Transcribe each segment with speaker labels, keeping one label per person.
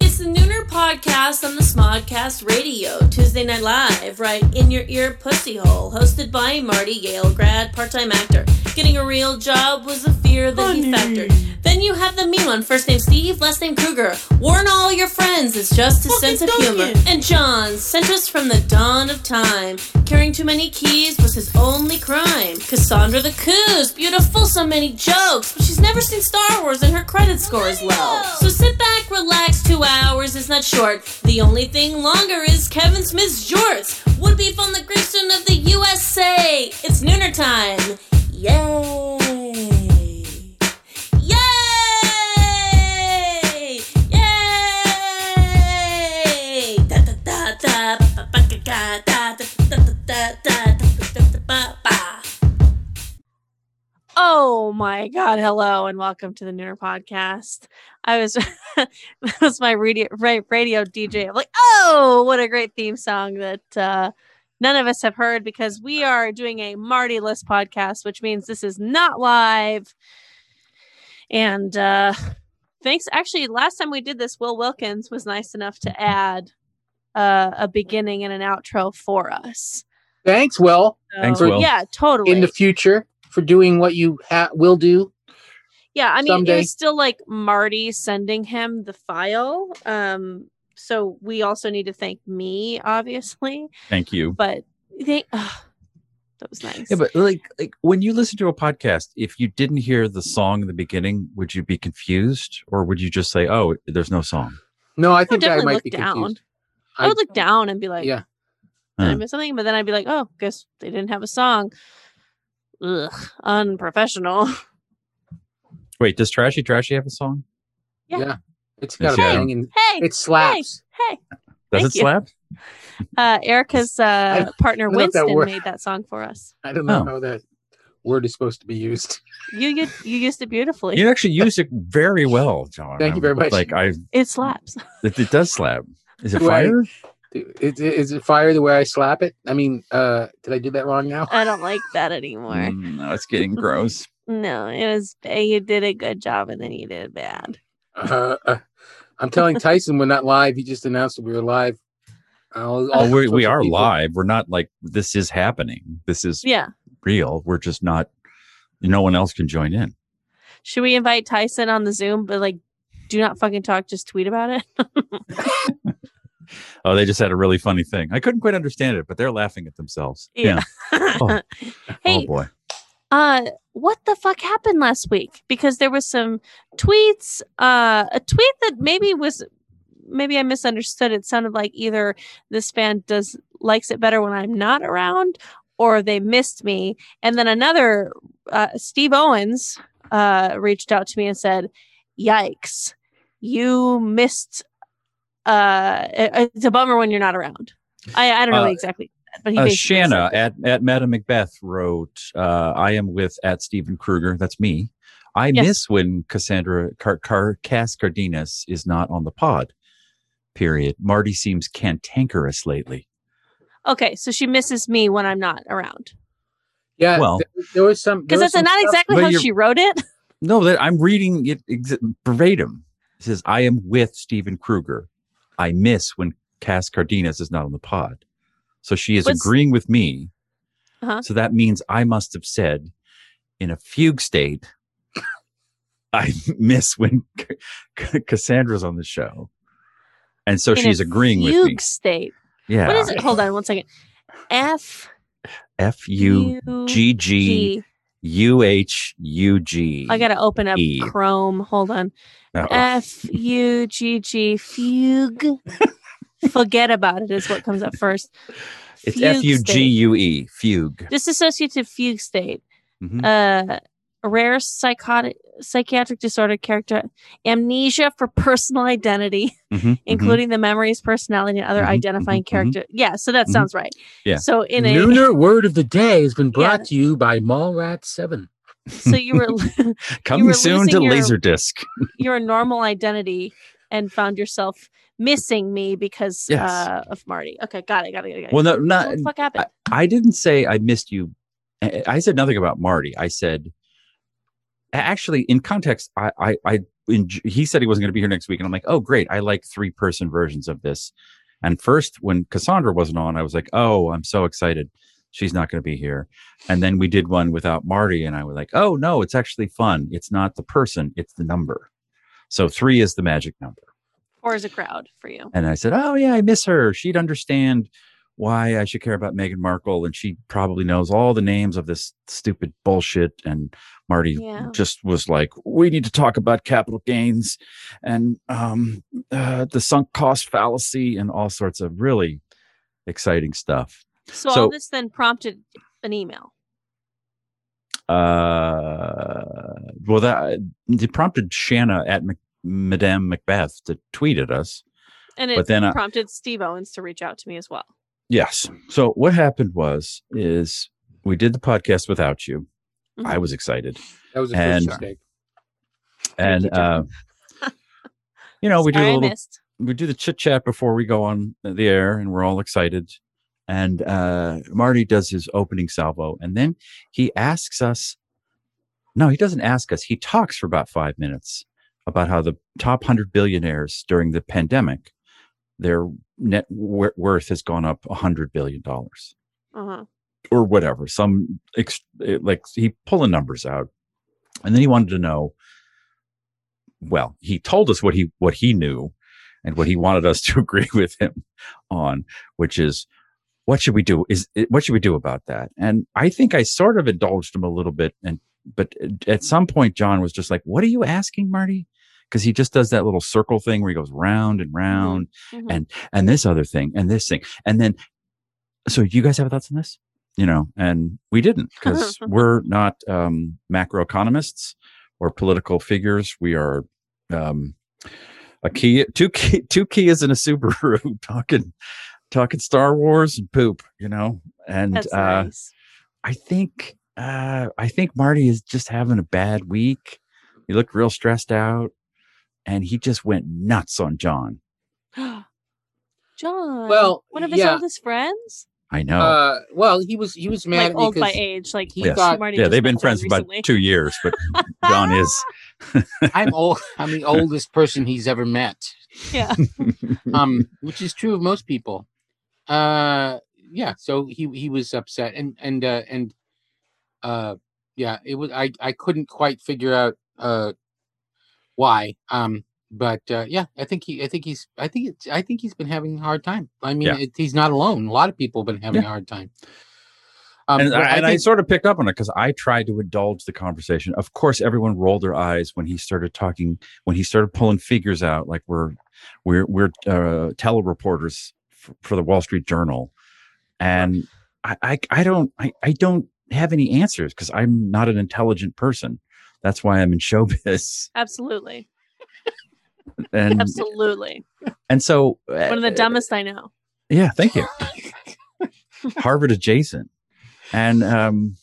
Speaker 1: It's the Nooner Podcast on the Smodcast Radio, Tuesday Night Live, right in your ear pussy hole, hosted by Marty Yale grad, part-time actor. Getting a real job was a fear that he factored. Then you have the mean one, first name Steve, last name Kruger. Warn all your friends, it's just his sense of humor. And John, sent us from the dawn of time. Carrying too many keys was his only crime. Cassandra the Coos, beautiful, so many jokes, but she's never seen Star Wars and her credit score is low. So sit back, relax, two hours is not short. The only thing longer is Kevin Smith's jorts. Would be from the Griston of the USA. It's nooner time. Yay! Yay! Yay! Da da da da ba ba ba ga, ga, da da da da da da da da ba ba.
Speaker 2: Oh my God! Hello and welcome to the Nooner Podcast. I was that was my radio ra- radio DJ. I'm like, oh, what a great theme song that uh, none of us have heard because we are doing a Marty List podcast, which means this is not live. And uh, thanks. Actually, last time we did this, Will Wilkins was nice enough to add uh, a beginning and an outro for us.
Speaker 3: Thanks, Will.
Speaker 4: Thanks,
Speaker 2: So,
Speaker 4: Will.
Speaker 2: Yeah, totally.
Speaker 3: In the future, for doing what you ha- will do.
Speaker 2: yeah i mean it
Speaker 3: someday.
Speaker 2: was still like marty sending him the file um so we also need to thank me obviously
Speaker 4: Thank you.
Speaker 2: but they ugh, that was nice
Speaker 4: Yeah, but like like when you listen to a podcast, if you didn't hear the song in the beginning, would you be confused or would you just say, "Oh, there's no song"?
Speaker 3: No, I think I
Speaker 2: definitely
Speaker 3: might
Speaker 2: look
Speaker 3: be
Speaker 2: down.
Speaker 3: confused.
Speaker 2: I, would look down and be like
Speaker 3: Yeah.
Speaker 2: did I
Speaker 4: Huh.
Speaker 2: miss something but then i'd be like oh guess they didn't have a song Ugh, unprofessional
Speaker 4: Wait, does Trashy Trashy have a song?
Speaker 2: Yeah.
Speaker 3: It's got a
Speaker 4: Yeah.
Speaker 3: bang and
Speaker 2: hey
Speaker 3: it slaps.
Speaker 2: hey
Speaker 4: Does
Speaker 2: Thank
Speaker 4: it
Speaker 2: you.
Speaker 4: slap?
Speaker 2: uh erica's uh partner
Speaker 3: don't know if that
Speaker 2: winston
Speaker 3: wor-
Speaker 2: made that song for us
Speaker 3: I don't know
Speaker 4: Oh.
Speaker 3: how that word is supposed to be used.
Speaker 2: you you, you used it beautifully
Speaker 4: You actually used it very well, John.
Speaker 3: Thank you very much.
Speaker 4: Like I,
Speaker 2: it slaps
Speaker 4: it, it does slap. Is it
Speaker 3: Right.
Speaker 4: fire?
Speaker 3: Is, is it fire the way I slap it? I mean, uh, did I do that wrong now?
Speaker 2: i don't like that anymore
Speaker 4: Mm, no, it's getting gross.
Speaker 2: No, it was you did a good job and then you did bad.
Speaker 3: Uh, uh, I'm telling Tyson we're not live. He just announced that we were live. All- all
Speaker 4: Oh, we,
Speaker 3: sorts
Speaker 4: we
Speaker 3: of
Speaker 4: are
Speaker 3: people.
Speaker 4: live. We're not like this is happening. This is
Speaker 2: Yeah.
Speaker 4: real. We're just not. No one else can join in.
Speaker 2: Should we invite Tyson on the Zoom? But like, do not fucking talk. Just tweet about it.
Speaker 4: Oh, they just had a really funny thing. I couldn't quite understand it, but they're laughing at themselves.
Speaker 2: Yeah.
Speaker 4: Oh. Oh
Speaker 2: hey,
Speaker 4: boy.
Speaker 2: uh, what the fuck happened last week? Because there was some tweets. Uh, a tweet that maybe was maybe I misunderstood. It sounded like either this fan does likes it better when I'm not around, or they missed me. And then another uh, Steve Owens uh, reached out to me and said, "Yikes, you missed. Uh, it- it's a bummer when you're not around." I, I don't know
Speaker 4: Uh,
Speaker 2: exactly, that, but he
Speaker 4: Uh,
Speaker 2: basically said
Speaker 4: Shanna
Speaker 2: that.
Speaker 4: at, at Madam Macbeth wrote, uh, I am with at Stephen Kruger. That's me. I
Speaker 2: Yes.
Speaker 4: miss when Cassandra Car- Car- Cass Cardenas is not on the pod. Period. Marty seems cantankerous lately.
Speaker 2: Okay, so she misses me when I'm not around.
Speaker 3: Yeah.
Speaker 4: Well-
Speaker 3: there, there was some.
Speaker 2: Because
Speaker 3: there
Speaker 2: that's
Speaker 3: was some
Speaker 2: not
Speaker 3: stuff-
Speaker 2: exactly
Speaker 4: But
Speaker 2: how
Speaker 4: you're-
Speaker 2: she wrote it.
Speaker 4: No, that I'm reading it ex- verbatim. It says, I am with Stephen Kruger. I miss when Cass Cardenas is not on the pod. So she is
Speaker 2: What's-
Speaker 4: agreeing with me.
Speaker 2: Uh-huh.
Speaker 4: So that means I must have said in a fugue state, I miss when C- C- Cassandra's on the show. And so
Speaker 2: in
Speaker 4: she's
Speaker 2: a
Speaker 4: agreeing with me.
Speaker 2: fugue state.
Speaker 4: Yeah.
Speaker 2: What is it? Hold on one second. F
Speaker 4: F U
Speaker 2: U
Speaker 4: G G
Speaker 2: G.
Speaker 4: U H U G.
Speaker 2: I gotta open up
Speaker 4: E.
Speaker 2: Chrome. Hold on.
Speaker 4: Uh-oh.
Speaker 2: F U G G fugue. Forget about it is what comes up first.
Speaker 4: It's
Speaker 2: Fugue
Speaker 4: F U G
Speaker 2: state.
Speaker 4: U E. Fugue.
Speaker 2: Dissociative fugue state.
Speaker 4: Mhm.
Speaker 2: Uh, rare psychotic psychiatric disorder character amnesia for personal identity.
Speaker 4: Mhm, mhm.
Speaker 2: including the memories, personality, and other
Speaker 4: Mhm,
Speaker 2: identifying
Speaker 4: mhm, mhm.
Speaker 2: character. Yeah, so that
Speaker 4: Mhm.
Speaker 2: sounds right.
Speaker 4: Yeah.
Speaker 2: So in a
Speaker 3: Lunar word of the day has been
Speaker 2: Yeah.
Speaker 3: brought to you by Mallrat Seven.
Speaker 2: so you were
Speaker 4: coming
Speaker 2: were
Speaker 4: soon to
Speaker 2: losing your-
Speaker 4: Laserdisc.
Speaker 2: your normal identity and found yourself missing me because
Speaker 4: Yes.
Speaker 2: uh, of Marty. Okay, got it, got it, got it. got it.
Speaker 4: Well, no,
Speaker 2: what
Speaker 4: not
Speaker 2: the fuck happened?
Speaker 4: I didn't say I missed you. I I said nothing about Marty. I said, actually, in context, I I, I enj- he said he wasn't going to be here next week, and I'm like, oh great, I like three person versions of this. And first, when Cassandra wasn't on, I was like, oh, I'm so excited. She's not going to be here. And then we did one without Marty, and I was like, oh no, it's actually fun. It's not the person, it's the number. So three is the magic number.
Speaker 1: Or as a crowd for you.
Speaker 4: And I said, Oh, yeah, I miss her. She'd understand why I should care about Meghan Markle. And she probably knows all the names of this stupid bullshit. And Marty
Speaker 1: Yeah.
Speaker 4: just was like, We need to talk about capital gains and um, uh, the sunk cost fallacy and all sorts of really exciting stuff.
Speaker 1: So,
Speaker 4: So-
Speaker 1: all this then prompted an email.
Speaker 4: Uh, well, that it prompted Shanna at Mac- Madame Macbeth to tweet at us.
Speaker 1: And
Speaker 4: But
Speaker 1: it
Speaker 4: then uh, I-
Speaker 1: prompted Steve Owens to reach out to me as well.
Speaker 4: Yes. So what happened was is we did the podcast without you.
Speaker 1: Mhm.
Speaker 4: I was excited,
Speaker 3: That was a
Speaker 4: And-
Speaker 3: first mistake.
Speaker 4: and
Speaker 1: did you?
Speaker 4: uh, you know Oh, we do
Speaker 1: Sorry
Speaker 4: a
Speaker 1: I
Speaker 4: little
Speaker 1: missed.
Speaker 4: we do the chit chat before we go on the air, and we're all excited. And uh, Marty does his opening salvo, and then he asks us. No, he doesn't ask us. He talks for about five minutes about how the top hundred billionaires during the pandemic, their net wor- worth has gone up a hundred billion dollars.
Speaker 1: Uh-huh.
Speaker 4: or whatever some ex- eh, like he pulling numbers out and then he wanted to know well he told us what he what he knew and what he wanted us to agree with him on which is what should we do is eh, what should we do about that and i think i sort of indulged him a little bit and but eh, at some point john was just like what are you asking marty because he just does that little circle thing where he goes round and round
Speaker 1: Mhm.
Speaker 4: and and this other thing and this thing and then so you guys have thoughts on this you know and we didn't because we're not um macroeconomists or political figures we are um a key two key two key is in a subaru talking talking star wars and poop you know and
Speaker 1: That's
Speaker 4: uh
Speaker 1: nice.
Speaker 4: I think uh, I think Marty is just having a bad week. He looked real stressed out, and he just went nuts on John.
Speaker 1: John.
Speaker 3: Well,
Speaker 1: one of his
Speaker 3: yeah.
Speaker 1: oldest friends,
Speaker 4: I know.
Speaker 3: Uh, well, he was he was mad
Speaker 1: like
Speaker 3: at me
Speaker 1: old by
Speaker 3: 'cause
Speaker 1: age, like
Speaker 3: he
Speaker 4: Yes.
Speaker 3: thought
Speaker 1: Marty
Speaker 4: yeah,
Speaker 1: just
Speaker 4: they've been
Speaker 1: met
Speaker 4: friends
Speaker 1: John
Speaker 4: for about
Speaker 1: recently.
Speaker 4: two years, but John is.
Speaker 3: I'm old. I'm the oldest person he's ever met.
Speaker 1: Yeah.
Speaker 3: um, which is true of most people. Uh, yeah. So he he was upset, and and uh, and uh, yeah, it was. I I couldn't quite figure out uh why. Um, but uh, yeah, I think he I think he's I think it's, I think he's been having a hard time. I mean,
Speaker 4: Yeah.
Speaker 3: it, he's not alone. A lot of people have been having a hard time. Um,
Speaker 4: and
Speaker 3: but
Speaker 4: I, and I
Speaker 3: think-
Speaker 4: sort of picked up on it because I tried to indulge the conversation. Of course, everyone rolled their eyes when he started talking, when he started pulling figures out, like we're we're we're uh, telereporters for, for the Wall Street Journal, and I I, I don't I, I don't have any answers because I'm not an intelligent person. That's why I'm in showbiz,
Speaker 1: Absolutely.
Speaker 4: and
Speaker 1: Absolutely.
Speaker 4: and so
Speaker 1: One of the dumbest I know.
Speaker 4: Yeah, thank you. Harvard adjacent. And um,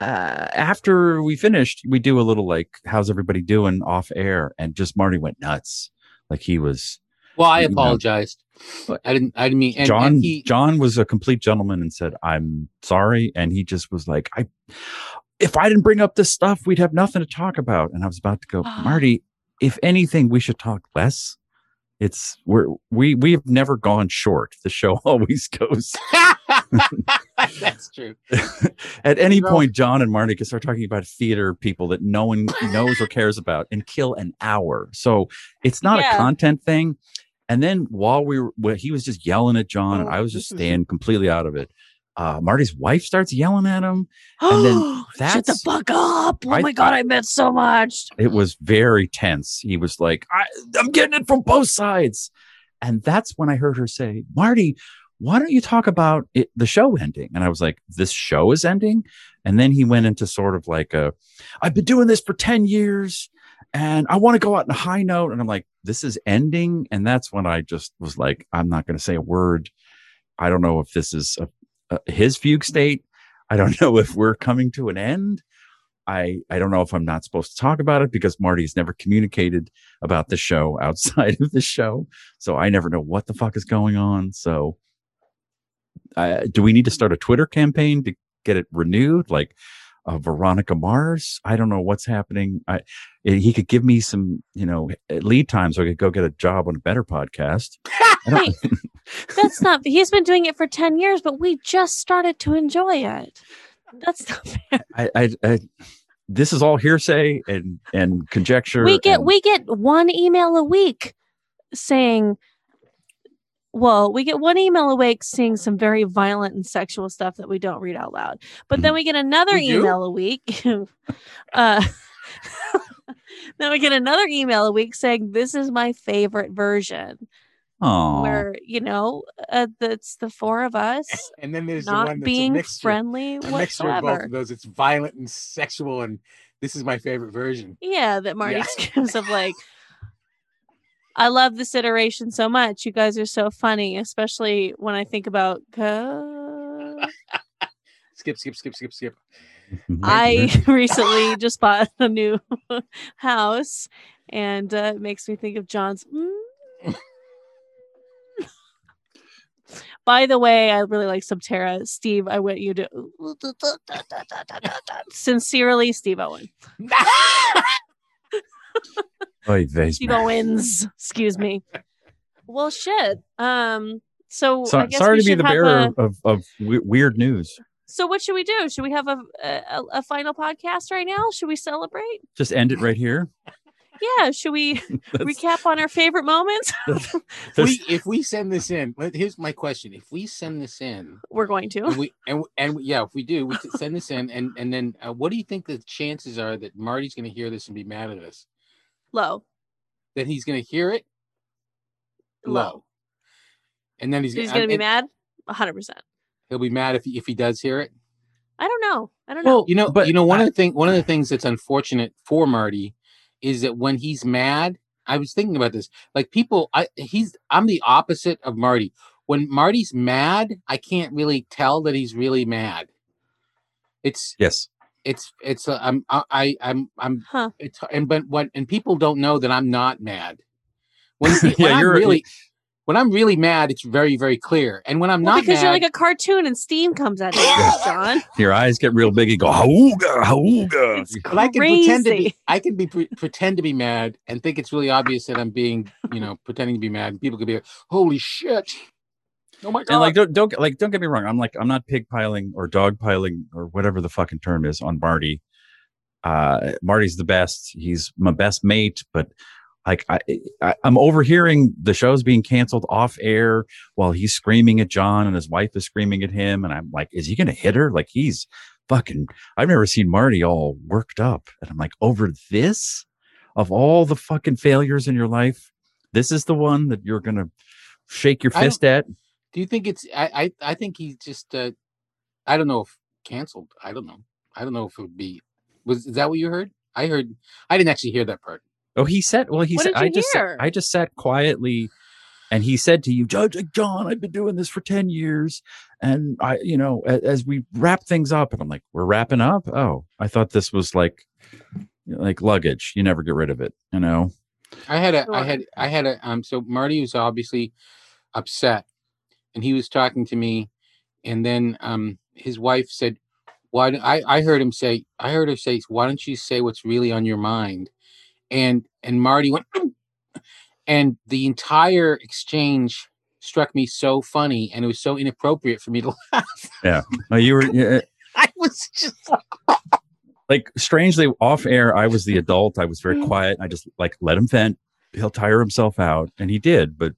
Speaker 4: uh, after we finished, we do a little like, how's everybody doing off air? And just Marty went nuts. Like he was,
Speaker 3: well, I
Speaker 4: you know,
Speaker 3: apologized.
Speaker 4: but-
Speaker 3: I didn't. I didn't mean. And,
Speaker 4: John,
Speaker 3: and he,
Speaker 4: John was a complete gentleman and said, I'm sorry. And he just was like, I, if I didn't bring up this stuff, we'd have nothing to talk about. And I was about to go,
Speaker 3: Ah.
Speaker 4: Marty, if anything, we should talk less. It's we're, we, we've never gone short. The show always goes
Speaker 3: That's true.
Speaker 4: At any
Speaker 3: You know-
Speaker 4: point, John and Marty can start talking about theater people that no one knows or cares about and kill an hour. So it's not
Speaker 1: Yeah.
Speaker 4: a content thing. And then while we were, well, he was just yelling at John, and
Speaker 3: Oh,
Speaker 4: I was just
Speaker 3: this is-
Speaker 4: staying completely out of it. Uh, Marty's wife starts yelling at him. And then
Speaker 1: Shut the
Speaker 4: that's-
Speaker 1: fuck up. Oh
Speaker 4: I-
Speaker 1: my God, I meant so much.
Speaker 4: It was very tense. He was like, I, I'm getting it from both sides. And that's when I heard her say, Marty, why don't you talk about it, the show ending? And I was like, this show is ending. And then he went into sort of like a, I've been doing this for 10 years and I want to go out on a high note. And I'm like, this is ending. And that's when I just was like, I'm not going to say a word. I don't know if this is a, a, his fugue state. I don't know if we're coming to an end. I, I don't know if I'm not supposed to talk about it because Marty's never communicated about the show outside of the show. So I never know what the fuck is going on. So uh, do we need to start a Twitter campaign to get it renewed? Like, uh, Veronica Mars. I don't know what's happening. I, he could give me some, you know, eh, lead time so I could go get a job on a better podcast. I don't-
Speaker 1: That's not. He's been doing it for ten years, but we just started to enjoy it. That's not fair.
Speaker 4: I, I, I, this is all hearsay and and conjecture.
Speaker 1: we get
Speaker 4: and-
Speaker 1: we get one email a week saying well we get one email a week seeing some very violent and sexual stuff that we don't read out loud but then we get another
Speaker 3: Mm. We do?
Speaker 1: email a week uh, then we get another email a week saying this is my favorite version
Speaker 4: Aw.
Speaker 1: where you know uh, that's the four of us
Speaker 3: And then there's the
Speaker 1: not
Speaker 3: one that's a
Speaker 1: being
Speaker 3: mixture,
Speaker 1: friendly
Speaker 3: a mixture of both
Speaker 1: whatsoever
Speaker 3: of those. It's violent and sexual, and this is my favorite version.
Speaker 1: Yeah, that Marty
Speaker 3: Yeah.
Speaker 1: screams of like, I love this iteration so much. You guys are so funny, especially when I think about go.
Speaker 3: Skip, skip, skip, skip, skip.
Speaker 4: Mm-hmm.
Speaker 1: I recently just bought a new house, and uh, it makes me think of John's. "Mm." By the way, I really like Subterra. Steve, I want you to. Sincerely, Steve Owen.
Speaker 4: Oy vey,
Speaker 1: Steve
Speaker 4: man.
Speaker 1: Owens. Excuse me. Well, shit. Um. So,
Speaker 4: So-
Speaker 1: I guess we
Speaker 4: sorry to be
Speaker 1: should
Speaker 4: the
Speaker 1: have
Speaker 4: bearer
Speaker 1: A,
Speaker 4: of, of we- weird news.
Speaker 1: so, what should we do? Should we have a, a a final podcast right now? Should we celebrate?
Speaker 4: Just end it right here.
Speaker 1: Yeah. Should we
Speaker 4: That's-
Speaker 1: recap on our favorite moments?
Speaker 3: If we, if we send this in, let- here's my question: If we send this in,
Speaker 1: We're going
Speaker 3: and
Speaker 1: to.
Speaker 3: we and and yeah, if we do, we could send this in, and and then uh, what do you think the chances are that Marty's going to hear this and be mad at us?
Speaker 1: Low.
Speaker 3: That he's going to hear it low,
Speaker 1: Low.
Speaker 3: and then he's,
Speaker 1: He's
Speaker 3: I-
Speaker 1: gonna be
Speaker 3: and
Speaker 1: mad. A hundred percent.
Speaker 3: He'll be mad if he, if he does hear it.
Speaker 1: I don't know. I don't know.
Speaker 4: Well,
Speaker 3: You know,
Speaker 4: but
Speaker 3: you know one
Speaker 4: I-
Speaker 3: of the thing one of the things that's unfortunate for Marty is that when he's mad, I was thinking about this. Like people, I he's I'm the opposite of Marty. When Marty's mad, I can't really tell that he's really mad. It's
Speaker 4: yes.
Speaker 3: it's it's uh, I'm I I- I'm I'm
Speaker 1: Huh.
Speaker 3: it's and but what and people don't know that I'm not mad. When, when
Speaker 4: Yeah,
Speaker 3: I'm
Speaker 4: you're-
Speaker 3: really when I'm really mad, it's very very clear. And when I'm
Speaker 1: Well,
Speaker 3: not
Speaker 1: because
Speaker 3: mad,
Speaker 1: you're like a cartoon and steam comes out of you, John.
Speaker 4: Your eyes get real big. You go, hauga, hauga.
Speaker 1: It's
Speaker 3: but I can pretend to
Speaker 1: crazy.
Speaker 3: be I can be pre- pretend to be mad and think it's really obvious that I'm being you know pretending to be mad. And people could be like, "Holy shit! Oh my god!"
Speaker 4: and like don't don't like don't get me wrong. I'm like I'm not pig piling or dog piling or whatever the fucking term is on Marty. Uh, Marty's the best. He's my best mate. But like I, I I'm overhearing the show's being canceled off air while he's screaming at John and his wife is screaming at him. And I'm like, is he gonna hit her? Like he's fucking. I've never seen Marty all worked up. And I'm like, over this of all the fucking failures in your life, this is the one that you're gonna shake your
Speaker 3: I don't-
Speaker 4: fist at
Speaker 3: Do you think it's? I I, I think he just. Uh, I don't know if canceled. I don't know. I don't know if it would be. Was is that what you heard? I heard. I didn't actually hear that part.
Speaker 4: Oh, he said. Well, he
Speaker 1: What
Speaker 4: said.
Speaker 1: did you
Speaker 4: I just. sat-
Speaker 1: hear?
Speaker 4: I just sat quietly, and he said to you, Judge uh, John, I've been doing this for ten years, and I, you know, as, as we wrap things up, and I'm like, we're wrapping up. Oh, I thought this was like, like luggage. You never get rid of it. You know.
Speaker 3: I had a. I
Speaker 1: Sure.
Speaker 3: had. I had a. Um. So Marty was obviously upset, and he was talking to me, and then um his wife said, "Why?" don't-" I I heard him say. I heard her say, "Why don't you say what's really on your mind?" And and Marty went, and the entire exchange struck me so funny, and it was so inappropriate for me to
Speaker 4: No, Oh, you were yeah,
Speaker 3: I was just like,
Speaker 4: like strangely off air. I was the adult. I was very
Speaker 1: Mm.
Speaker 4: quiet. I just like let him vent. He'll tire himself out, and he did. But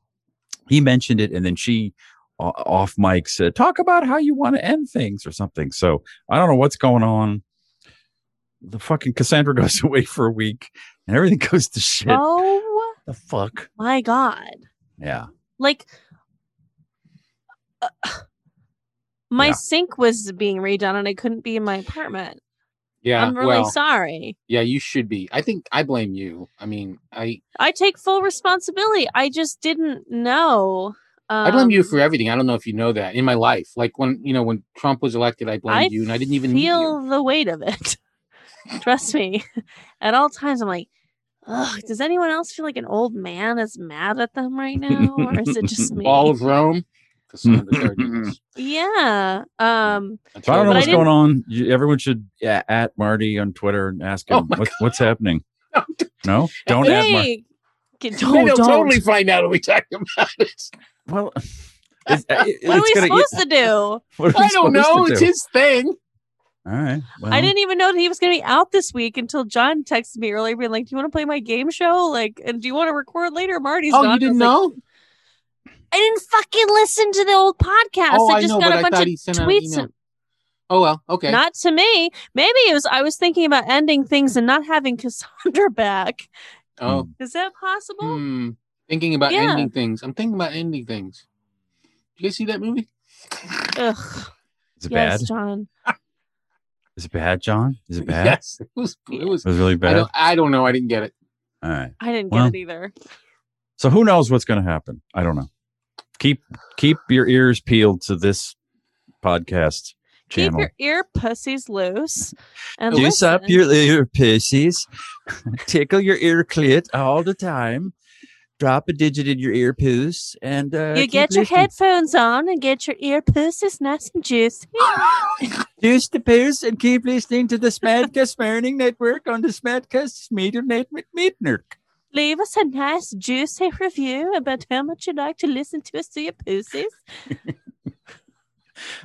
Speaker 4: he mentioned it, and then she o- off mic said, "Talk about how you want to end things or something." So I don't know what's going on. The fucking Cassandra goes away for a week, and everything goes to shit.
Speaker 1: Oh
Speaker 4: The fuck?
Speaker 1: my god.
Speaker 4: Yeah.
Speaker 1: like uh, my
Speaker 4: Yeah.
Speaker 1: sink was being redone and I couldn't be in my apartment.
Speaker 3: yeah,
Speaker 1: I'm really
Speaker 3: well,
Speaker 1: sorry.
Speaker 3: yeah, you should be. I think I blame you. I mean, I
Speaker 1: I take full responsibility. I just didn't know. Um,
Speaker 3: I blame you for everything. I don't know if you know that in my life. Like when you know when Trump was elected, I blamed you, and I didn't even meet you.
Speaker 1: feel the weight of it. Trust me. At all times, I'm like, Ugh, does anyone else feel like an old man is mad at them right now, or is it just me?
Speaker 3: All of Rome. the son of the Dardanelles.
Speaker 1: Yeah. Um.
Speaker 3: That's
Speaker 4: If I
Speaker 3: right.
Speaker 4: don't know
Speaker 1: But I
Speaker 4: what's
Speaker 1: didn't-
Speaker 4: going on, you, everyone should yeah, at Marty on Twitter and ask
Speaker 3: Oh
Speaker 4: him
Speaker 3: my
Speaker 4: what, what's happening. No, don't add Marty.
Speaker 1: Hey. Get,
Speaker 3: Then
Speaker 1: don't,
Speaker 3: they'll
Speaker 1: don't.
Speaker 3: totally find out what we talked about. It's-
Speaker 4: Well, it's, uh, it-
Speaker 1: What are
Speaker 4: it's
Speaker 1: we
Speaker 4: gonna-
Speaker 1: supposed to do?
Speaker 4: what are we
Speaker 3: I don't
Speaker 4: supposed to
Speaker 3: know. It's
Speaker 4: do?
Speaker 3: his thing.
Speaker 4: All
Speaker 1: I
Speaker 4: right. well.
Speaker 1: didn't even know that he was going to be out this week until John texted me earlier, being like, "Do you want to play my game show? Like, and do you want to record later?" Marty's
Speaker 3: oh,
Speaker 1: gone."
Speaker 3: you
Speaker 1: I was
Speaker 3: didn't
Speaker 1: like,
Speaker 3: know?
Speaker 1: I didn't fucking listen to the old podcast.
Speaker 3: oh,
Speaker 1: I
Speaker 3: I
Speaker 1: just
Speaker 3: know,
Speaker 1: got
Speaker 3: but
Speaker 1: a
Speaker 3: I
Speaker 1: bunch
Speaker 3: thought
Speaker 1: of
Speaker 3: he sent out an
Speaker 1: tweets.
Speaker 3: email. Oh well, okay.
Speaker 1: Not to me. Maybe it was. I was thinking about ending things and not having Cassandra back.
Speaker 3: oh,
Speaker 1: Is that possible?
Speaker 3: hmm. thinking about
Speaker 1: Yeah.
Speaker 3: ending things. I'm thinking about ending things. You guys see that movie?
Speaker 1: Ugh.
Speaker 4: Is it
Speaker 1: Yes,
Speaker 4: bad?
Speaker 1: John.
Speaker 4: Is it bad, John? Is it bad?
Speaker 3: Yes, it was. It was.
Speaker 4: It was really
Speaker 3: I
Speaker 4: bad.
Speaker 3: don't. I don't know. I didn't get it.
Speaker 4: All right.
Speaker 1: I didn't
Speaker 4: Well.
Speaker 1: get it either.
Speaker 4: So who knows what's going to happen? I don't know. Keep keep your ears peeled to this podcast channel.
Speaker 1: Keep your ear pussies loose and
Speaker 4: Juice up
Speaker 1: listen.
Speaker 4: your ear pussies. Tickle your ear clit all the time. Drop a digit in your ear poos and uh,
Speaker 1: You
Speaker 4: keep
Speaker 1: get your
Speaker 4: listening.
Speaker 1: headphones on and get your ear pussies nice and juicy.
Speaker 4: Juice the poos and keep listening to the Smadcast Morning Network on the Smadcast Meter Network. Network.
Speaker 1: Leave us a nice juicy review about how much you'd like to listen to us do your pussies.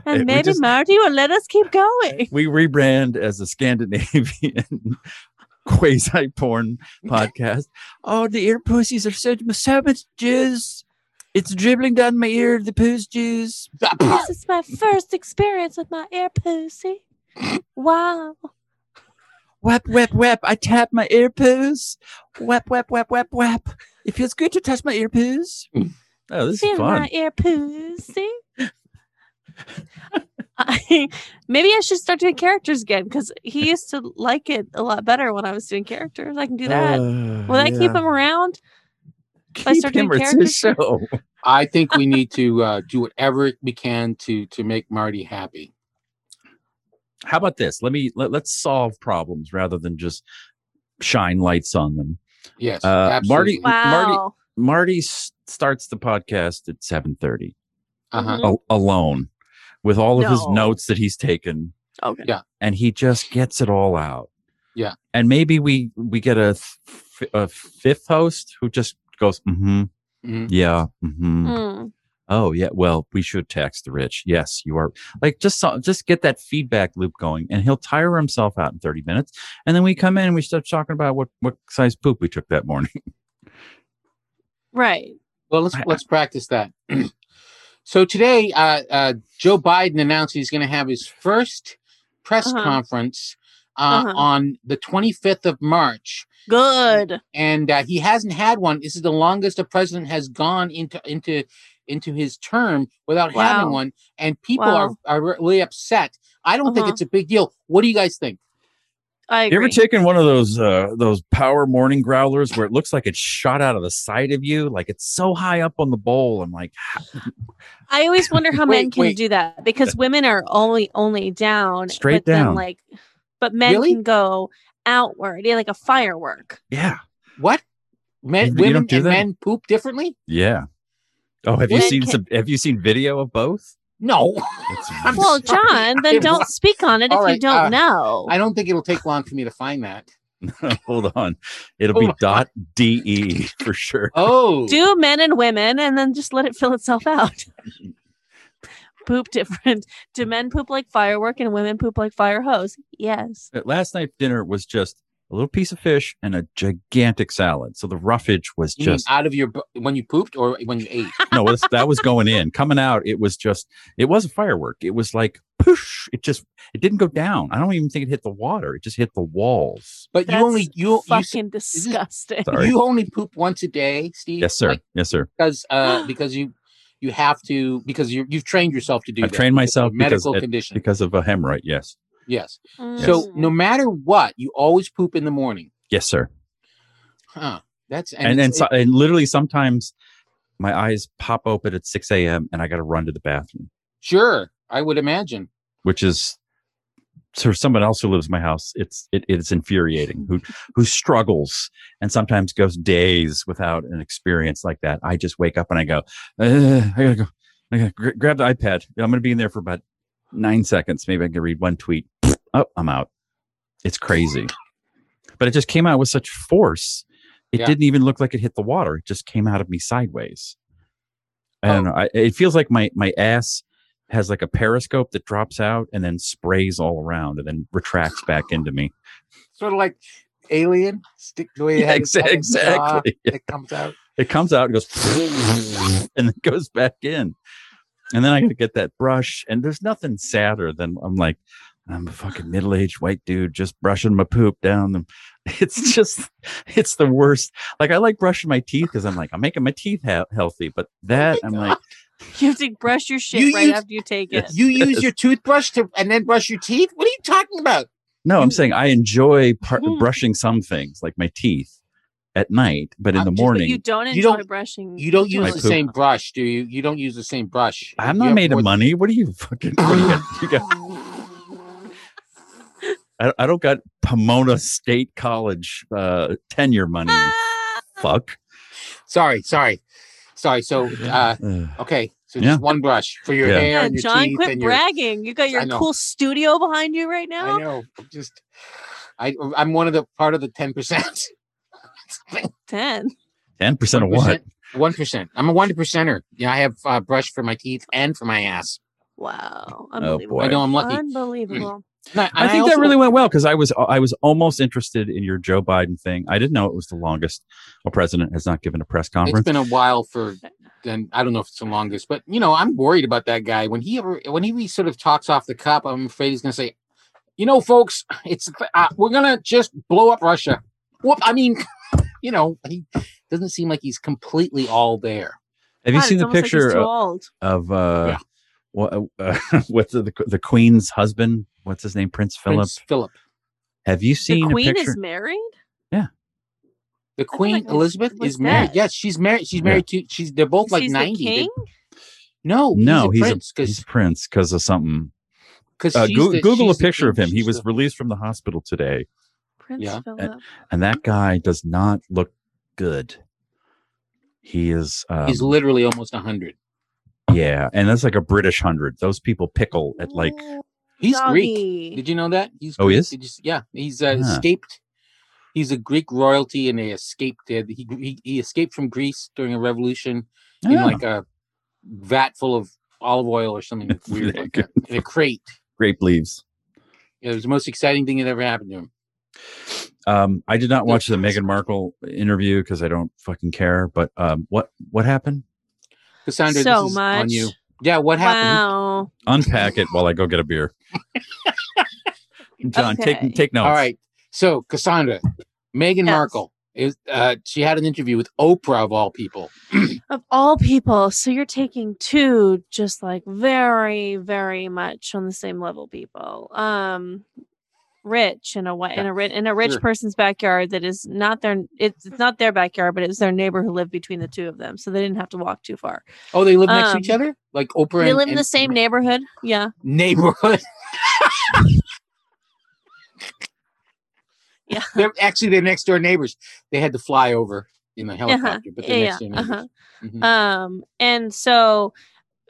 Speaker 4: Hey, we
Speaker 1: and maybe
Speaker 4: just-
Speaker 1: Marty will let us keep going.
Speaker 4: We rebrand as a Scandinavian quasi porn podcast. Oh, the ear pussies are so, so much juice. It's dribbling down my ear, the poos juice.
Speaker 1: this is my first experience with my ear pussy. Wow.
Speaker 4: Whap, whap, whap. I tap my ear poos. Whap, whap, whap, whap, whap. It feels good to touch my ear poos. Oh, this
Speaker 1: Feel
Speaker 4: is fun.
Speaker 1: my ear pussy. I, maybe I should start doing characters again because he used to like it a lot better when I was doing characters. I can do
Speaker 4: Oh,
Speaker 1: that.
Speaker 4: Uh,
Speaker 1: Will that keep him around? I start doing
Speaker 4: It's his show.
Speaker 3: I think we need to uh, do whatever we can to to make Marty happy.
Speaker 4: How about this? Let me let, let's solve problems rather than just shine lights on them.
Speaker 3: Yes,
Speaker 4: Uh, Marty-
Speaker 3: absolutely.
Speaker 4: Marty-
Speaker 1: Wow.
Speaker 4: Marty s- starts the podcast at 7:30
Speaker 3: Uh-huh.
Speaker 4: al- alone with all of his
Speaker 1: Mm. No.
Speaker 4: notes that he's taken
Speaker 1: Okay.
Speaker 3: Yeah.
Speaker 4: and he just gets it all out.
Speaker 3: Yeah.
Speaker 4: And maybe we we get a f- a fifth host who just goes, mm-hmm,
Speaker 3: Mhm.
Speaker 4: yeah, mm-hmm.
Speaker 1: Mm.
Speaker 4: Oh yeah, well we should tax the rich. Yes, you are like just so, just get that feedback loop going, and he'll tire himself out in thirty minutes, and then we come in and we start talking about what what size poop we took that morning.
Speaker 1: Right.
Speaker 3: Well, let's
Speaker 4: I-
Speaker 3: let's practice that. so today, uh, uh, Joe Biden announced he's going to have his first press
Speaker 1: Uh-huh.
Speaker 3: conference uh,
Speaker 1: Uh-huh.
Speaker 3: on the 25th of March,
Speaker 1: Good.
Speaker 3: and uh, he hasn't had one. This is the longest a president has gone into into into his term without having
Speaker 1: Wow.
Speaker 3: one, and people
Speaker 1: Wow.
Speaker 3: are, are really upset. I don't think
Speaker 1: Uh-huh.
Speaker 3: it's a big deal. What do you guys think?
Speaker 1: I
Speaker 4: You ever
Speaker 1: agree.
Speaker 4: taken one of those uh, those power morning growlers where it looks like it's shot out of the side of you, like it's so high up on the bowl? I'm like,
Speaker 1: I always wonder how men
Speaker 3: Wait,
Speaker 1: can
Speaker 3: wait.
Speaker 1: do that because women are only only down but
Speaker 4: Straight
Speaker 1: then,
Speaker 4: down.
Speaker 1: like, but men
Speaker 3: Really?
Speaker 1: can go outward, yeah, like a firework.
Speaker 4: yeah,
Speaker 3: What men,
Speaker 4: You- you don't
Speaker 3: women,
Speaker 4: do
Speaker 3: and
Speaker 4: that?
Speaker 3: men poop differently?
Speaker 4: yeah. Oh, have you
Speaker 1: Well,
Speaker 4: seen
Speaker 1: ca-
Speaker 4: some? Have you seen video of both?
Speaker 3: No, I'm
Speaker 1: well,
Speaker 3: sorry.
Speaker 1: John, then
Speaker 3: I'm
Speaker 1: don't speak on it if
Speaker 3: All
Speaker 1: you
Speaker 3: right,
Speaker 1: don't
Speaker 3: uh,
Speaker 1: know.
Speaker 3: I don't think it'll take long for me to find that.
Speaker 4: Hold on, it'll
Speaker 3: Hold
Speaker 1: Oh
Speaker 4: be
Speaker 3: on.
Speaker 4: dot de for sure.
Speaker 3: Oh,
Speaker 1: do men and women, and then just let it fill itself out. poop different. Do men poop like firework and women poop like fire hose? Yes.
Speaker 4: at last night's dinner was just a little piece of fish and a gigantic salad. So the roughage was
Speaker 1: Mm.
Speaker 3: you mean
Speaker 4: just
Speaker 3: out of your bu- when you pooped or when you ate?
Speaker 4: no, this, that was going in. Coming out, it was just it was a firework. It was like poosh. It just it didn't go down. I don't even think it hit the water. It just hit the walls.
Speaker 3: But you only
Speaker 1: That's
Speaker 3: you you, s-
Speaker 1: Fucking disgusting.
Speaker 4: Sorry.
Speaker 3: you only poop once a day, Steve.
Speaker 4: yes, sir.
Speaker 3: Like,
Speaker 4: yes, sir.
Speaker 3: because uh, because you you have to because you you've trained yourself to do.
Speaker 4: I've
Speaker 3: that
Speaker 4: trained
Speaker 3: because of
Speaker 4: myself
Speaker 3: a
Speaker 4: because
Speaker 3: medical
Speaker 4: it-
Speaker 3: condition.
Speaker 4: Because of a hemorrhoid. Yes.
Speaker 3: yes.
Speaker 1: Mm.
Speaker 3: So no matter what, you always poop in the morning.
Speaker 4: Yes, sir.
Speaker 3: Huh. That's
Speaker 4: And and,
Speaker 3: it's-
Speaker 4: and, so, and literally sometimes my eyes pop open at 6 a.m. and I got to run to the bathroom.
Speaker 3: sure I would imagine.
Speaker 4: which is for someone else who lives in my house, it's it, it's infuriating. Who who struggles and sometimes goes days without an experience like that. I just wake up and I go, "Ugh, I gotta go, Okay, gr- grab the iPad. I'm going to be in there for about nine seconds. Maybe I can read one tweet. Oh, I'm out. It's crazy. But it just came out with such force. It
Speaker 3: Yeah.
Speaker 4: didn't even look like it hit the water. It just came out of me sideways. I don't
Speaker 3: Oh.
Speaker 4: know. I, it feels like my, my ass has like a periscope that drops out and then sprays all around and then retracts back into me.
Speaker 3: Sort of like Alien, stick the way it
Speaker 4: Yeah,
Speaker 3: had its
Speaker 4: exa-
Speaker 3: fucking jaw
Speaker 4: exactly. Ah.
Speaker 3: that comes out.
Speaker 4: It comes out and goes and then goes back in. And then I got to get that brush. And there's nothing sadder than I'm like, I'm a fucking middle aged white dude just brushing my poop down. the- It's just, it's the worst. Like, I like brushing my teeth because I'm like, I'm making my teeth he- healthy. But that, I'm like,
Speaker 1: You have to brush your shit
Speaker 3: You
Speaker 1: right
Speaker 3: use-
Speaker 1: after you take it.
Speaker 3: You use your toothbrush to and then brush your teeth? What are you talking about?
Speaker 4: no, I'm saying I enjoy par-
Speaker 3: Mm-hmm.
Speaker 1: Mhm.
Speaker 4: brushing some things, like my teeth at night, but in
Speaker 3: I'm
Speaker 4: the
Speaker 3: just- but
Speaker 1: But
Speaker 4: morning.
Speaker 1: you don't enjoy
Speaker 3: You don't-
Speaker 1: brushing.
Speaker 3: You don't
Speaker 1: your
Speaker 3: use
Speaker 4: My
Speaker 3: the
Speaker 1: teeth.
Speaker 4: poop.
Speaker 3: same brush, do you? You don't use the same brush.
Speaker 4: I'm
Speaker 3: You
Speaker 4: not
Speaker 3: have
Speaker 4: made
Speaker 3: more-
Speaker 4: of money. What are you fucking? What do you got, you got- I, I don't got Pomona State College uh, tenure money. you
Speaker 3: Ah.
Speaker 4: Fuck.
Speaker 3: Sorry, sorry, sorry. So, uh,
Speaker 4: Ugh.
Speaker 3: okay, so
Speaker 4: Yeah.
Speaker 3: just one brush for your
Speaker 4: Yeah.
Speaker 3: hair
Speaker 1: Yeah,
Speaker 3: and your
Speaker 1: John,
Speaker 3: teeth
Speaker 1: quit
Speaker 3: and your.
Speaker 1: bragging. You got
Speaker 3: I
Speaker 1: your
Speaker 3: know.
Speaker 1: cool studio behind you right
Speaker 3: I
Speaker 1: now.
Speaker 3: know. Just, I I'm one of the part of the ten percent.
Speaker 1: Ten.
Speaker 4: Ten percent of what?
Speaker 3: One percent. I'm a one percenter. Yeah, I have uh, brush for my teeth and for my ass. Oh,
Speaker 1: Wow.
Speaker 4: boy.
Speaker 1: Unbelievable.
Speaker 3: I know I'm lucky. Mm.
Speaker 1: Unbelievable.
Speaker 3: And and
Speaker 4: I think that
Speaker 3: also-
Speaker 4: really went well because I was I was almost interested in your Joe Biden thing. I didn't know it was the longest a president has not given a press
Speaker 3: It's
Speaker 4: conference.
Speaker 3: been a while for. Then I don't know if it's the longest, but you know I'm worried about that guy. When he ever, when he sort of talks off the cup, I'm afraid he's going to say, "You know, folks, it's uh, we're going to just blow up Russia." Whoop! I mean, you know, he doesn't seem like he's completely all there.
Speaker 4: Have you
Speaker 1: God,
Speaker 4: seen
Speaker 1: it's
Speaker 4: the
Speaker 1: almost like he's
Speaker 4: picture uh,
Speaker 1: too
Speaker 4: of-
Speaker 1: old.
Speaker 4: of uh,
Speaker 3: Yeah.
Speaker 4: what uh, what's the, the Queen's husband? What's his name? Prince Philip.
Speaker 3: Prince Philip,
Speaker 4: Have you
Speaker 1: The
Speaker 4: seen a
Speaker 1: queen
Speaker 4: picture?
Speaker 1: is married.
Speaker 3: the
Speaker 1: thought
Speaker 3: Queen
Speaker 1: it was-
Speaker 3: Elizabeth
Speaker 1: was
Speaker 3: is married.
Speaker 1: dead.
Speaker 3: Yes, she's married. She's married to. She's they're both like
Speaker 1: She's the
Speaker 3: ninety. They-
Speaker 1: king?
Speaker 3: No,
Speaker 4: no, he's a,
Speaker 3: prince
Speaker 4: he's
Speaker 3: because
Speaker 4: a prince because of something. Uh, Goo- Google a picture of him. He was released from the hospital today,
Speaker 1: Prince
Speaker 3: Yeah.
Speaker 1: Philip.
Speaker 4: and that guy does not look good. He is, um,
Speaker 3: he's literally almost hundred.
Speaker 4: yeah, and that's like a British hundred. Those people pickle at like,
Speaker 3: He's Greek.
Speaker 1: Doggy.
Speaker 3: Did you know that? He's
Speaker 4: Oh, he
Speaker 3: Greek.
Speaker 4: is? Ah.
Speaker 3: Did you s- yeah, he's uh,
Speaker 4: Huh.
Speaker 3: escaped. He's a Greek royalty, and they escaped. He, he he escaped from Greece during a revolution in
Speaker 4: Yeah.
Speaker 3: like a vat full of olive oil or something weird like that, in a crate.
Speaker 4: grape leaves.
Speaker 3: It was the most exciting thing that ever happened to him.
Speaker 4: Um, I did not
Speaker 3: No,
Speaker 4: watch the
Speaker 3: that's-
Speaker 4: Meghan Markle interview because I don't fucking care. But um, what what happened?
Speaker 3: Cassandra,
Speaker 1: so
Speaker 3: this is
Speaker 1: much.
Speaker 3: on you. Yeah, what happened?
Speaker 1: Wow.
Speaker 4: Unpack it while I go get a beer. John,
Speaker 1: Okay.
Speaker 4: take take notes.
Speaker 3: All right. So Cassandra, Meghan
Speaker 1: Yes.
Speaker 3: Markle is. Uh, she had an interview with Oprah of all people.
Speaker 1: Of all people, so you're taking two just like very, very much on the same level people. Um rich in a way in a rich in a rich
Speaker 3: Sure.
Speaker 1: person's backyard that is not their it's it's not their backyard, but it's their neighbor who lived between the two of them. So they didn't have to walk too far.
Speaker 3: Oh, they live next to each
Speaker 1: Um,
Speaker 3: other, like Oprah.
Speaker 1: they
Speaker 3: and-
Speaker 1: live in
Speaker 3: and
Speaker 1: the same neighborhood. Yeah.
Speaker 3: neighborhood.
Speaker 1: Yeah.
Speaker 3: They're actually they're next door neighbors. They had to fly over in a helicopter, but
Speaker 1: Uh-huh. Yeah,
Speaker 3: they're next door
Speaker 1: yeah,
Speaker 3: neighbors.
Speaker 1: uh-huh.
Speaker 3: Mhm.
Speaker 1: Um, and so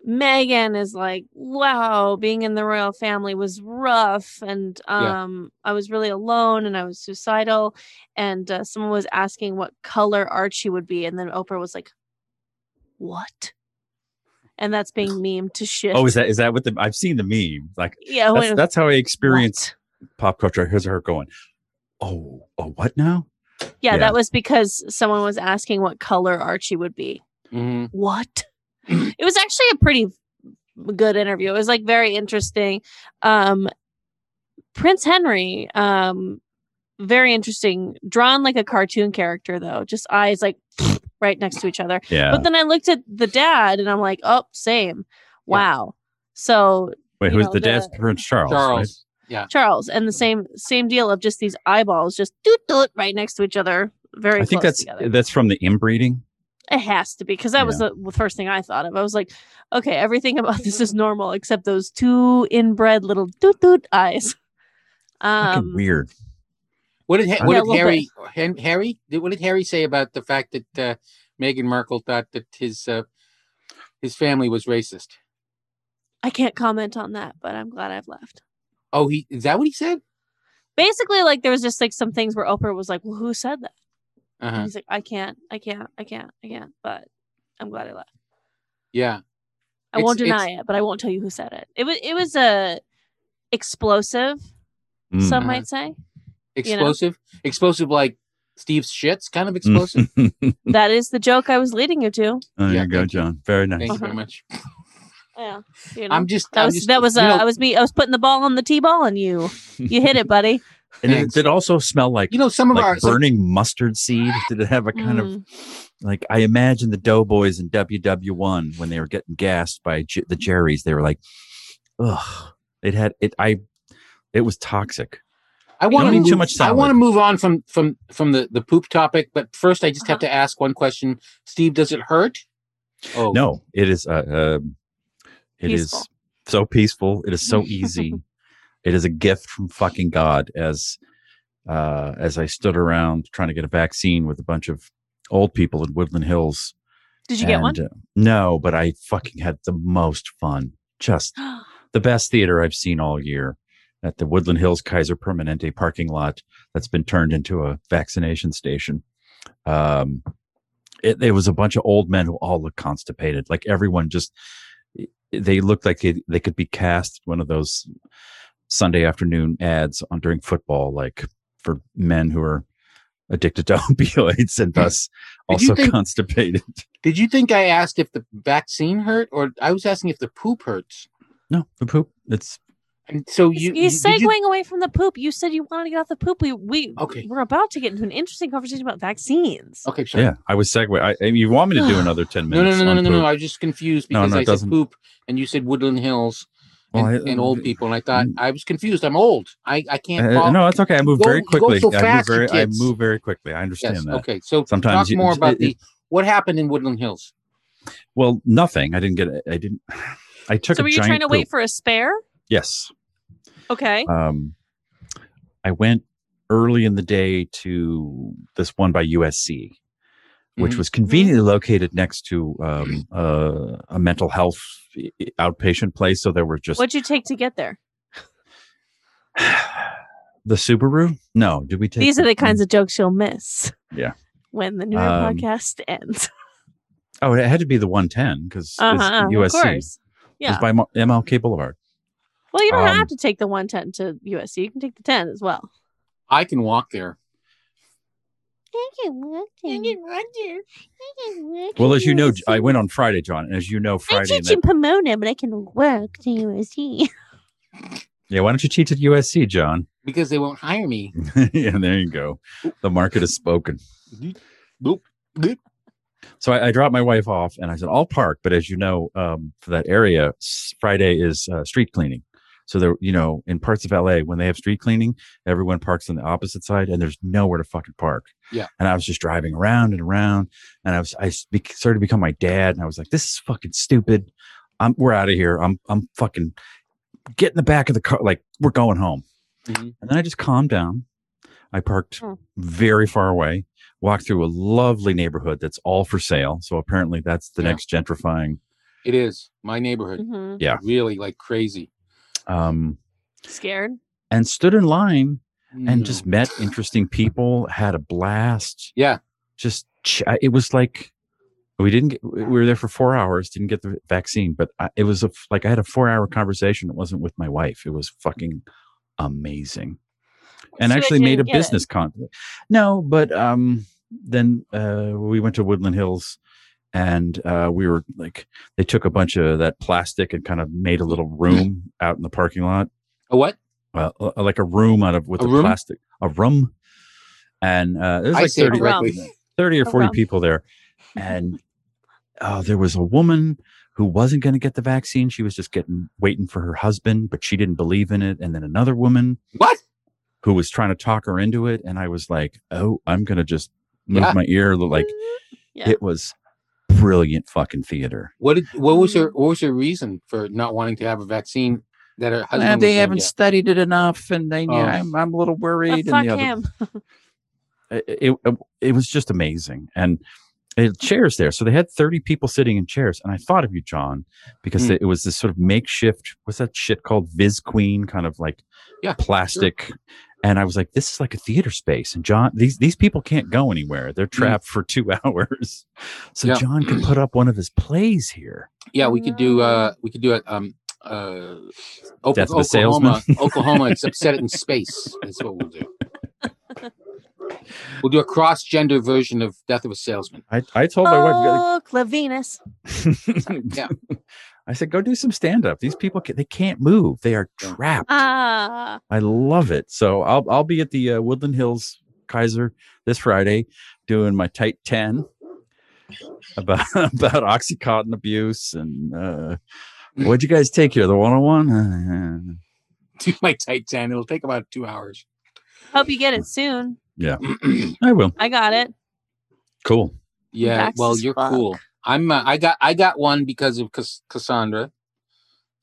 Speaker 1: Megan is like, wow, being in the royal family was rough. And
Speaker 3: Yeah.
Speaker 1: um, I was really alone and I was suicidal. And uh, someone was asking what color Archie would be. And then Oprah was like, what? And that's being memed to shit.
Speaker 4: Oh, is that is that what the I've seen the meme? Like
Speaker 1: Yeah. when
Speaker 4: that's,
Speaker 1: Oh, it was,
Speaker 4: that's how I experienced
Speaker 1: "What?"
Speaker 4: pop culture. Here's her going, oh, oh, what now?
Speaker 1: Yeah,
Speaker 4: Yeah.
Speaker 1: that was because someone was asking what color Archie would be.
Speaker 3: Mhm.
Speaker 1: what
Speaker 4: Mm.
Speaker 1: it was actually a pretty good interview it was like very interesting um prince henry um very interesting drawn like a cartoon character though just eyes like right next to each other
Speaker 4: Yeah.
Speaker 1: but then i looked at the dad and i'm like oh same wow so
Speaker 4: Wait,
Speaker 1: you
Speaker 4: who's
Speaker 1: know,
Speaker 4: the dad's Prince Charles? right?
Speaker 3: Charles.
Speaker 1: charles and the same same deal of just these eyeballs just doot doot right next to each other very
Speaker 4: I think
Speaker 1: close
Speaker 4: that's
Speaker 1: together.
Speaker 4: that's from the inbreeding.
Speaker 1: It has to be because that was the the first thing I thought of. I was like, okay, everything about this is normal except those two inbred little doot doot eyes.
Speaker 4: Fucking
Speaker 1: Um,
Speaker 4: weird.
Speaker 3: What did Ha-
Speaker 4: Yeah,
Speaker 3: what
Speaker 1: a
Speaker 3: did
Speaker 1: little
Speaker 3: Harry Hen- Harry did, what did Harry say about the fact that uh, Meghan Markle thought that his uh, his family was racist.
Speaker 1: I can't comment on that, but I'm glad I've left.
Speaker 3: Oh, he is that what he said?
Speaker 1: Basically, like there was just like some things where Oprah was like, "Well, who said that?"
Speaker 3: Uh-huh.
Speaker 1: He's like, "I can't, I can't, I can't, I can't." But I'm glad I left.
Speaker 3: Yeah.
Speaker 1: I
Speaker 3: It's-
Speaker 1: won't
Speaker 3: it's-
Speaker 1: deny it, but I won't tell you who said it. It was it was a explosive.
Speaker 4: Mm.
Speaker 1: Some
Speaker 3: Mhm.
Speaker 1: might say know?
Speaker 3: Explosive. Explosive like Steve's shits kind of explosive.
Speaker 1: that is the joke I was leading you to.
Speaker 4: Oh, there
Speaker 3: Yeah,
Speaker 4: you go,
Speaker 3: thank you.
Speaker 4: John. Very nice.
Speaker 3: Thank you very much.
Speaker 1: Yeah, you know.
Speaker 3: I'm just
Speaker 1: Uh-huh. that
Speaker 3: I'm
Speaker 1: was
Speaker 3: just-
Speaker 1: that was uh,
Speaker 3: you know,
Speaker 1: I was me I was putting the ball on the tee ball on you. You hit it, buddy.
Speaker 4: And it
Speaker 3: Thanks.
Speaker 4: did also smell like
Speaker 3: you know some of
Speaker 4: like
Speaker 3: our some-
Speaker 4: burning mustard seed. Did it have a kind
Speaker 1: Mm.
Speaker 4: of like I imagine the Doughboys in WW1 when they were getting gassed by J- the Jerry's? They were like, ugh. It had it. I. It was toxic.
Speaker 3: I want
Speaker 4: don't
Speaker 3: to
Speaker 4: need too
Speaker 3: move,
Speaker 4: much
Speaker 3: I want to
Speaker 4: salad.
Speaker 3: move on from from from the the poop topic, but first I just have to ask one question. Steve, does it hurt? Oh
Speaker 4: No, it is. Uh, um, it is
Speaker 1: Peaceful.
Speaker 4: so peaceful. It is so easy. it is a gift from fucking God. As uh, as I stood around trying to get a vaccine with a bunch of old people in Woodland Hills.
Speaker 1: Did you get one?
Speaker 4: and, uh, no, but I fucking had the most fun. Just the best theater I've seen all year at the Woodland Hills Kaiser Permanente parking lot that's been turned into a vaccination station. Um, it, it was a bunch of old men who all looked constipated. Like everyone just, they looked like they, they could be cast in one of those Sunday afternoon ads on during football, like for men who are addicted to opioids and thus
Speaker 3: Did you
Speaker 4: also
Speaker 3: think-
Speaker 4: constipated.
Speaker 3: Did you think I asked if the vaccine hurt, or I was asking if the poop hurts?
Speaker 4: No, the poop. It's
Speaker 3: And so you,
Speaker 1: You're
Speaker 3: you, did
Speaker 1: segueing
Speaker 3: you-
Speaker 1: away from the poop. You said you wanted to get off the poop. We we
Speaker 3: Okay.
Speaker 1: we're about to get into an interesting conversation about vaccines.
Speaker 3: okay, sorry.
Speaker 4: yeah. I was segue. I, I mean, you want me to do another ten
Speaker 3: No, no,
Speaker 4: minutes?
Speaker 3: no, no,
Speaker 4: on
Speaker 3: no, no,
Speaker 4: poop?
Speaker 3: I was just confused
Speaker 4: No,
Speaker 3: because
Speaker 4: no, it
Speaker 3: I said
Speaker 4: doesn't.
Speaker 3: poop, and you said Woodland Hills and,
Speaker 4: Well, I- mm.
Speaker 3: and old people, and I thought I was confused. I'm old. I I can't.
Speaker 4: Uh,
Speaker 3: follow.
Speaker 4: no, it's okay. I move
Speaker 3: Go-
Speaker 4: very
Speaker 3: you go
Speaker 4: quickly.
Speaker 3: so
Speaker 4: I, move
Speaker 3: fast, you
Speaker 4: very, I
Speaker 3: kids.
Speaker 4: move very quickly. I understand
Speaker 3: yes.
Speaker 4: that.
Speaker 3: Okay. So
Speaker 4: Sometimes
Speaker 3: talk
Speaker 4: you-
Speaker 3: more about
Speaker 4: it-
Speaker 3: the what happened in Woodland Hills.
Speaker 4: Well, nothing. I didn't get. it. I didn't. I took.
Speaker 1: So
Speaker 4: a
Speaker 1: were you
Speaker 4: giant
Speaker 1: trying to wait
Speaker 4: poop.
Speaker 1: for a spare?
Speaker 4: Yes.
Speaker 1: Okay.
Speaker 4: Um, I went early in the day to this one by USC, which
Speaker 3: Mhm.
Speaker 4: was conveniently located next to um, uh, a mental health i- i- outpatient place. So there were just
Speaker 1: What'd you take to get there?
Speaker 4: the Subaru. No, did we take?
Speaker 1: These are the kinds of jokes you'll miss.
Speaker 4: Yeah.
Speaker 1: When the new
Speaker 4: Um,
Speaker 1: podcast ends.
Speaker 4: Oh, it had to be the 110 because
Speaker 1: Uh-huh,
Speaker 4: USC.
Speaker 1: of course.
Speaker 4: It was
Speaker 1: Yeah.
Speaker 4: by Mo- MLK Boulevard.
Speaker 1: Well, you don't
Speaker 4: um,
Speaker 1: have to take the 110 to USC. You can take the 10 as well.
Speaker 3: I can walk there.
Speaker 4: Well, as you know, I went on Friday, John, and as you know,
Speaker 1: I
Speaker 4: Friday. and
Speaker 1: teach
Speaker 4: that-
Speaker 1: in Pomona, but I can work to USC.
Speaker 4: yeah, why don't you teach at USC, John?
Speaker 3: Because they won't hire me.
Speaker 4: yeah, there you go. The market has spoken.
Speaker 3: Boop.
Speaker 4: So I, I dropped my wife off, and I said, "I'll park." But as you know, um, for that area, s- Friday is uh, street cleaning. So there, you know, in parts of LA, when they have street cleaning, everyone parks on the opposite side, and there's nowhere to fucking park.
Speaker 3: Yeah.
Speaker 4: And I was just driving around and around, and I was I s- bec- started to become my dad, and I was like, "This is fucking stupid. I'm we're out of here. I'm I'm fucking get in the back of the car. Like we're going home."
Speaker 3: Mhm.
Speaker 4: And then I just calmed down. I parked
Speaker 1: Hmm.
Speaker 4: very far away, walked through a lovely neighborhood that's all for sale. So apparently that's the
Speaker 3: Yeah.
Speaker 4: next gentrifying.
Speaker 3: It is my neighborhood.
Speaker 1: hmm
Speaker 4: Yeah.
Speaker 3: Really like crazy.
Speaker 4: Um,
Speaker 1: Scared?
Speaker 4: and stood in line and
Speaker 3: No.
Speaker 4: just met interesting people, had a blast.
Speaker 3: Yeah.
Speaker 4: Just, ch- I- it was like, we didn't get, we were there for four hours, didn't get the vaccine, but I, it was a, f- like I had a four hour conversation. It wasn't with my wife. It was fucking amazing. and
Speaker 1: So you
Speaker 4: actually made a
Speaker 1: didn't get it.
Speaker 4: business con. No, but um, then uh, we went to Woodland Hills, and uh, we were like, they took a bunch of that plastic and kind of made a little room out in the parking lot,
Speaker 3: a what?
Speaker 4: uh, uh, like a room out of with
Speaker 3: A
Speaker 4: the
Speaker 3: room?
Speaker 4: plastic, a room, and uh, there's
Speaker 3: I
Speaker 4: like
Speaker 3: say it
Speaker 4: 30,
Speaker 1: room.
Speaker 4: like, 30 or
Speaker 1: A
Speaker 4: 40
Speaker 1: room.
Speaker 4: people there, and uh, there was a woman who wasn't going to get the vaccine. She was just getting waiting for her husband, but she didn't believe in it. And then another woman
Speaker 3: What?
Speaker 4: who was trying to talk her into it and i was like oh i'm gonna just move
Speaker 3: Yeah.
Speaker 4: my ear like
Speaker 1: Mm, Yeah.
Speaker 4: it was brilliant fucking theater
Speaker 3: What did, what was
Speaker 4: Mm.
Speaker 3: her what was her reason for not wanting to have a vaccine that her husband
Speaker 4: and
Speaker 3: was
Speaker 4: they
Speaker 3: gonna
Speaker 4: haven't
Speaker 3: get?
Speaker 4: studied it enough and they
Speaker 3: Oh.
Speaker 4: yeah, I'm, I'm a little worried
Speaker 1: fuck
Speaker 4: and the other
Speaker 1: him.
Speaker 4: uh, it, it, it was just amazing and They had chairs there. So they had 30 people sitting in chairs. And I thought of you, John, because
Speaker 3: Hmm.
Speaker 4: it was this sort of makeshift, what's that shit called? Viz Queen, kind of like
Speaker 3: Yeah,
Speaker 4: plastic. And I was like, this is like a theater space. And John, these, these people can't go anywhere. They're trapped for two hours. So
Speaker 3: Hmm. Yeah.
Speaker 4: John could put up one of his plays here.
Speaker 3: Yeah, we could do uh we could do a um uh Op-
Speaker 4: Mm. Death of a
Speaker 3: Oklahoma Oklahoma except set it in space. That's what we'll do. We'll do a cross gender version of Death of a Salesman.
Speaker 4: I, I told my wife,
Speaker 1: Oh, Clavinus.
Speaker 3: Yeah.
Speaker 4: I said, go do some stand up. These people, can, they can't move. They are
Speaker 3: Yeah.
Speaker 4: trapped.
Speaker 1: Ah.
Speaker 4: I love it. So I'll I'll be at the uh, Woodland Hills Kaiser this Friday doing my tight 10 about about oxycontin abuse and uh what'd you guys take here the 101 Uh,
Speaker 3: Do my tight ten. It'll take about two hours.
Speaker 1: Hope you get it soon.
Speaker 4: I will
Speaker 1: I got it.
Speaker 4: cool
Speaker 3: yeah,
Speaker 1: Vax
Speaker 3: well
Speaker 1: as
Speaker 3: you're
Speaker 1: fuck.
Speaker 3: cool. I'm uh, I got I got one because of Cas- Cassandra.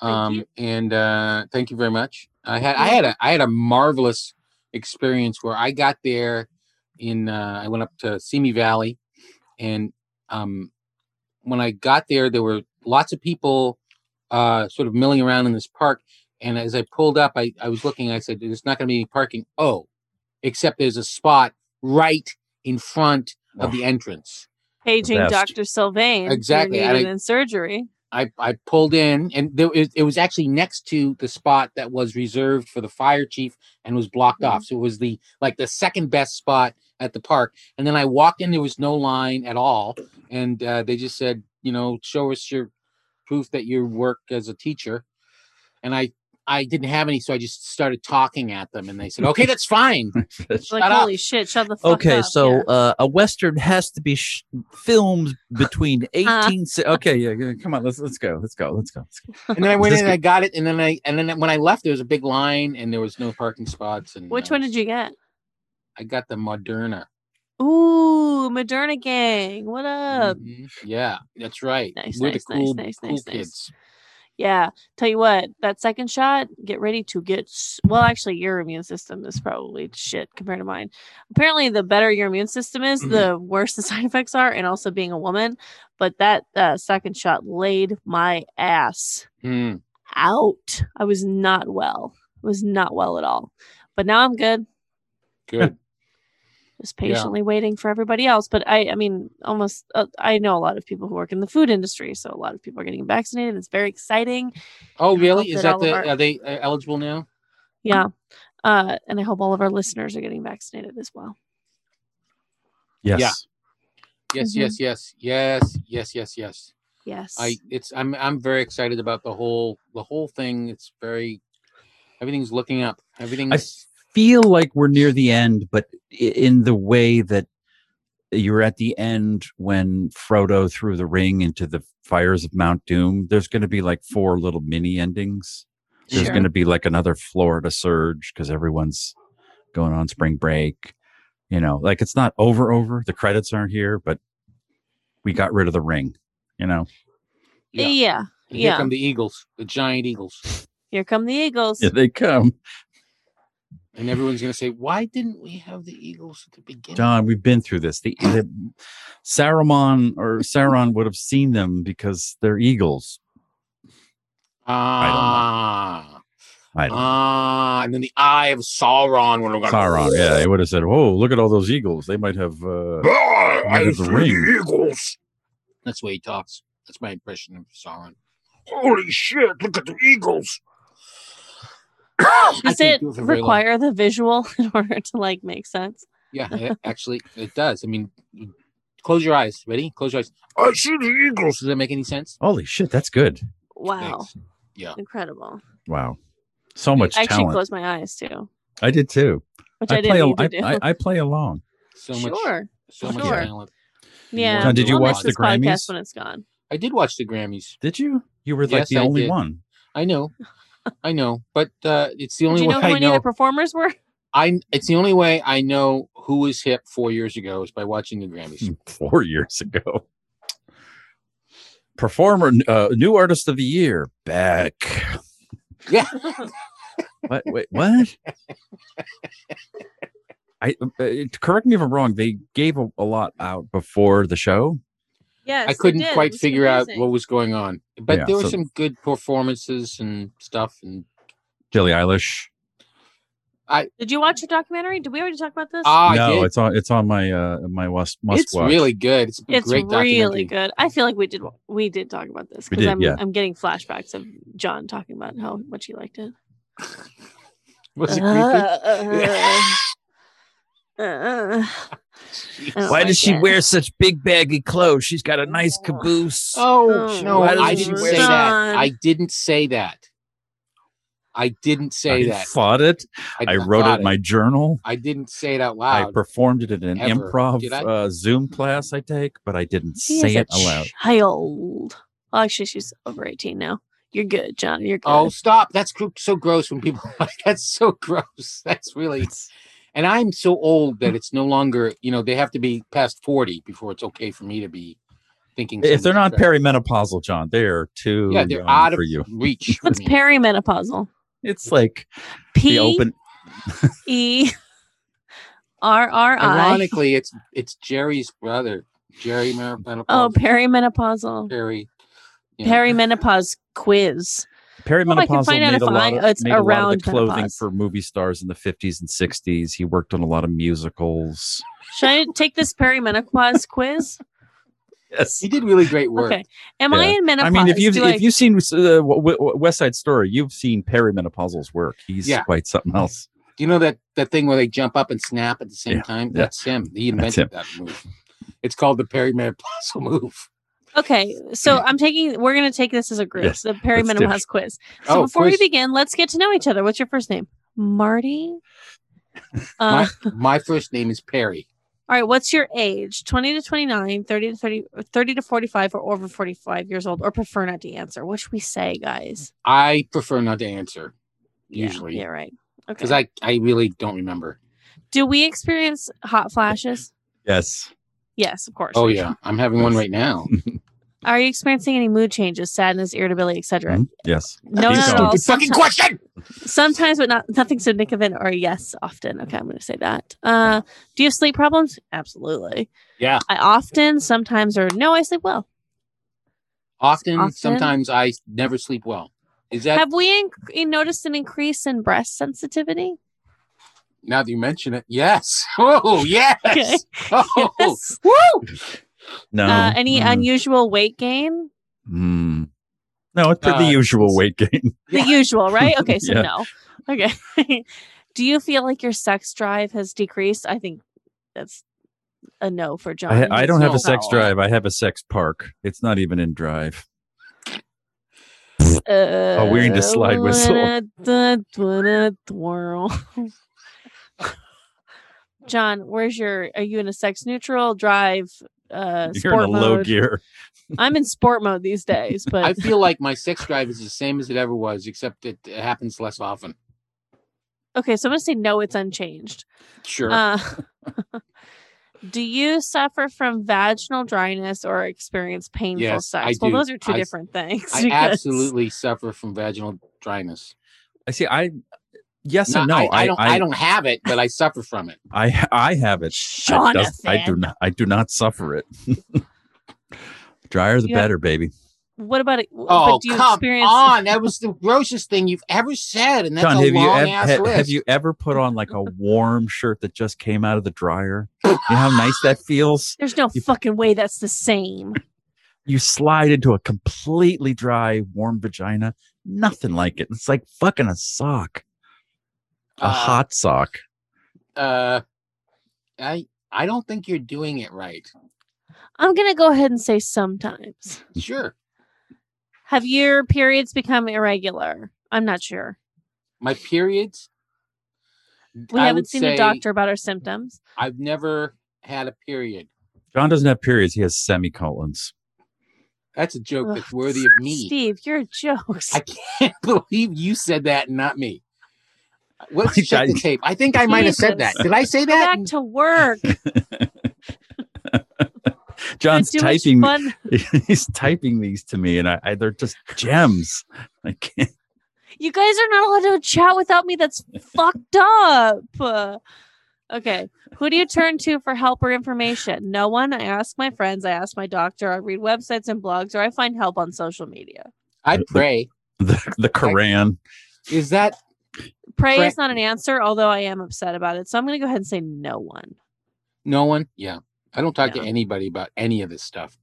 Speaker 1: Thank
Speaker 3: Um
Speaker 1: you.
Speaker 3: and uh thank you very much. I had I had a I had a marvelous experience where I got there in uh I went up to Simi Valley and um when I got there there were lots of people uh sort of milling around in this park and as I pulled up I I was looking I said there's not going to be any parking. Oh, except there's a spot right in front of the entrance.
Speaker 1: Paging
Speaker 4: Best.
Speaker 1: Dr. Sylvain. You're
Speaker 3: Exactly, and
Speaker 1: needed
Speaker 3: I-
Speaker 1: in surgery.
Speaker 3: I, I pulled in and there it, it was actually next to the spot that was reserved for the fire chief and was blocked
Speaker 1: Mm-hmm.
Speaker 3: off. So it was the like the second best spot at the park. And then I walked in, there was no line at all. And uh, they just said, you know, show us your proof that you work as a teacher. And I I didn't have any, so I just started talking at them and they said, Okay, that's fine.
Speaker 1: It's
Speaker 3: Shut
Speaker 1: Like,
Speaker 3: up.
Speaker 1: holy shit, shut the fuck
Speaker 5: Okay,
Speaker 1: up.
Speaker 5: so
Speaker 1: yeah.
Speaker 5: uh, a western has to be sh- filmed between
Speaker 1: Uh.
Speaker 5: eighteen. se-
Speaker 4: okay yeah, yeah come on let's let's go let's go let's go, let's go.
Speaker 3: And then I went
Speaker 4: This
Speaker 3: in and I got it, and then I and then when I left there was a big line and there was no parking spots and
Speaker 1: Which
Speaker 3: uh,
Speaker 1: one did you get?
Speaker 3: I got the Moderna.
Speaker 1: Ooh, Moderna gang. What up?
Speaker 3: Mhm. Yeah, that's right.
Speaker 1: Nice,
Speaker 3: We're
Speaker 1: nice,
Speaker 3: the cool,
Speaker 1: nice, nice,
Speaker 3: cool
Speaker 1: nice, nice.
Speaker 3: kids.
Speaker 1: Yeah. Tell you what, that second shot, get ready to get. s- Well, actually, your immune system is probably shit compared to mine. Apparently, the better your immune system is, the worse the side effects are, and also being a woman. But that uh, second shot laid my ass
Speaker 3: Hmm.
Speaker 1: out. I was not well. I was not well at all. But now I'm good.
Speaker 3: Good.
Speaker 1: Just
Speaker 3: Yeah.
Speaker 1: patiently waiting for everybody else. But I, I mean, almost, uh, I know a lot of people who work in the food industry. So a lot of people are getting vaccinated. It's very exciting.
Speaker 3: Oh,
Speaker 1: I
Speaker 3: really?
Speaker 1: hope that
Speaker 3: Is that
Speaker 1: all of
Speaker 3: the?
Speaker 1: our-
Speaker 3: Are they uh, eligible now?
Speaker 1: Yeah. Uh, and I hope all of our listeners are getting vaccinated as well.
Speaker 4: yes
Speaker 3: Yeah. Yes,
Speaker 1: Mhm.
Speaker 3: yes, yes, yes, yes, yes, yes.
Speaker 1: Yes.
Speaker 3: I it's I'm I'm very excited about the whole the whole thing. It's very everything's looking up.
Speaker 4: I
Speaker 3: Everything's
Speaker 4: feel like we're near the end but i- in the way that you're at the end when Frodo threw the ring into the fires of Mount Doom there's going to be like four little mini endings there's
Speaker 1: Sure.
Speaker 4: going to be like another Florida surge because everyone's going on spring break. You know, like it's not over, over. The credits aren't here, but we got rid of the ring. You know,
Speaker 3: yeah.
Speaker 1: yeah. yeah.
Speaker 3: and here
Speaker 1: yeah.
Speaker 3: come the eagles, the giant eagles,
Speaker 1: Here come the Eagles.
Speaker 4: Here they come.
Speaker 3: and everyone's gonna say, "Why didn't we have the eagles at the beginning?"
Speaker 4: John, we've been through this. The, the Saruman or Sauron would have seen them because they're eagles.
Speaker 3: Ah,
Speaker 4: I don't know.
Speaker 3: ah, and then the eye of Sauron. When we're going
Speaker 4: Sauron, yeah, they would have said, "Oh, look at all those eagles. They might have." Uh, I
Speaker 3: I
Speaker 4: have the ring.
Speaker 3: Eagles. That's the way he talks. That's my impression of Sauron. Holy shit! Look at the Eagles.
Speaker 1: Does it require the visual in order to like make sense?
Speaker 3: Yeah, it- actually, it does. I mean, close your eyes. Ready? Close your eyes. I see the Eagles. Does that make any sense?
Speaker 4: holy shit, that's good!
Speaker 1: Wow.
Speaker 3: Thanks. Yeah.
Speaker 1: Incredible.
Speaker 4: Wow, so much
Speaker 1: I actually
Speaker 4: talent.
Speaker 1: closed my eyes too,
Speaker 4: I did too.
Speaker 1: which I,
Speaker 4: I, play.
Speaker 1: didn't
Speaker 4: al-
Speaker 1: need to
Speaker 4: I,
Speaker 1: do.
Speaker 4: I, I play along.
Speaker 3: So much.
Speaker 1: sure.
Speaker 3: So much
Speaker 1: sure.
Speaker 3: talent.
Speaker 1: Yeah.
Speaker 3: John, did you
Speaker 1: I'll
Speaker 3: watch
Speaker 1: miss
Speaker 3: the
Speaker 1: this podcast
Speaker 4: Grammys?
Speaker 1: when it's gone.
Speaker 3: I did watch the Grammys.
Speaker 4: Did you? You were like
Speaker 3: Yes,
Speaker 4: the
Speaker 3: I
Speaker 4: only
Speaker 3: did.
Speaker 4: one.
Speaker 3: I know. I know, but uh, it's the
Speaker 1: Did
Speaker 3: only
Speaker 1: you
Speaker 3: way
Speaker 1: know who
Speaker 3: I
Speaker 1: any of
Speaker 3: know.
Speaker 1: the performers were?
Speaker 3: I it's the only way I know who was hip four years ago is by watching the Grammys.
Speaker 4: four years ago. Performer, uh, new artist of the year, Beck.
Speaker 3: Yeah.
Speaker 4: What? Wait, what? I uh, correct me if I'm wrong. They gave a, a lot out before the show.
Speaker 1: Yes,
Speaker 3: I
Speaker 1: they
Speaker 3: couldn't
Speaker 1: did. It
Speaker 3: quite
Speaker 1: was
Speaker 3: figure out
Speaker 1: confusing.
Speaker 3: what was going on, but
Speaker 4: Yeah,
Speaker 3: there were
Speaker 4: so-
Speaker 3: some good performances and stuff. And
Speaker 4: Billie Eilish.
Speaker 1: Did you watch the documentary? Did we already talk about this?
Speaker 3: ah, I
Speaker 4: no,
Speaker 3: did.
Speaker 4: it's on. It's on my uh my must must
Speaker 3: it's
Speaker 4: watch.
Speaker 3: really good. It's a
Speaker 1: it's
Speaker 3: great
Speaker 1: really
Speaker 3: documentary.
Speaker 1: good. I feel like we did we did talk about this
Speaker 4: We
Speaker 1: because
Speaker 4: did,
Speaker 1: I'm
Speaker 4: yeah.
Speaker 1: I'm getting flashbacks of John talking about how much he liked it.
Speaker 3: Was it creepy?
Speaker 1: Uh, uh, uh, I don't
Speaker 5: Why
Speaker 1: like
Speaker 5: does she
Speaker 1: it.
Speaker 5: wear such big baggy clothes? She's got a nice caboose.
Speaker 3: Oh no,
Speaker 5: Why does
Speaker 3: I
Speaker 5: it
Speaker 3: didn't
Speaker 5: wear
Speaker 3: say
Speaker 5: that?
Speaker 3: that. I didn't say that. I didn't say
Speaker 4: I
Speaker 3: that.
Speaker 4: thought it. I wrote it
Speaker 3: thought
Speaker 4: in my journal.
Speaker 3: I didn't say it out
Speaker 4: I
Speaker 3: loud.
Speaker 4: performed it in an
Speaker 3: Ever.
Speaker 4: improv
Speaker 3: Did I?
Speaker 4: uh, Zoom class I take, but I didn't
Speaker 1: She
Speaker 4: say
Speaker 1: is a
Speaker 4: it aloud.
Speaker 1: Child. Well, actually, she's over eighteen now. You're good, John. You're good.
Speaker 3: oh, stop! That's gr- so gross when people like that's so gross. That's really. And I'm so old that it's no longer. You know, they have to be past forty before it's okay for me to be thinking.
Speaker 4: If they're not
Speaker 3: something's crap.
Speaker 4: perimenopausal, John, they're too
Speaker 3: yeah, they're
Speaker 4: young
Speaker 3: out of
Speaker 4: for you.
Speaker 3: reach. For
Speaker 1: What's
Speaker 3: me.
Speaker 1: perimenopausal?
Speaker 4: It's like the
Speaker 1: P
Speaker 4: open.
Speaker 1: E R R I.
Speaker 3: Ironically, it's it's Jerry's brother, Jerry Maripenopoulos.
Speaker 1: Oh, perimenopausal.
Speaker 3: Jerry. you know.
Speaker 1: Perimenopause quiz. I can
Speaker 4: Perimenopausal
Speaker 1: find out
Speaker 4: made
Speaker 1: if
Speaker 4: a lot
Speaker 1: I-
Speaker 4: of,
Speaker 1: it's
Speaker 4: made a lot of
Speaker 1: around
Speaker 4: the clothing
Speaker 1: menopause.
Speaker 4: for movie stars in the 50s and 60s. He worked on a lot of musicals.
Speaker 1: Should I take this perimenopause quiz?
Speaker 4: Yes.
Speaker 3: He did really great work.
Speaker 1: Okay. Am I
Speaker 4: Yeah.
Speaker 1: in menopause?
Speaker 4: I mean, if you've
Speaker 1: Do I-
Speaker 4: if you've seen uh, W- W- West Side Story, you've seen perimenopausals work. He's
Speaker 3: Yeah.
Speaker 4: quite something else.
Speaker 3: Do you know that that thing where they jump up and snap at the same
Speaker 4: Yeah,
Speaker 3: time?
Speaker 4: yeah.
Speaker 3: That's him. He
Speaker 4: That's
Speaker 3: invented that move. It's called the perimenopausal move.
Speaker 1: Okay, so I'm taking. We're going to take this as a group.
Speaker 4: Yes,
Speaker 1: the perimenopause
Speaker 4: different.
Speaker 1: quiz. So
Speaker 3: Oh,
Speaker 1: before
Speaker 3: quiz.
Speaker 1: we begin, let's get to know each other. What's your first name? Marty. Uh,
Speaker 3: My, my first name is Perry.
Speaker 1: all right. What's your age? 20 to 29, 30 to 30, or 30 to 45, or over 45 years old, or prefer not to answer? What should we say, guys?
Speaker 3: I prefer not to answer
Speaker 1: Yeah,
Speaker 3: Usually.
Speaker 1: Yeah, right. Okay.
Speaker 3: because I, I really don't remember.
Speaker 1: Do we experience hot flashes?
Speaker 4: Yes.
Speaker 1: Yes, of course.
Speaker 3: Oh yeah, I'm having one right now.
Speaker 1: Are you experiencing any mood changes, sadness, irritability, etc.?
Speaker 4: Mhm. Yes.
Speaker 3: Mm-hmm.
Speaker 1: No,
Speaker 4: Keep
Speaker 1: not at
Speaker 4: going.
Speaker 1: all.
Speaker 3: Stupid fucking
Speaker 1: Sometimes-
Speaker 3: question.
Speaker 1: Sometimes, but not nothing significant or yes, often. Okay, I'm going to say that. Uh, do you have sleep problems? Absolutely.
Speaker 3: Yeah.
Speaker 1: I often, sometimes, or no, I sleep well.
Speaker 3: Often,
Speaker 1: Often.
Speaker 3: sometimes I never sleep well. Is that
Speaker 1: have we in- in- noticed an increase in breast sensitivity?
Speaker 3: now that you mention it? Yes. Oh yes.
Speaker 1: Okay.
Speaker 3: Oh,
Speaker 1: Yes.
Speaker 3: woo!
Speaker 4: No.
Speaker 1: Uh, any
Speaker 4: Mm.
Speaker 1: unusual weight gain?
Speaker 4: Mm. No, it's the
Speaker 3: Uh,
Speaker 4: usual weight gain.
Speaker 1: The usual, right? Okay, so
Speaker 4: Yeah.
Speaker 1: no. Okay. do you feel like your sex drive has decreased? I think that's a no for John.
Speaker 4: I, I don't have a
Speaker 3: no.
Speaker 4: sex drive. I have a sex park. It's not even in drive.
Speaker 1: Oh,
Speaker 4: we need to slide whistle.
Speaker 1: John, where's your? Are you in a sex neutral drive? Uh,
Speaker 4: You're
Speaker 1: sport
Speaker 4: in a low
Speaker 1: mode?
Speaker 4: gear.
Speaker 1: I'm in sport mode these days, but
Speaker 3: I feel like my sex drive is the same as it ever was, except it happens less often.
Speaker 1: okay. So I'm gonna say no. It's unchanged.
Speaker 3: Sure.
Speaker 1: Uh, do you suffer from vaginal dryness or experience painful
Speaker 3: Yes,
Speaker 1: sex?
Speaker 3: I
Speaker 1: well,
Speaker 3: do.
Speaker 1: those are two
Speaker 3: I-
Speaker 1: different things.
Speaker 3: I
Speaker 1: because-
Speaker 3: absolutely suffer from vaginal dryness.
Speaker 4: I see. I yes
Speaker 3: Not-
Speaker 4: and no.
Speaker 3: I, I don't. I,
Speaker 4: I,
Speaker 3: don't have it, but I suffer from it.
Speaker 4: I, I have it. I,
Speaker 1: Jonathan.
Speaker 4: does- I do not. I do not suffer it. Drier the
Speaker 1: You have-
Speaker 4: better, baby.
Speaker 1: What about it?
Speaker 3: Oh
Speaker 1: but do you
Speaker 3: come
Speaker 1: experience?
Speaker 3: on! Ah, That was the grossest thing you've ever said, and that's
Speaker 4: John,
Speaker 3: a
Speaker 4: have you,
Speaker 3: long
Speaker 4: ev-
Speaker 3: ass
Speaker 4: ha-
Speaker 3: list.
Speaker 4: have you ever put on like a warm shirt that just came out of the dryer? You know how nice that feels?
Speaker 1: There's no
Speaker 4: You-
Speaker 1: fucking way that's the same.
Speaker 4: You slide into a completely dry, warm vagina. Nothing like it. It's like fucking a sock, a
Speaker 3: Uh,
Speaker 4: hot sock.
Speaker 3: Uh, I I don't think you're doing it right.
Speaker 1: I'm going to go ahead and say sometimes.
Speaker 4: Mm.
Speaker 3: Sure,
Speaker 1: Have your periods become irregular? I'm not sure.
Speaker 3: my periods.
Speaker 1: We
Speaker 3: I
Speaker 1: haven't
Speaker 3: would
Speaker 1: seen
Speaker 3: say
Speaker 1: a doctor about our symptoms.
Speaker 3: I've never had a period.
Speaker 4: John doesn't have periods. He has semicolons.
Speaker 3: That's a joke
Speaker 1: Ugh,
Speaker 3: that's worthy of me.
Speaker 1: Steve, you're a joke.
Speaker 3: I can't believe you said that and not me. Let's
Speaker 4: My
Speaker 3: check the
Speaker 4: God.
Speaker 3: tape. I think I might have said that.
Speaker 1: Jesus.
Speaker 3: Did I say
Speaker 1: Go
Speaker 3: that?
Speaker 1: back to work.
Speaker 4: John's
Speaker 1: Too much
Speaker 4: typing.
Speaker 1: fun.
Speaker 4: He's typing these to me, and I, I they're just gems. I can't.
Speaker 1: You guys are not allowed to chat without me. That's fucked up. Uh, Okay. Who do you turn to for help or information? No one. I ask my friends. I ask my doctor. I read websites and blogs, or I find help on social media.
Speaker 3: I pray.
Speaker 4: The, the Koran.
Speaker 3: Is that
Speaker 1: Pray
Speaker 3: Pray-
Speaker 1: is not an answer, although I am upset about it. So I'm going to go ahead and say no one.
Speaker 3: no one? Yeah. I don't talk
Speaker 1: Yeah.
Speaker 3: to anybody about any of this stuff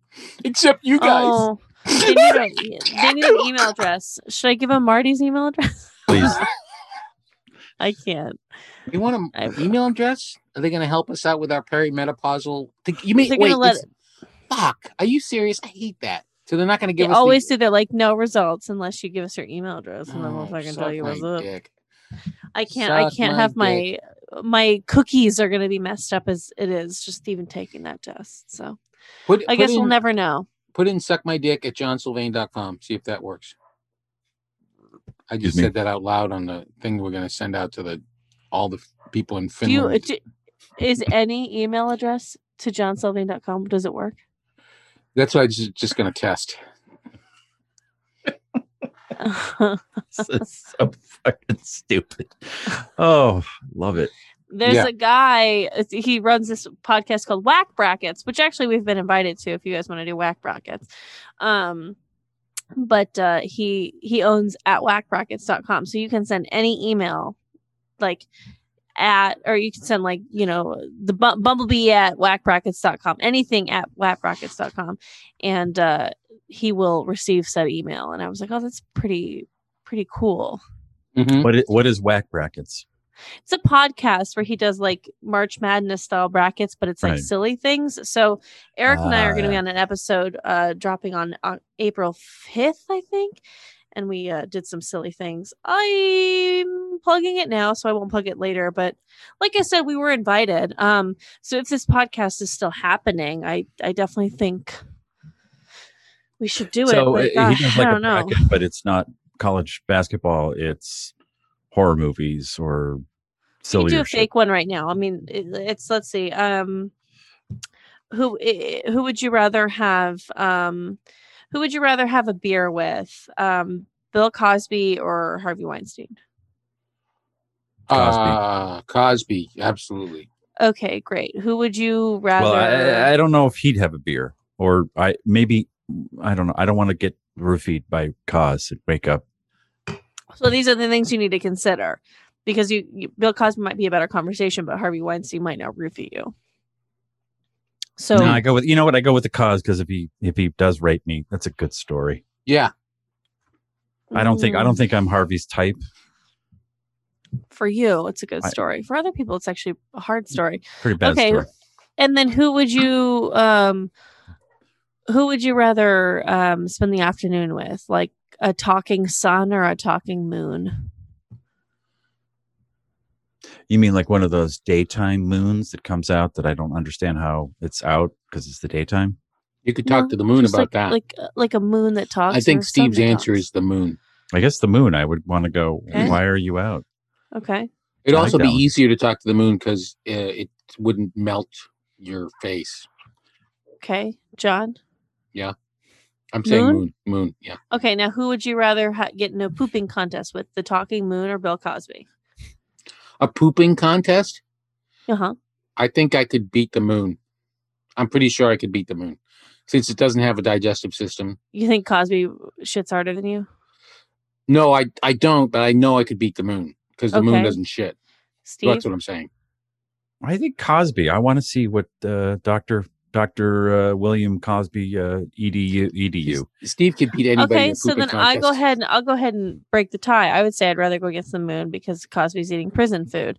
Speaker 3: except you guys.
Speaker 1: Oh, they, need a, e, they need an email address. Should I give them Marty's email address?
Speaker 4: Please.
Speaker 1: I can't.
Speaker 3: You want an
Speaker 1: I will.
Speaker 3: email address? Are they going to help us out with our perimenopausal? Think- You mean
Speaker 1: They're
Speaker 3: wait?
Speaker 1: gonna let
Speaker 3: it's- fuck! Are you serious? I hate that. So they're not going to
Speaker 1: They
Speaker 3: give us
Speaker 1: always
Speaker 3: The-
Speaker 1: do that, like no results unless you give us your email address, and then we'll
Speaker 3: Oh,
Speaker 1: fucking
Speaker 3: suck
Speaker 1: tell you what's
Speaker 3: my
Speaker 1: up.
Speaker 3: dick.
Speaker 1: I can't. I
Speaker 3: Suck
Speaker 1: can't
Speaker 3: my
Speaker 1: have my my cookies are going to be messed up as it is just even taking that test. So
Speaker 3: Put,
Speaker 1: I
Speaker 3: put
Speaker 1: guess
Speaker 3: in,
Speaker 1: we'll never know.
Speaker 3: put in suck my dick at johnsylvain.com. See if that works. I just
Speaker 4: Excuse me.
Speaker 3: said that out loud on the thing we're going to send out to the all the f- people in
Speaker 1: Do you?
Speaker 3: Finland.
Speaker 1: Do, is any email address to johnsylvain.com? Does it work?
Speaker 3: That's what I'm just, just going to test.
Speaker 4: This is so fucking stupid. Oh, love it.
Speaker 1: There's
Speaker 3: Yeah.
Speaker 1: a guy. He runs this podcast called Whack Brackets, which actually we've been invited to. If you guys want to do Whack Brackets, um, but uh, he he owns at whackbrackets.com, so you can send any email, like at or you can send like you know the bu- bumblebee at whackbrackets.com, anything at whackbrackets.com, and uh, he will receive said email. And I was like, oh, that's pretty pretty cool.
Speaker 3: Mhm.
Speaker 4: What is, what is whack brackets?
Speaker 1: it's a podcast where he does like March Madness style brackets, but it's like
Speaker 4: Right.
Speaker 1: silly things. So Eric and I
Speaker 4: Ah,
Speaker 1: are going to be
Speaker 4: yeah.
Speaker 1: on an episode uh, dropping on, on April fifth, I think, and we uh, did some silly things. I'm plugging it now, so I won't plug it later. But like I said, we were invited. Um, so if this podcast is still happening, I I definitely think we should do
Speaker 4: so
Speaker 1: it. But,
Speaker 4: uh,
Speaker 1: gosh,
Speaker 4: he does
Speaker 1: I
Speaker 4: like a
Speaker 1: don't know.
Speaker 4: bracket, but it's not college basketball. It's horror movies or
Speaker 1: you
Speaker 4: silly
Speaker 1: do
Speaker 4: or
Speaker 1: a
Speaker 4: shit.
Speaker 1: fake one right now. I mean, it- it's let's see. Um, who eh, who would you rather have? Um, who would you rather have a beer with? Um, Bill Cosby or Harvey Weinstein?
Speaker 4: Cosby.
Speaker 3: Uh, Cosby, absolutely.
Speaker 1: Okay, great. Who would you rather?
Speaker 4: Well, I, I don't know if he'd have a beer, or I maybe I don't know. I don't want to get roofied by cause and wake up.
Speaker 1: so these are the things you need to consider because you, you Bill Cosby might be a better conversation, but Harvey Weinstein might not roofie you. So
Speaker 4: No, I go with you know what I go with the cause because if he if he does rape me, that's a good story.
Speaker 3: Yeah,
Speaker 4: I don't
Speaker 1: mm,
Speaker 4: think I don't think I'm Harvey's type.
Speaker 1: for you it's a good
Speaker 4: I- Mm.
Speaker 1: story. For other people, it's actually a hard story.
Speaker 4: Pretty bad
Speaker 1: Okay.
Speaker 4: story.
Speaker 1: and then who would you um who would you rather um spend the afternoon with like a talking sun or a talking moon
Speaker 4: You mean like one of those daytime moons that comes out that I don't understand how it's out because it's the daytime?
Speaker 3: you could talk
Speaker 1: No,
Speaker 3: to the moon
Speaker 1: Just
Speaker 3: about
Speaker 1: like,
Speaker 3: that.
Speaker 1: like uh, like a moon that talks
Speaker 3: I
Speaker 1: or
Speaker 3: think
Speaker 1: a sun
Speaker 3: Steve's
Speaker 1: that
Speaker 3: answer
Speaker 1: talks.
Speaker 3: is the moon.
Speaker 4: I guess the moon. I would want to go.
Speaker 1: Okay.
Speaker 4: Why are you out?
Speaker 1: okay
Speaker 3: It'd
Speaker 4: I like
Speaker 3: also
Speaker 4: that
Speaker 3: be
Speaker 4: one.
Speaker 3: easier to talk to the moon because uh, it wouldn't melt your face.
Speaker 1: okay john
Speaker 3: I'm saying
Speaker 1: Moon?
Speaker 3: moon, moon. Yeah,
Speaker 1: okay now who would you rather ha- get in a pooping contest with the talking moon or bill cosby
Speaker 3: a pooping contest.
Speaker 1: uh-huh
Speaker 3: I think I could beat the moon. I'm pretty sure I could beat the moon, since it doesn't have a digestive system.
Speaker 1: you think cosby shits harder than you
Speaker 3: No, I I don't, but I know I could beat the moon because the moon
Speaker 1: Okay.
Speaker 3: doesn't shit.
Speaker 1: steve
Speaker 3: That's what I'm saying.
Speaker 4: I think Cosby. I want to see what uh, Doctor Doctor uh, William Cosby uh, edu edu.
Speaker 3: Steve could beat anybody. in
Speaker 1: okay
Speaker 3: a
Speaker 1: so
Speaker 3: pooping
Speaker 1: then i go
Speaker 3: contest.
Speaker 1: ahead and i'll go ahead and break the tie i would say i'd rather go against the moon because cosby's eating prison food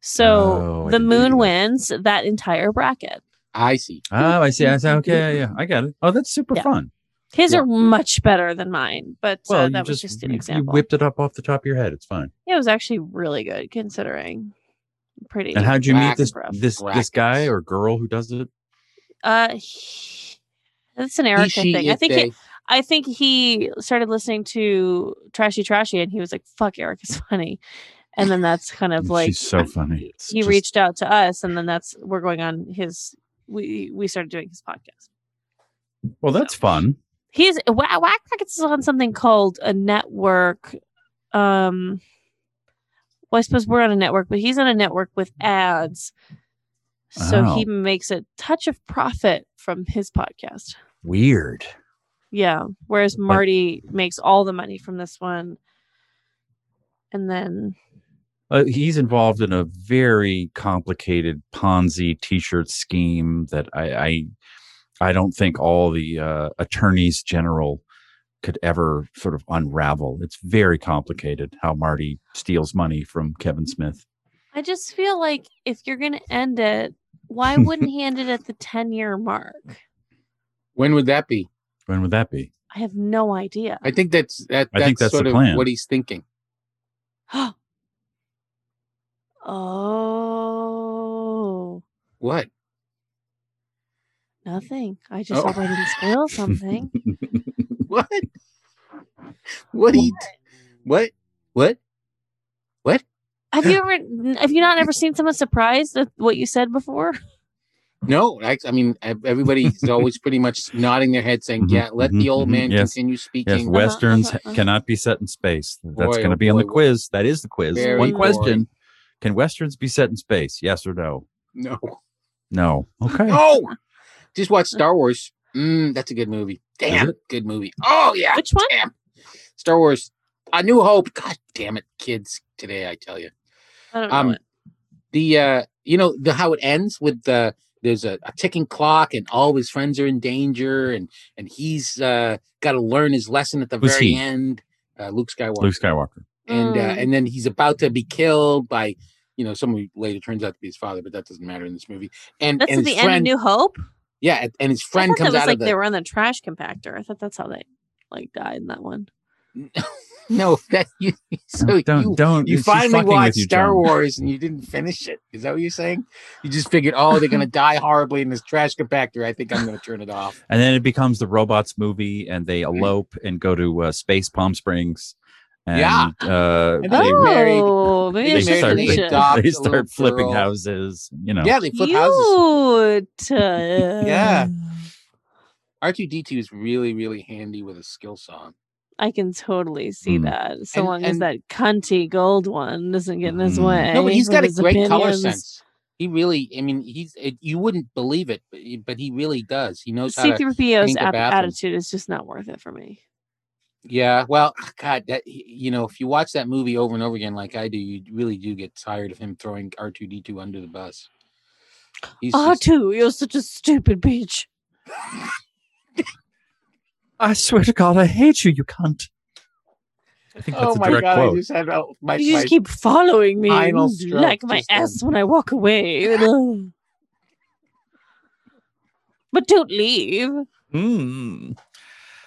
Speaker 1: so
Speaker 4: Oh,
Speaker 1: the
Speaker 4: I didn't think of
Speaker 1: moon
Speaker 4: that.
Speaker 1: wins that entire bracket
Speaker 3: I see.
Speaker 4: Oh, I see. I see. Okay, yeah, yeah, I got it. Oh, that's super
Speaker 1: Yeah.
Speaker 4: fun.
Speaker 1: his
Speaker 3: Yeah.
Speaker 1: are much better than mine but
Speaker 4: Well,
Speaker 1: uh,
Speaker 4: you
Speaker 1: that was
Speaker 4: just,
Speaker 1: just an
Speaker 4: you-
Speaker 1: example
Speaker 4: You whipped it up off the top of your head. It's fine.
Speaker 1: Yeah, it was actually really good considering pretty
Speaker 4: And how'd you meet
Speaker 3: Whack
Speaker 4: this
Speaker 1: rough.
Speaker 4: this this
Speaker 3: brackets.
Speaker 4: guy or girl who does it?
Speaker 1: uh he- that's an
Speaker 3: He,
Speaker 1: erica
Speaker 3: she,
Speaker 1: thing i
Speaker 3: it,
Speaker 1: think
Speaker 3: they.
Speaker 1: it, i think he started listening to trashy trashy and he was like fuck erica's funny and then that's kind of like
Speaker 4: She's so funny. It's
Speaker 1: he
Speaker 4: just-
Speaker 1: reached out to us and then that's we're going on his we we started doing his podcast
Speaker 4: Well, that's fun.
Speaker 1: he's Wha- whack packets is on something called a network um Well, I suppose we're on a network, but he's on a network with ads. So
Speaker 4: Oh.
Speaker 1: he makes a touch of profit from his podcast.
Speaker 4: Weird.
Speaker 1: Yeah. Whereas Marty makes all the money from this one. And then
Speaker 4: Uh, he's involved in a very complicated Ponzi T-shirt scheme that I, I, I don't think all the uh, attorneys general could ever sort of unravel. It's very complicated how Marty steals money from Kevin Smith.
Speaker 1: I just feel like if you're going to end it, why wouldn't he end it at the 10 year mark?
Speaker 3: When would that be?
Speaker 4: When would that be?
Speaker 1: I have no idea.
Speaker 3: I think that's that.
Speaker 4: I
Speaker 3: That's,
Speaker 4: think that's the
Speaker 3: sort of
Speaker 4: plan.
Speaker 3: what he's thinking.
Speaker 1: oh,
Speaker 3: What?
Speaker 1: nothing. I just
Speaker 3: Mm. Oh.
Speaker 1: hope I didn't spoil something.
Speaker 3: What? What? He, what? What?
Speaker 1: have you ever, have you not ever seen someone surprised at what you said before?
Speaker 3: No, I, I mean ev- everybody's always pretty much nodding their head, saying,
Speaker 4: Mhm,
Speaker 3: "Yeah, let the
Speaker 4: mhm,
Speaker 3: old
Speaker 4: mhm,
Speaker 3: man
Speaker 4: yes,
Speaker 3: continue
Speaker 4: Yes,
Speaker 3: speaking."
Speaker 4: westerns
Speaker 1: uh-huh.
Speaker 4: cannot be set in space. That's
Speaker 3: Boy,
Speaker 4: going
Speaker 3: oh
Speaker 4: to be on
Speaker 3: boy,
Speaker 4: the
Speaker 3: what-
Speaker 4: quiz. That is the quiz.
Speaker 3: Very
Speaker 4: One question:
Speaker 3: boring.
Speaker 4: Can westerns be set in space? Yes or no?
Speaker 3: No,
Speaker 4: No. Okay.
Speaker 3: no. Just watch Star Wars. Mm, that's a good movie. Damn, good movie. Oh yeah,
Speaker 1: Which one?
Speaker 3: damn. Star Wars, A New Hope. God damn it, kids today, I tell you.
Speaker 1: I don't know.
Speaker 3: Um,
Speaker 1: it.
Speaker 3: the uh, you know the how it ends with the there's a, a ticking clock and all his friends are in danger and and he's uh, got to learn his lesson at the
Speaker 4: Who's
Speaker 3: very
Speaker 4: he?
Speaker 3: end. Uh, Luke Skywalker.
Speaker 4: Luke Skywalker.
Speaker 3: and uh,
Speaker 1: Mm.
Speaker 3: and then he's about to be killed by you know someone who later turns out to be his father, but that doesn't matter in this movie. And
Speaker 1: That's
Speaker 3: and
Speaker 1: at
Speaker 3: his
Speaker 1: the
Speaker 3: friend,
Speaker 1: end of New Hope.
Speaker 3: yeah, and- and his
Speaker 1: I
Speaker 3: friend
Speaker 1: thought that
Speaker 3: comes
Speaker 1: was
Speaker 3: out
Speaker 1: like
Speaker 3: of the
Speaker 1: they were on the trash compactor. I thought that's how they like died in that one.
Speaker 3: no that you so
Speaker 4: don't
Speaker 3: you,
Speaker 4: don't.
Speaker 3: you
Speaker 4: she's
Speaker 3: finally
Speaker 4: fucking with
Speaker 3: watched
Speaker 4: you,
Speaker 3: Star
Speaker 4: John.
Speaker 3: Wars and you didn't finish it. Is that what you're saying? You just figured, oh, they're gonna die horribly in this trash compactor. I think I'm gonna turn it off.
Speaker 4: And then it becomes the robots movie, and they
Speaker 3: Mm-hmm.
Speaker 4: elope and go to uh, space Palm Springs. And,
Speaker 3: Yeah.
Speaker 4: Uh,
Speaker 3: And
Speaker 4: they,
Speaker 3: were married.
Speaker 1: Oh, maybe
Speaker 4: they
Speaker 1: I
Speaker 3: they
Speaker 1: should
Speaker 3: married
Speaker 4: start,
Speaker 3: and
Speaker 1: finish
Speaker 3: they
Speaker 1: it.
Speaker 3: adopted
Speaker 4: they
Speaker 3: a little
Speaker 4: start flipping
Speaker 3: girl.
Speaker 4: houses. You know.
Speaker 3: Yeah, they flip houses.
Speaker 1: Cute. yeah.
Speaker 3: R2D2 is really, really handy with a skill saw.
Speaker 1: I can totally see
Speaker 4: Mm.
Speaker 1: that. So
Speaker 3: And-
Speaker 1: long as
Speaker 3: and- Mm.
Speaker 1: that cunty gold one doesn't get in his
Speaker 4: Mhm.
Speaker 1: way.
Speaker 3: No, but he's
Speaker 1: with
Speaker 3: got a
Speaker 1: his
Speaker 3: great color
Speaker 1: opinions.
Speaker 3: sense. He really, I mean, he's it, you wouldn't believe it, but he, but he really does. He knows how to.
Speaker 1: C3PO's
Speaker 3: think
Speaker 1: ap-
Speaker 3: about them.
Speaker 1: attitude is just not worth it for me.
Speaker 3: Yeah, well, ah, God, that you know, if you watch that movie over and over again, like I do, you really do get tired of him throwing R two D two under the bus. He's just-
Speaker 1: R2, you're such a stupid bitch.
Speaker 4: I swear to God, I hate you. You cunt. I think that's
Speaker 3: oh
Speaker 4: a
Speaker 3: my
Speaker 4: direct
Speaker 3: God!
Speaker 4: quote.
Speaker 3: I just had oh, my,
Speaker 1: You
Speaker 3: my-
Speaker 1: just keep following me
Speaker 3: final
Speaker 1: mm,
Speaker 3: stroke
Speaker 1: like my
Speaker 3: just then.
Speaker 1: ass when I walk away. Ugh. but don't leave.
Speaker 4: Mm.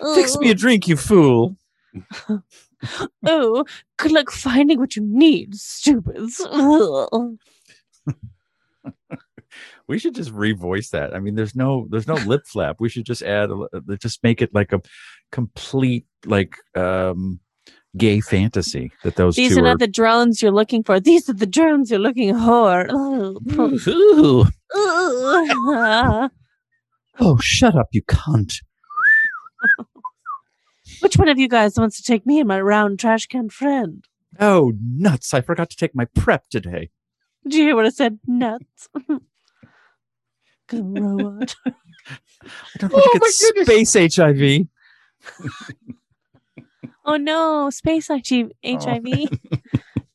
Speaker 1: Oh,
Speaker 4: Fix me a drink, you fool.
Speaker 1: oh, good luck finding what you need, stupids. Ugh.
Speaker 4: We should just revoice that. I mean, there's no there's no lip flap. We should just add a, li- just make it like a complete like um gay fantasy that those
Speaker 1: These
Speaker 4: two
Speaker 1: are
Speaker 4: are.
Speaker 1: not the drones you're looking for. These are the drones you're looking for. Ugh.
Speaker 4: Ooh.
Speaker 1: Ugh.
Speaker 4: Oh, shut up, you cunt.
Speaker 1: Which one of you guys wants to take me and my round trash can friend?
Speaker 4: Oh, nuts. I forgot to take my prep today.
Speaker 1: Did you hear what I said? Nuts. Good robot.
Speaker 4: I don't want
Speaker 3: Oh,
Speaker 4: to
Speaker 3: my
Speaker 4: get space HIV.
Speaker 1: Oh no, space HIV.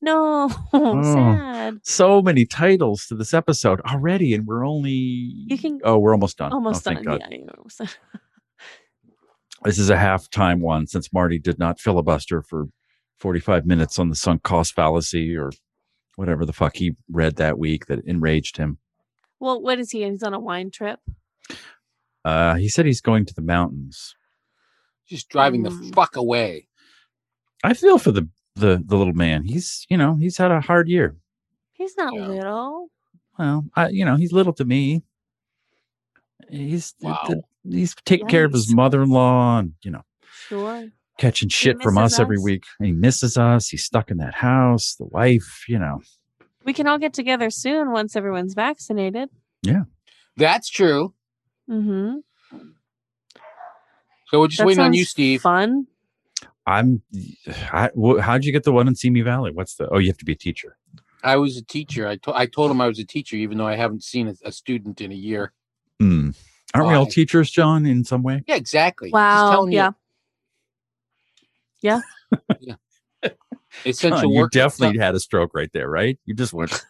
Speaker 1: no, sad.
Speaker 4: So many titles to this episode already, and we're only. You
Speaker 1: can-
Speaker 4: oh, we're almost done.
Speaker 1: Almost
Speaker 4: oh,
Speaker 1: done.
Speaker 4: thank God.
Speaker 1: Yeah, you're almost done.
Speaker 4: This is a halftime one since Marty did not filibuster for 45 minutes on the sunk cost fallacy or whatever the fuck he read that week that enraged him.
Speaker 1: Well, what is he? He's on a wine trip.
Speaker 4: Uh, he said he's going to the mountains.
Speaker 3: just driving the
Speaker 1: Mm.
Speaker 3: fuck away.
Speaker 4: I feel for the, the, the little man. He's, you know, he's had a hard year.
Speaker 1: He's not
Speaker 3: Yeah.
Speaker 1: little.
Speaker 4: Well, I, you know, he's little to me. He's th- th- he's taking care of his
Speaker 1: Yikes.
Speaker 4: mother-in-law, and you know,
Speaker 1: Sure.
Speaker 4: catching shit from us,
Speaker 1: misses
Speaker 4: every
Speaker 1: us.
Speaker 4: week. And he misses us. He's stuck in that house. The wife, you know,
Speaker 1: We can all get together soon once everyone's vaccinated.
Speaker 3: That's true.
Speaker 1: Mm-hmm.
Speaker 3: So we're just waiting on you, Steve.
Speaker 1: Fun.
Speaker 4: I'm. I, wh- how'd you get the one in Simi Valley? What's the? Oh, you have to be a teacher.
Speaker 3: I was a teacher. I, to- I told him I was a teacher, even though I haven't seen a, a student in a year.
Speaker 4: Hmm. Aren't we all
Speaker 3: Why?
Speaker 4: teachers, John, in some way?
Speaker 3: Yeah, exactly. Just
Speaker 1: Wow.
Speaker 3: telling you,
Speaker 1: Yeah.
Speaker 3: Essential
Speaker 4: John, you
Speaker 3: work.
Speaker 4: definitely had a stroke right there, right? You just went.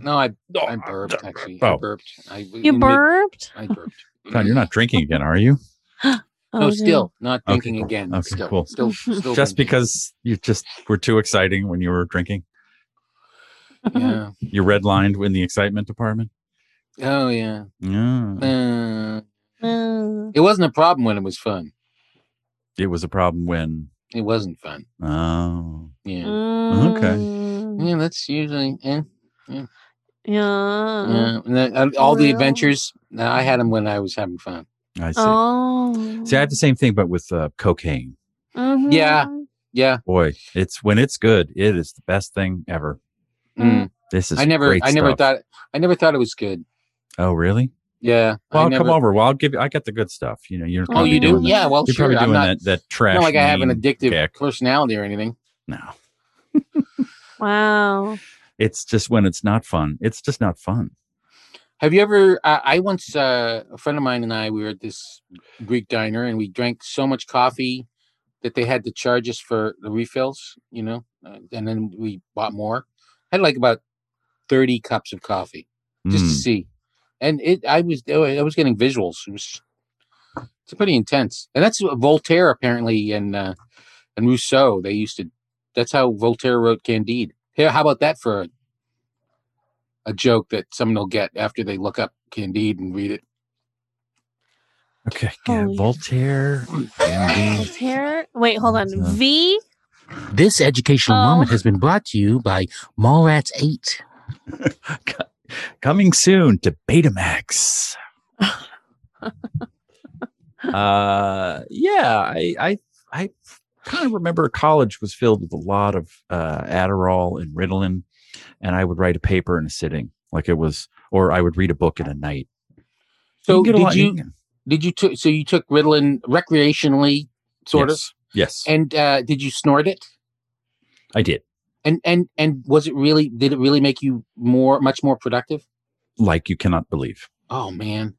Speaker 3: No, I, I burped, actually. I
Speaker 4: Oh.
Speaker 3: burped. I,
Speaker 1: You
Speaker 3: in mid-
Speaker 1: burped?
Speaker 3: I burped.
Speaker 4: John, you're not drinking again, are you?
Speaker 1: Oh,
Speaker 3: No,
Speaker 1: yeah.
Speaker 3: still not
Speaker 4: Okay,
Speaker 3: thinking
Speaker 4: cool.
Speaker 3: again.
Speaker 4: Okay,
Speaker 3: still,
Speaker 4: cool.
Speaker 3: still, still
Speaker 4: Just
Speaker 3: thinking.
Speaker 4: because you just were too exciting when you were drinking.
Speaker 3: Yeah.
Speaker 4: You redlined in the excitement department.
Speaker 3: Oh yeah.
Speaker 4: Yeah.
Speaker 3: Uh,
Speaker 1: Mm.
Speaker 3: it wasn't a problem when it was fun.
Speaker 4: It was a problem when.
Speaker 3: It wasn't fun.
Speaker 4: Oh.
Speaker 3: Yeah.
Speaker 1: Okay. Mm.
Speaker 3: Yeah. That's usually. Eh.
Speaker 1: Yeah.
Speaker 3: Yeah. And then, uh, all the
Speaker 1: Well.
Speaker 3: adventures. No, I had them when I was having fun.
Speaker 4: I see.
Speaker 1: Oh.
Speaker 4: See, I have the same thing, but with uh, cocaine.
Speaker 1: Mhm.
Speaker 3: Yeah. Yeah.
Speaker 4: Boy, it's when it's good, it is the best thing ever.
Speaker 3: Mm.
Speaker 4: This is.
Speaker 3: I never.
Speaker 4: great
Speaker 3: I never
Speaker 4: stuff.
Speaker 3: thought. I never thought it was good.
Speaker 4: Oh, really?
Speaker 3: Yeah. I
Speaker 4: Well,
Speaker 3: never,
Speaker 4: come over. Well, I'll give you. I got the good stuff. You know, you're.
Speaker 3: Oh,
Speaker 4: probably
Speaker 3: you do?
Speaker 4: doing that-
Speaker 3: Yeah. Well,
Speaker 4: You're
Speaker 3: sure.
Speaker 4: probably
Speaker 3: I'm
Speaker 4: doing
Speaker 3: not.
Speaker 4: that. That trash.
Speaker 3: Not like I have an
Speaker 4: mean
Speaker 3: addictive
Speaker 4: kick.
Speaker 3: personality or anything.
Speaker 4: No,
Speaker 1: Wow.
Speaker 4: it's just when it's not fun. It's just not fun.
Speaker 3: Have you ever? I I once, uh, a friend of mine and I, we were at this Greek diner and we drank so much coffee that they had to charge us for the refills, you know, uh, and then we bought more. had like about 30 cups of coffee just to
Speaker 4: Mm.
Speaker 3: see. And it, I was, I was getting visuals. It was, it's pretty intense. And that's what Voltaire apparently and, uh, and Rousseau, they used to, that's how Voltaire wrote Candide. Here, how about that for a, a joke that someone will get after they look up Candide and read it?
Speaker 4: Hmm. Okay,
Speaker 1: Oh,
Speaker 4: yeah,
Speaker 1: yeah.
Speaker 4: Voltaire. Gandhi.
Speaker 1: Voltaire. Wait, hold on.
Speaker 4: Uh,
Speaker 1: V.
Speaker 3: This educational
Speaker 1: Oh.
Speaker 3: moment has been brought to you by Mallrats 8.
Speaker 4: Coming soon to Betamax. uh, yeah, I, I, I kind of remember college was filled with a lot of uh, Adderall and Ritalin, and I would write a paper in a sitting, like it was, or I would read a book in a night.
Speaker 3: So
Speaker 4: You can get a
Speaker 3: did
Speaker 4: lot-
Speaker 3: you did you took so you took Ritalin recreationally sort
Speaker 4: yes, Yes,
Speaker 3: of and uh did you snort it?
Speaker 4: I did.
Speaker 3: And and and was it really did it really make you more much more productive?
Speaker 4: Like you cannot believe.
Speaker 3: Oh man.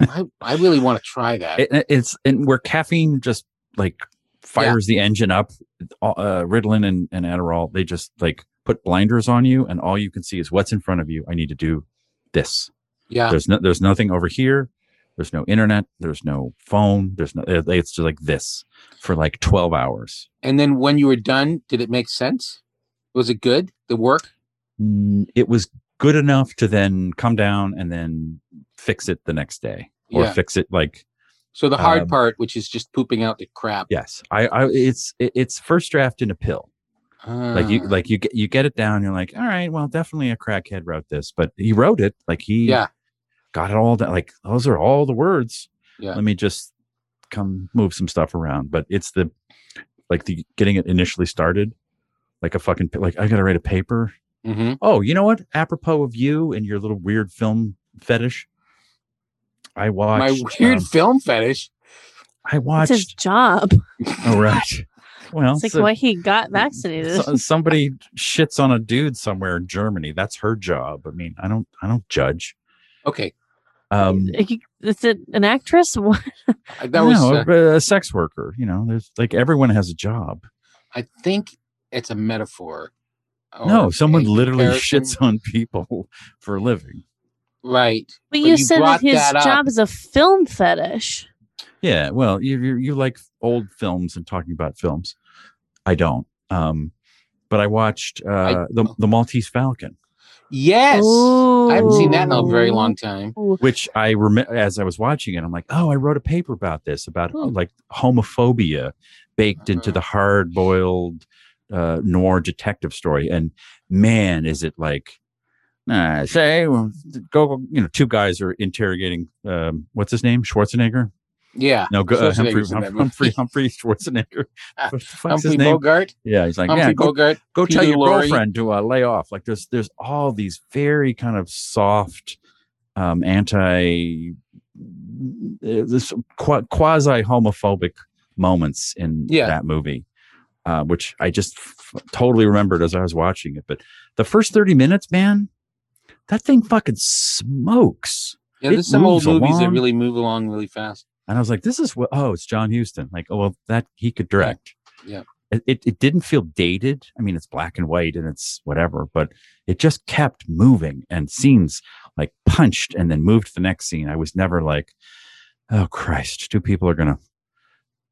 Speaker 3: I I really want to try that.
Speaker 4: it, it- it's and where caffeine just like fires the engine up uh ritalin and, and adderall they just like put blinders on you and all you can see is what's in front of you i need to do this
Speaker 3: yeah.
Speaker 4: there's no there's nothing over here there's no internet there's no phone there's no it- it's just like this for like 12 hours
Speaker 3: And then when you were done, did it make sense? Was it good? The work?
Speaker 4: Mm, it was good enough to then come down and then fix it the next day or
Speaker 3: Yeah.
Speaker 4: fix it like
Speaker 3: So the hard
Speaker 4: Um,
Speaker 3: part, which is just pooping out the crap.
Speaker 4: yes i i it's it, it's first draft in a pill like you
Speaker 3: Ah.
Speaker 4: like you get you get it down you're like all right well definitely a crackhead wrote this but he wrote it like he
Speaker 3: Yeah.
Speaker 4: got it all down like those are all the words
Speaker 3: Yeah.
Speaker 4: let me just come move some stuff around but it's the like the getting it initially started like a fucking like i gotta write a paper
Speaker 3: Mm-hmm.
Speaker 4: oh you know what apropos of you and your little weird film fetish i watched
Speaker 3: My weird
Speaker 4: um,
Speaker 3: film fetish.
Speaker 1: It's
Speaker 4: i
Speaker 1: his
Speaker 4: watched
Speaker 1: job.
Speaker 4: all right well
Speaker 1: It's like
Speaker 4: so-
Speaker 1: why he got vaccinated.
Speaker 4: So- uh, somebody shits on a dude somewhere in Germany. That's her job. I mean, I don't, I don't judge.
Speaker 3: Okay,
Speaker 4: Um,
Speaker 1: You- Is it an actress? What?
Speaker 3: I- that was.
Speaker 4: no,
Speaker 3: uh,
Speaker 4: a, a sex worker. You know, there's like everyone has a job.
Speaker 3: I think it's a metaphor. or
Speaker 4: no, someone
Speaker 3: a
Speaker 4: literally
Speaker 3: comparison.
Speaker 4: shits on people for a living.
Speaker 3: Right.
Speaker 1: But
Speaker 3: But
Speaker 1: you
Speaker 3: you
Speaker 1: said that
Speaker 3: brought
Speaker 1: his
Speaker 3: that up.
Speaker 1: job is a film fetish.
Speaker 4: Yeah, well, you you, you like old films and talking about films. I don't. Um, but I watched uh, the the Maltese Falcon,
Speaker 3: Yes. I haven't seen that in a very
Speaker 4: Oh.
Speaker 1: Ooh.
Speaker 3: long time.
Speaker 4: which I remember as I was watching it. I'm like, oh, I wrote a paper about this about
Speaker 3: Hmm. Uh-huh.
Speaker 4: like homophobia baked into the hard boiled uh, noir detective story. And man, is it like, uh, say, well, go, you know, two guys are interrogating, um, what's his name? Schwarzenegger?
Speaker 3: Yeah.
Speaker 4: No, go, uh, Humphrey,
Speaker 3: Schwarzenegger's in that
Speaker 4: Humphrey,
Speaker 3: movie.
Speaker 4: Humphrey, Humphrey Schwarzenegger. What the fuck's
Speaker 3: Humphrey
Speaker 4: his name?
Speaker 3: Bogart.
Speaker 4: Yeah, he's like,
Speaker 3: Humphrey
Speaker 4: yeah, go,
Speaker 3: Bogart.
Speaker 4: go tell
Speaker 3: Peter
Speaker 4: your
Speaker 3: Lorre.
Speaker 4: girlfriend to uh, lay off. Like there's there's all these very kind of soft, um, anti, uh, this quasi homophobic moments in
Speaker 3: Yeah.
Speaker 4: that movie. uh, which I just f- totally remembered as I was watching it. But the first 30 minutes, man, that thing fucking smokes.
Speaker 3: Yeah,
Speaker 4: It
Speaker 3: there's some old
Speaker 4: moves
Speaker 3: movies that
Speaker 4: along.
Speaker 3: really move along really fast.
Speaker 4: And I was like, this is what, oh, it's John Huston. Like, oh, well, that he could direct.
Speaker 3: Yeah.
Speaker 4: It, it, it didn't feel dated. I mean, it's black and white and it's whatever, but it just kept moving and scenes like punched and then moved to the next scene. I was never like, oh, Christ, two people are going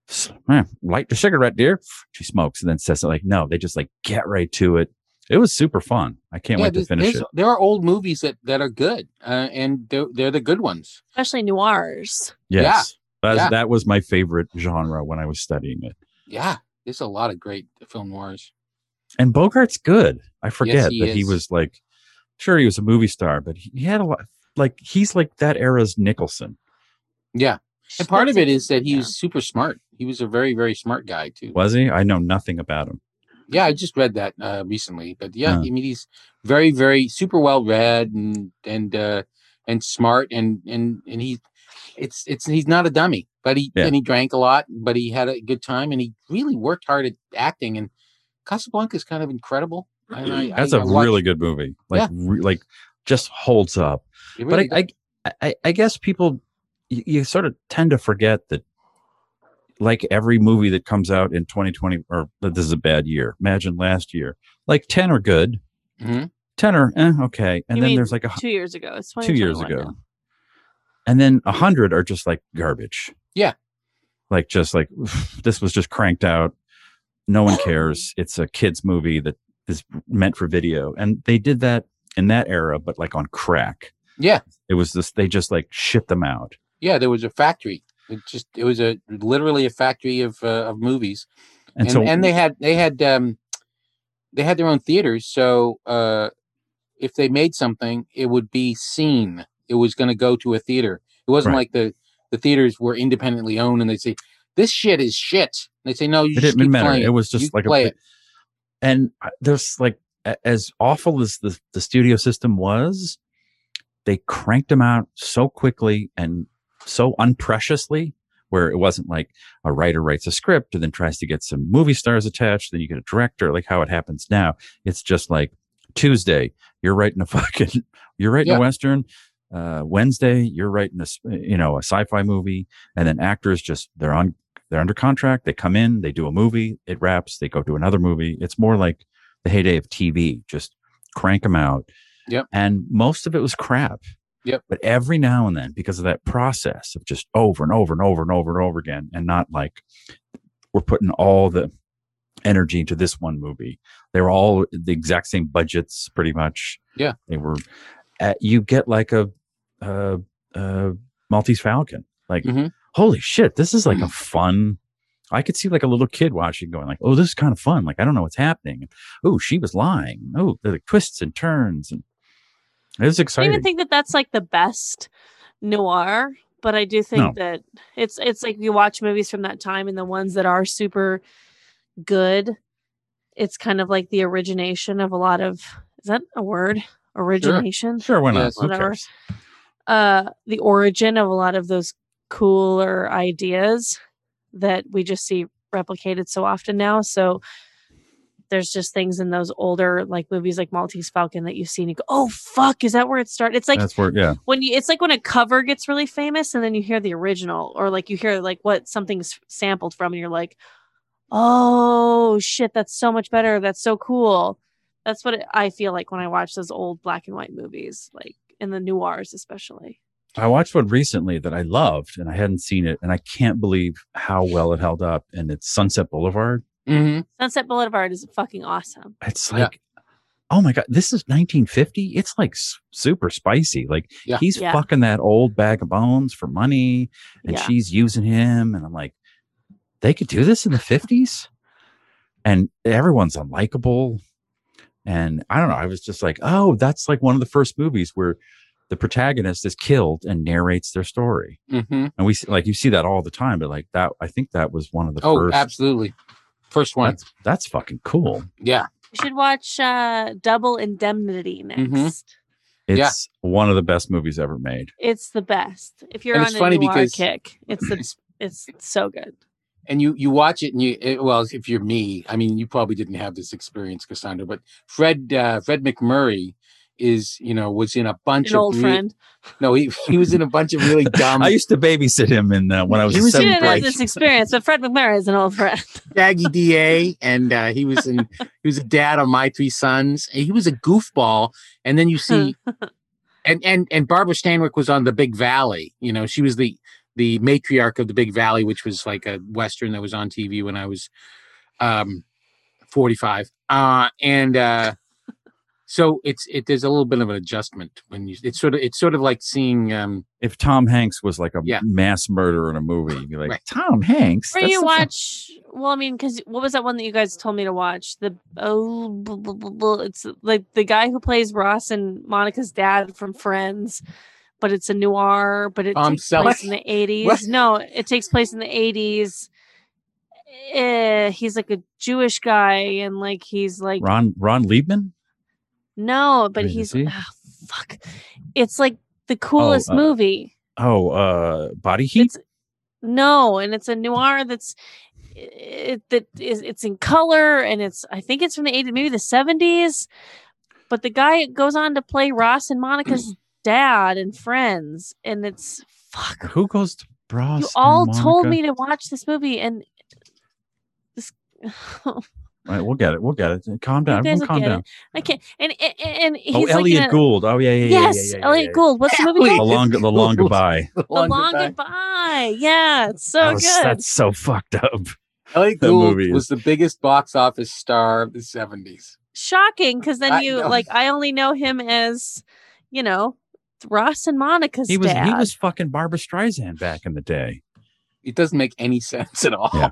Speaker 4: to light the cigarette, dear. She smokes and then says it like, no, they just like get right to it. It was super fun. I can't
Speaker 3: yeah,
Speaker 4: wait to
Speaker 3: there's-
Speaker 4: finish
Speaker 3: there's-
Speaker 4: it.
Speaker 3: There are old movies that, that are good, uh, and they're, they're the good ones.
Speaker 1: especially noirs.
Speaker 3: yeah,
Speaker 4: Yes. That's,
Speaker 3: yeah.
Speaker 4: That was my favorite genre when I was studying it.
Speaker 3: Yeah, there's a lot of great film noirs.
Speaker 4: and Bogart's good. I forget
Speaker 3: he
Speaker 4: that he
Speaker 3: is.
Speaker 4: was like, sure, he was a movie star, but he, he had a lot. Like he's like that era's Nicholson.
Speaker 3: Yeah, and part of it is that he
Speaker 1: Yeah.
Speaker 3: was super smart. He was a very very smart guy too.
Speaker 4: Was he? I know nothing about him.
Speaker 3: Yeah, I just read that uh, recently, but yeah,
Speaker 4: Huh.
Speaker 3: I mean he's very very super well read and and uh, and smart and and and he, it's it's he's not a dummy, but he
Speaker 4: Yeah.
Speaker 3: and he drank a lot, but he had a good time and he really worked hard at acting. And Casablanca is kind of incredible. And I- I-
Speaker 4: That's
Speaker 3: I
Speaker 4: a
Speaker 3: watched-
Speaker 4: really good movie. Like,
Speaker 3: Yeah.
Speaker 4: re- like just holds up.
Speaker 3: it really
Speaker 4: but I, I, I, I guess people, you, you sort of tend to forget that. Like every movie that comes out in 2020, or that this is a bad year. Imagine last year. Like ten are good,
Speaker 3: does. Mhm.
Speaker 4: ten are eh, okay, and
Speaker 1: You
Speaker 4: then
Speaker 1: mean
Speaker 4: there's like a
Speaker 1: Two years ago, it's
Speaker 4: two years
Speaker 1: 2021
Speaker 4: ago.
Speaker 1: now.
Speaker 4: And then a hundred are just like garbage.
Speaker 3: Yeah.
Speaker 4: Like just like this was just cranked out. No one cares. It's a kids movie that is meant for video. And they did that in that era, but like on crack.
Speaker 3: Yeah.
Speaker 4: It was this they just like shipped them out.
Speaker 3: Yeah, there was a factory. It just it was a literally a factory of uh, of movies,
Speaker 4: And,
Speaker 3: and
Speaker 4: so
Speaker 3: and, they had they had um they had their own theaters. So uh, if they made something, it would be seen. It was going to go to a theater. It wasn't
Speaker 4: Right.
Speaker 3: like the the theaters were independently owned, and they say this shit is shit. And they say no, you
Speaker 4: it
Speaker 3: just
Speaker 4: didn't
Speaker 3: keep
Speaker 4: matter.
Speaker 3: playing
Speaker 4: It was just
Speaker 3: You
Speaker 4: like
Speaker 3: play
Speaker 4: a
Speaker 3: it.
Speaker 4: and I- there's like a- as awful as the, the studio system was they cranked them out so quickly and so unpreciously where it wasn't like a writer writes a script and then tries to get some movie stars attached then you get a director like how it happens now it's just like tuesday you're writing a fucking you're writing
Speaker 3: Yeah.
Speaker 4: a western uh, wednesday you're writing a s- you know a sci-fi movie and then actors just they're on they're under contract they come in they do a movie it wraps they go to another movie it's more like the heyday of tv just crank them out
Speaker 3: Yep.
Speaker 4: and most of it was crap
Speaker 3: Yep.
Speaker 4: but every now and then because of that process of just over and over and over and over and over again and not like we're putting all the energy into this one movie they were all the exact same budgets pretty much
Speaker 3: Yeah.
Speaker 4: they were uh you get like a uh uh maltese falcon like
Speaker 3: Mhm.
Speaker 4: holy shit, this is like a fun. I could see like a little kid watching, going like, "Oh, this is kind of fun." Like I don't know what's happening. Oh, she was lying. Oh, the like, twists and turns, and it was
Speaker 1: I don't
Speaker 4: exciting.
Speaker 1: even think that that's like the best noir, but I do think
Speaker 4: No.
Speaker 1: that it's it's like you watch movies from that time and the ones that are super good. It's kind of like the origination of a lot of is that a word? Origination.
Speaker 4: sure, why not?
Speaker 3: Yes.
Speaker 4: Who
Speaker 1: Whatever.
Speaker 4: cares?
Speaker 1: Uh the origin of a lot of those cooler ideas that we just see replicated so often now. So there's just things in those older like movies like Maltese Falcon that you see and you go, Oh fuck, is that where it started? It's like
Speaker 4: That's where, yeah,
Speaker 1: when you it's like when a cover gets really famous and then you hear the original or like you hear like what something's sampled from and you're like oh shit that's so much better that's so cool that's what it, i feel like when i watch those old black and white movies like in the noirs especially
Speaker 4: I watched one recently that I loved, and I hadn't seen it, and I can't believe how well it held up. And it's Sunset Boulevard.
Speaker 3: Mhm.
Speaker 1: sunset boulevard is fucking awesome
Speaker 4: It's
Speaker 3: Yeah.
Speaker 4: like, oh my god, this is 1950. It's like s- super spicy. Like
Speaker 3: Yeah.
Speaker 4: he's
Speaker 1: Yeah.
Speaker 4: fucking that old bag of bones for money. and
Speaker 1: yeah
Speaker 4: she's using him and i'm like they could do this in the 50s and everyone's unlikable and i don't know i was just like oh that's like one of the first movies where the protagonist is killed and narrates their story
Speaker 3: Mhm.
Speaker 4: and we see, like you see that all the time but like that i think that was one of the
Speaker 3: Oh,
Speaker 4: first
Speaker 3: absolutely. First one.
Speaker 4: that's that's fucking cool
Speaker 3: Yeah.
Speaker 1: you should watch uh double indemnity next
Speaker 3: Mhm.
Speaker 4: it's
Speaker 3: Yeah.
Speaker 4: one of the best movies ever made
Speaker 1: it's the best if you're
Speaker 3: And
Speaker 1: on
Speaker 3: it's
Speaker 1: a
Speaker 3: funny
Speaker 1: noir
Speaker 3: because-
Speaker 1: kick it's the, it's so good
Speaker 3: and you you watch it and you it, well if you're me i mean you probably didn't have this experience cassandra but fred uh, fred mcmurray is you know was in a bunch
Speaker 1: an
Speaker 3: of
Speaker 1: old
Speaker 3: re-
Speaker 1: friend.
Speaker 3: no he, he was in a bunch of really dumb
Speaker 4: I used to babysit him in uh, when I was,
Speaker 3: He
Speaker 4: in
Speaker 3: was
Speaker 1: She
Speaker 4: seventh
Speaker 1: didn't have
Speaker 4: grade.
Speaker 1: this experience, but Fred McMurray is an old friend.
Speaker 3: Shaggy DA, and uh, he was in, he was a dad on My Three Sons. and He was a goofball, and then you see, and and and Barbara Stanwyck was on The Big Valley. You know, she was the the matriarch of The Big Valley, which was like a western that was on TV when I was um, forty five, uh, and uh, so it's it there's a little bit of an adjustment when you it's sort of it's sort of like seeing um,
Speaker 4: If Tom Hanks was like a
Speaker 3: Yeah.
Speaker 4: mass murderer in a movie, you'd be like,
Speaker 3: Right.
Speaker 4: Tom Hanks.
Speaker 1: Or
Speaker 4: That's
Speaker 1: you
Speaker 4: the-
Speaker 1: watch? Well, I mean, because what was that one that you guys told me to watch? The oh, blah, blah, blah, blah. it's like the guy who plays Ross and Monica's dad from Friends, but it's a noir, but
Speaker 4: Oh,
Speaker 1: it
Speaker 3: Tom
Speaker 1: takes place
Speaker 3: Selleck?
Speaker 1: in the eighties.
Speaker 3: What?
Speaker 1: No, it takes place in the eighties. Eh, he's like a Jewish guy, and like he's like
Speaker 4: Ron Ron Liebman.
Speaker 1: no, but
Speaker 4: Wait, is
Speaker 1: he's
Speaker 4: he?
Speaker 1: ah, fuck. It's like the coolest
Speaker 4: uh,
Speaker 1: movie.
Speaker 4: Oh, uh, Body Heat.
Speaker 1: It's no, and it's a noir that's eh, it that is it's in color and it's I think it's from the 80s, maybe the 70s. But the guy goes on to play Ross and Monica's dad and friends, and it's fuck.
Speaker 4: Who goes to Ross?
Speaker 1: You
Speaker 4: and
Speaker 1: all told
Speaker 4: Monica?
Speaker 1: me to watch this movie, and this
Speaker 4: All right, we'll get it. We'll get it. Calm
Speaker 1: You
Speaker 4: down.
Speaker 1: guys
Speaker 4: Everyone
Speaker 1: will
Speaker 4: calm
Speaker 1: get
Speaker 4: down.
Speaker 1: it. I can't. And and, and he's
Speaker 4: Oh,
Speaker 1: like in
Speaker 4: Elliot
Speaker 1: a-
Speaker 4: Gould. Oh, yeah, yeah, yeah.
Speaker 1: Yes,
Speaker 4: yeah, yeah, yeah,
Speaker 1: Elliot
Speaker 4: yeah.
Speaker 1: Gould. What's the movie
Speaker 3: Elliot
Speaker 4: The
Speaker 1: called?
Speaker 4: long, the long goodbye.
Speaker 1: The Long Goodbye. Yeah, it's so
Speaker 4: That was-
Speaker 1: good.
Speaker 4: That's so fucked up.
Speaker 3: Ellie
Speaker 4: That
Speaker 3: Gould
Speaker 4: movie
Speaker 3: was
Speaker 4: is-
Speaker 3: the biggest box office star of the seventies.
Speaker 1: shocking because then
Speaker 3: I
Speaker 1: you
Speaker 3: know.
Speaker 1: like I only know him as you know Ross and Monica's
Speaker 4: He was
Speaker 1: dad.
Speaker 4: he was fucking Barbara Streisand back in the day.
Speaker 3: It doesn't make any sense at all.
Speaker 4: Yeah.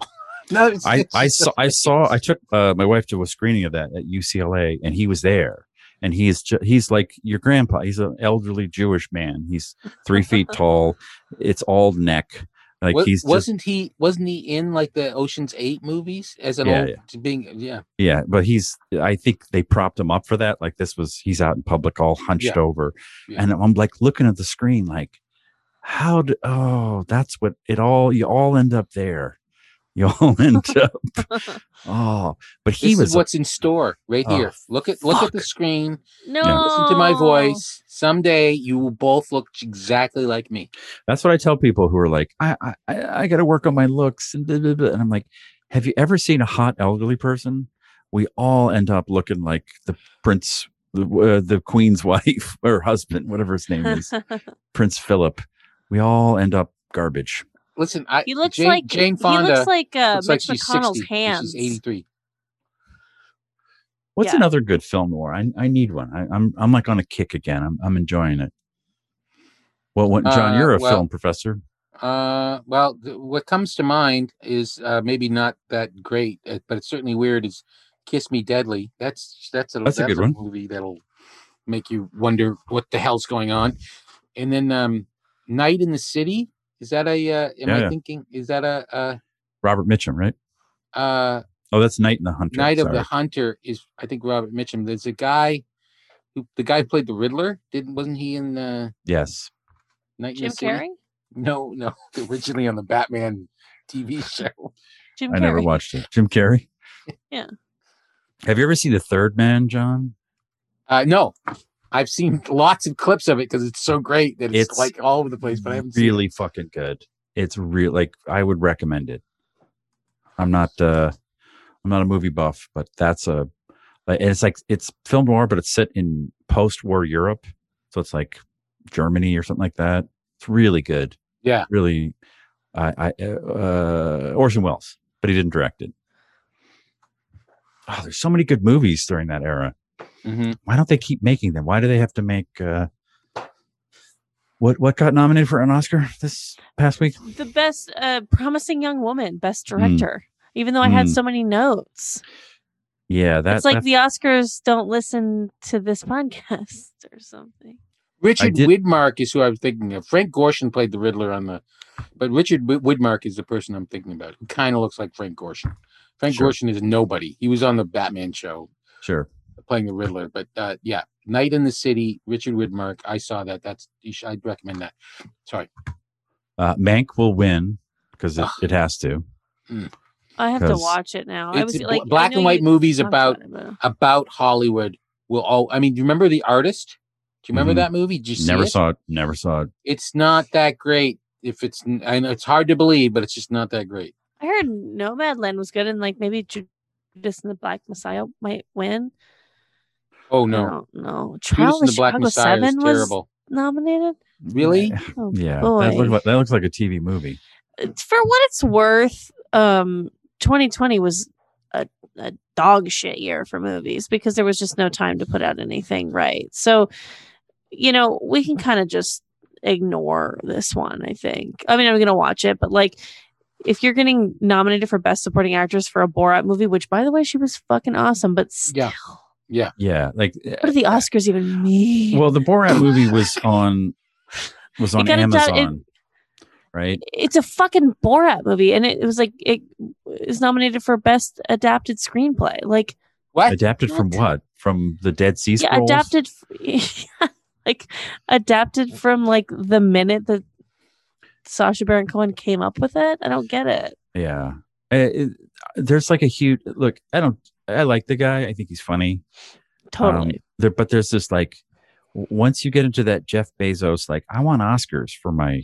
Speaker 3: no, it's,
Speaker 4: I,
Speaker 3: it's
Speaker 4: I
Speaker 3: just-
Speaker 4: saw I saw I took uh, my wife to a screening of that at UCLA, and he was there. And he's ju- he's like your grandpa. He's an elderly Jewish man. He's three feet tall. It's all neck. Like
Speaker 3: Wa-
Speaker 4: he's just,
Speaker 3: wasn't he wasn't he in like the Ocean's Eight movies as an
Speaker 4: Yeah,
Speaker 3: old being yeah
Speaker 4: yeah, but he's. I think they propped him up for that. Like this was he's out in public, all hunched
Speaker 3: Yeah.
Speaker 4: over,
Speaker 3: Yeah.
Speaker 4: and I'm like looking at the screen, like how? Do, oh, that's what it all. You all end up there. You all end up. oh, but he
Speaker 3: this
Speaker 4: was
Speaker 3: is what's in store right
Speaker 4: Oh,
Speaker 3: here look at look at the
Speaker 4: fuck.
Speaker 3: screen
Speaker 1: no
Speaker 3: listen to
Speaker 1: Oh.
Speaker 3: my voice someday you will both look exactly like me
Speaker 4: That's what I tell people who are like, I I, I got to work on my looks, and, blah, blah, blah. and I'm like, have you ever seen a hot elderly person? We all end up looking like the prince, the, uh, the queen's wife or husband, whatever his name is, Prince Philip. We all end up garbage.
Speaker 3: listen I
Speaker 1: he looks
Speaker 3: Jane,
Speaker 1: like
Speaker 3: Jane Fonda
Speaker 1: He looks like uh,
Speaker 3: looks
Speaker 1: Mitch
Speaker 3: she's
Speaker 1: McConnell's
Speaker 3: 60,
Speaker 1: hands.
Speaker 3: she's 83
Speaker 4: What's
Speaker 1: Yeah.
Speaker 4: another good film noir? I, I need one. I, I'm I'm like on a kick again. I'm I'm enjoying it. Well, what, John,
Speaker 3: Uh,
Speaker 4: you're a
Speaker 3: well-
Speaker 4: film professor.
Speaker 3: Uh, well, th- what comes to mind is uh, maybe not that great, uh, but it's certainly weird. Is "Kiss Me Deadly"? That's that's a
Speaker 4: That's a good one.
Speaker 3: movie that'll make you wonder what the hell's going on. And then um, "Night in the City" is that a? Uh, am I
Speaker 4: Yeah.
Speaker 3: thinking? Is that a,
Speaker 4: Robert Mitchum, right?
Speaker 3: a, uh
Speaker 4: Oh, that's Night in the Hunter.
Speaker 3: "Night of
Speaker 4: Sorry.
Speaker 3: the Hunter"? Is I think Robert Mitchum. There's a guy who the guy who played the Riddler. Didn't wasn't he in uh,
Speaker 4: yes.
Speaker 3: "Night in
Speaker 1: Jim
Speaker 3: the City"?
Speaker 1: Carrey.
Speaker 3: No, no, originally on the Batman TV show.
Speaker 1: Jim
Speaker 4: I never
Speaker 1: Carrey.
Speaker 4: watched it. Jim Carrey.
Speaker 1: Yeah.
Speaker 4: Have you ever seen The Third Man, John?
Speaker 3: Uh, no, I've seen lots of clips of it because it's so great that it's,
Speaker 4: It's
Speaker 3: like all over the place. But I haven't seen
Speaker 4: really fucking good. It's real. Like I would recommend it. I'm not. uh I'm not a movie buff, but that's a. Like, and it's like it's film noir, but it's set in post-war Europe, so it's like Germany or something like that. It's really good.
Speaker 3: Yeah.
Speaker 4: Really, I, I uh, Orson Welles, but he didn't direct it. Oh, there's so many good movies during that era.
Speaker 3: it. Mhm.
Speaker 4: why don't they keep making them? Why do they have to make uh what what got nominated for an Oscar this past week?
Speaker 1: The best uh, promising young woman, best
Speaker 4: Hmm.
Speaker 1: director. Even though I had
Speaker 4: Mm.
Speaker 1: so many notes,
Speaker 4: Yeah, that,
Speaker 1: it's like
Speaker 4: that-
Speaker 1: the Oscars don't listen to this podcast or something.
Speaker 3: Richard
Speaker 4: did-
Speaker 3: Widmark is who I was thinking of. Frank Gorshin played the Riddler on the, but Richard Wi- Widmark is the person I'm thinking about. Who kind of looks like Frank Gorshin. Frank
Speaker 4: Sure.
Speaker 3: Gorshin is nobody. He was on the Batman show
Speaker 4: sure.
Speaker 3: playing the Riddler. But uh, yeah, Night in the City, Richard Widmark. I saw that. That's you should, I'd recommend that. Sorry.
Speaker 4: Uh Mank will win because it,
Speaker 3: Ugh.
Speaker 4: it has to.
Speaker 3: Mm.
Speaker 1: I have to
Speaker 4: 'Cause
Speaker 1: watch it now. I
Speaker 3: It's
Speaker 1: was
Speaker 3: bl-
Speaker 1: like I
Speaker 3: black
Speaker 1: know
Speaker 3: and white
Speaker 1: you
Speaker 3: movies
Speaker 1: talked
Speaker 3: about
Speaker 1: it, but-
Speaker 3: about Hollywood will all. I mean, do you remember The Artist? Do you remember
Speaker 4: Mhm.
Speaker 3: that movie? Did you see
Speaker 4: never
Speaker 3: it?
Speaker 4: saw it. Never saw it.
Speaker 3: It's not that great. If it's, n- I know it's hard to believe, but it's just not that great.
Speaker 1: I heard Nomadland was good, and like maybe Judas and the Black Messiah might win.
Speaker 3: Oh
Speaker 1: I
Speaker 3: no,
Speaker 1: don't know.
Speaker 3: Judas
Speaker 1: Trial
Speaker 3: and
Speaker 1: of
Speaker 3: the Black
Speaker 1: Chicago
Speaker 3: Messiah
Speaker 1: Seven
Speaker 3: is
Speaker 1: was
Speaker 3: terrible.
Speaker 1: nominated.
Speaker 3: Really?
Speaker 1: Oh,
Speaker 4: Yeah,
Speaker 1: boy.
Speaker 4: that looks, like, that looks like a TV movie.
Speaker 1: It's- for what it's worth, um, 2020 was a, a dog shit year for movies because there was just no time to put out anything right. So, you know, we can kind of just ignore this one, I think. I mean, I'm going to watch it, but like, if you're getting nominated for Best Supporting Actress for a Borat movie, which by the way, she was fucking awesome, but still,
Speaker 3: Yeah. Yeah.
Speaker 4: Yeah, like eh,
Speaker 1: what do the Oscars even mean?
Speaker 4: well, the Borat movie was on was on
Speaker 1: got a dot- it-
Speaker 4: Amazon, right?
Speaker 1: it's a fucking Borat movie, and it, it was like it is nominated for best adapted screenplay. Like,
Speaker 3: What?
Speaker 4: Adapted from
Speaker 1: What?
Speaker 4: what? From the Dead Sea Scrolls.
Speaker 1: yeah, adapted, f- like adapted from like the minute that Sasha Baron Cohen came up with it. I don't get it.
Speaker 4: Yeah. Uh, it- there's like a huge look. I don't. I like the guy. I think he's funny. Um,
Speaker 1: Totally.
Speaker 4: there, but there's this like, w- once you get into that Jeff Bezos, like I want Oscars for my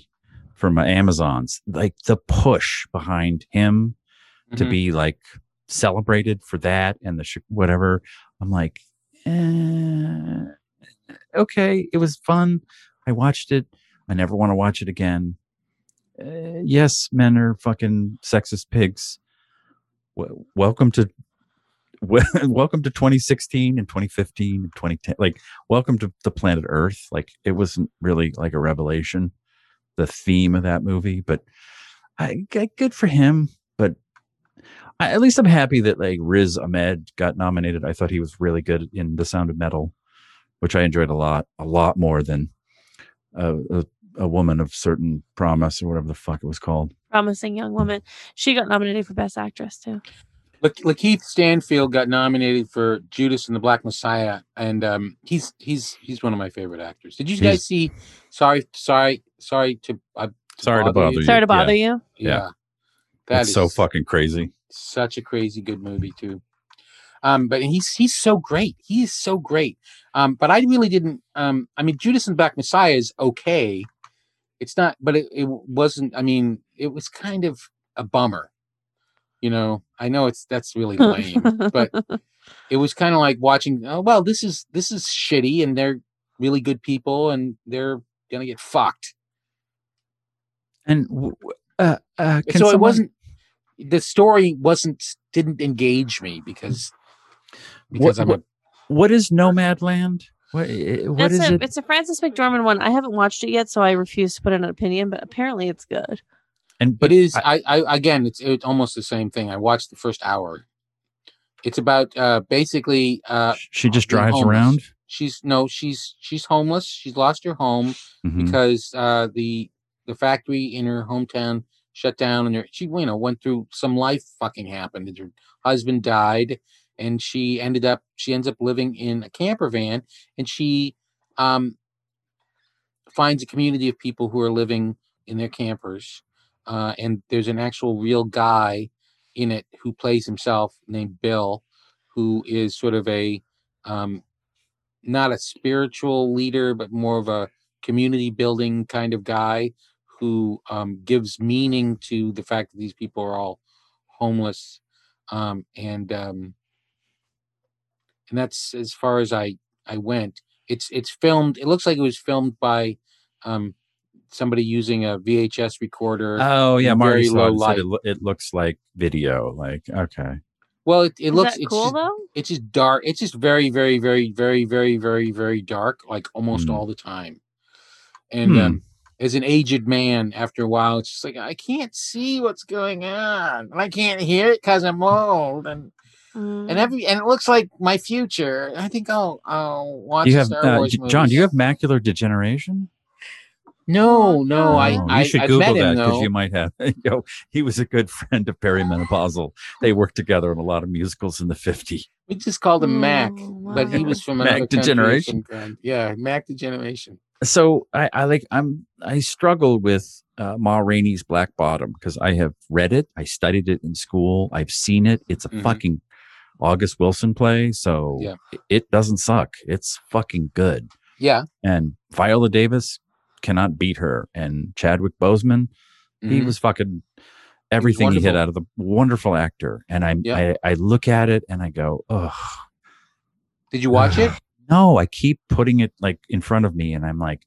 Speaker 4: for my Amazons. Like the push behind him to
Speaker 3: Mhm.
Speaker 4: be like celebrated for that and the sh- whatever. I'm like, eh, okay, it was fun. I watched it. I never want to watch it again. Uh, yes, men are fucking sexist pigs. W- welcome to. wel- Welcome to 2016 and 2015 and 2010. Like, welcome to the planet Earth. Like, it wasn't really like a revelation, the theme of that movie, but I, g- good for him. But I, at least I'm happy that like Riz Ahmed got nominated. I thought he was really good in The Sound of Metal, which I enjoyed a lot, a lot more than uh, a, a woman of certain promise or whatever the fuck it was called.
Speaker 1: Promising young woman. She got nominated for best actress too.
Speaker 3: La- Lakeith Stanfield got nominated for Judas and the Black Messiah, and um, he's he's he's one of my favorite actors. Did you guys
Speaker 4: He's-
Speaker 3: see? Sorry, sorry, sorry to, uh,
Speaker 4: Sorry to bother you.
Speaker 1: Sorry to bother you.
Speaker 3: Yeah,
Speaker 4: Yeah.
Speaker 3: that
Speaker 4: It's
Speaker 3: is
Speaker 4: so fucking crazy.
Speaker 3: Such a crazy good movie too. Um, but he's he's so great. He is so great. Um, but I really didn't. Um, I mean, Judas and the Black Messiah is okay. It's not, but it, it wasn't. I mean, it was kind of a bummer. You know, I know it's that's really lame, but it was kind of like watching oh well this is this is shitty and they're really good people and they're gonna get fucked
Speaker 4: And w- w- uh, uh,
Speaker 3: And
Speaker 4: can
Speaker 3: so it
Speaker 4: someone-
Speaker 3: wasn't the story wasn't didn't engage me because because i'm
Speaker 4: what, what is Nomadland? What, i- what
Speaker 1: That's
Speaker 4: is
Speaker 1: a,
Speaker 4: it?
Speaker 1: It's a Francis McDormand one. I haven't watched it yet, so I refuse to put in an opinion. But apparently, it's good.
Speaker 4: And
Speaker 3: a it
Speaker 4: but
Speaker 3: is
Speaker 4: I-
Speaker 3: I, I again it's it's almost the same thing i watched the first hour it's about uh basically uh
Speaker 4: she just
Speaker 3: being
Speaker 4: drives
Speaker 3: homeless.
Speaker 4: around.
Speaker 3: she's no she's she's homeless she's lost her home
Speaker 4: Mhm.
Speaker 3: because uh, the the factory in her hometown shut down, and her, she you know went through some life fucking happened. and Her husband died, and she ended up she ends up living in a camper van, and she um, finds a community of people who are living in their campers, uh, and there's an actual real guy in it who plays himself named Bill, who is sort of a um, not a spiritual leader, but more of a community building kind of guy who um, gives meaning to the fact that these people are all homeless um, and um, and that's as far as I I went. It's it's filmed. It looks like it was filmed by um, somebody using a VHS recorder.
Speaker 1: Uh,
Speaker 4: Oh yeah,
Speaker 3: in
Speaker 4: Marty
Speaker 3: very low
Speaker 4: saw it, and said
Speaker 3: light.
Speaker 4: it, lo- it looks like video. Like okay,
Speaker 3: well, it, it
Speaker 1: Is
Speaker 3: looks
Speaker 1: that
Speaker 3: it's
Speaker 1: cool
Speaker 3: just,
Speaker 1: though?
Speaker 3: it's just dark. It's just very very very very very very very dark, like almost
Speaker 4: Mm.
Speaker 3: all the time. And
Speaker 4: Hmm.
Speaker 3: um, as an aged man, after a while, it's just like I can't see what's going on, and I can't hear it because I'm old, and
Speaker 1: Mm.
Speaker 4: Hmm.
Speaker 3: and every and it looks like my future. I think I'll I'll watch
Speaker 4: do you
Speaker 3: the
Speaker 4: have
Speaker 3: Star
Speaker 4: uh,
Speaker 3: Wars
Speaker 4: J- John? Do you
Speaker 3: movies.
Speaker 4: have macular degeneration?
Speaker 3: No, no, I
Speaker 4: Oh, you
Speaker 3: I,
Speaker 4: should
Speaker 3: I
Speaker 4: Google
Speaker 3: met
Speaker 4: that
Speaker 3: him
Speaker 4: because
Speaker 3: though.
Speaker 4: you might have. You know, he was a good friend of Perry Menopausal. They worked together on a lot of musicals in the 50s.
Speaker 3: we just called him Mac,
Speaker 1: Oh,
Speaker 3: but he
Speaker 1: wow.
Speaker 3: was from
Speaker 4: Mac
Speaker 3: another country
Speaker 4: Degeneration.
Speaker 3: from- Yeah, Mac degeneration.
Speaker 4: So I, I like I'm I struggle with uh, Ma Rainey's Black Bottom because I have read it. I studied it in school. I've seen it. It's a
Speaker 3: Mhm.
Speaker 4: fucking August Wilson play. So
Speaker 3: Yeah.
Speaker 4: it- it doesn't suck. It's fucking good.
Speaker 3: Yeah.
Speaker 4: And Viola Davis cannot beat her. And Chadwick Boseman, he
Speaker 3: Mhm.
Speaker 4: was fucking everything he hit
Speaker 3: wonderful.
Speaker 4: out of the wonderful actor. And I'm,
Speaker 3: Yeah.
Speaker 4: I, I look at it and I go, oh,
Speaker 3: Did you watch it?
Speaker 4: no, I keep putting it like in front of me, and I'm like,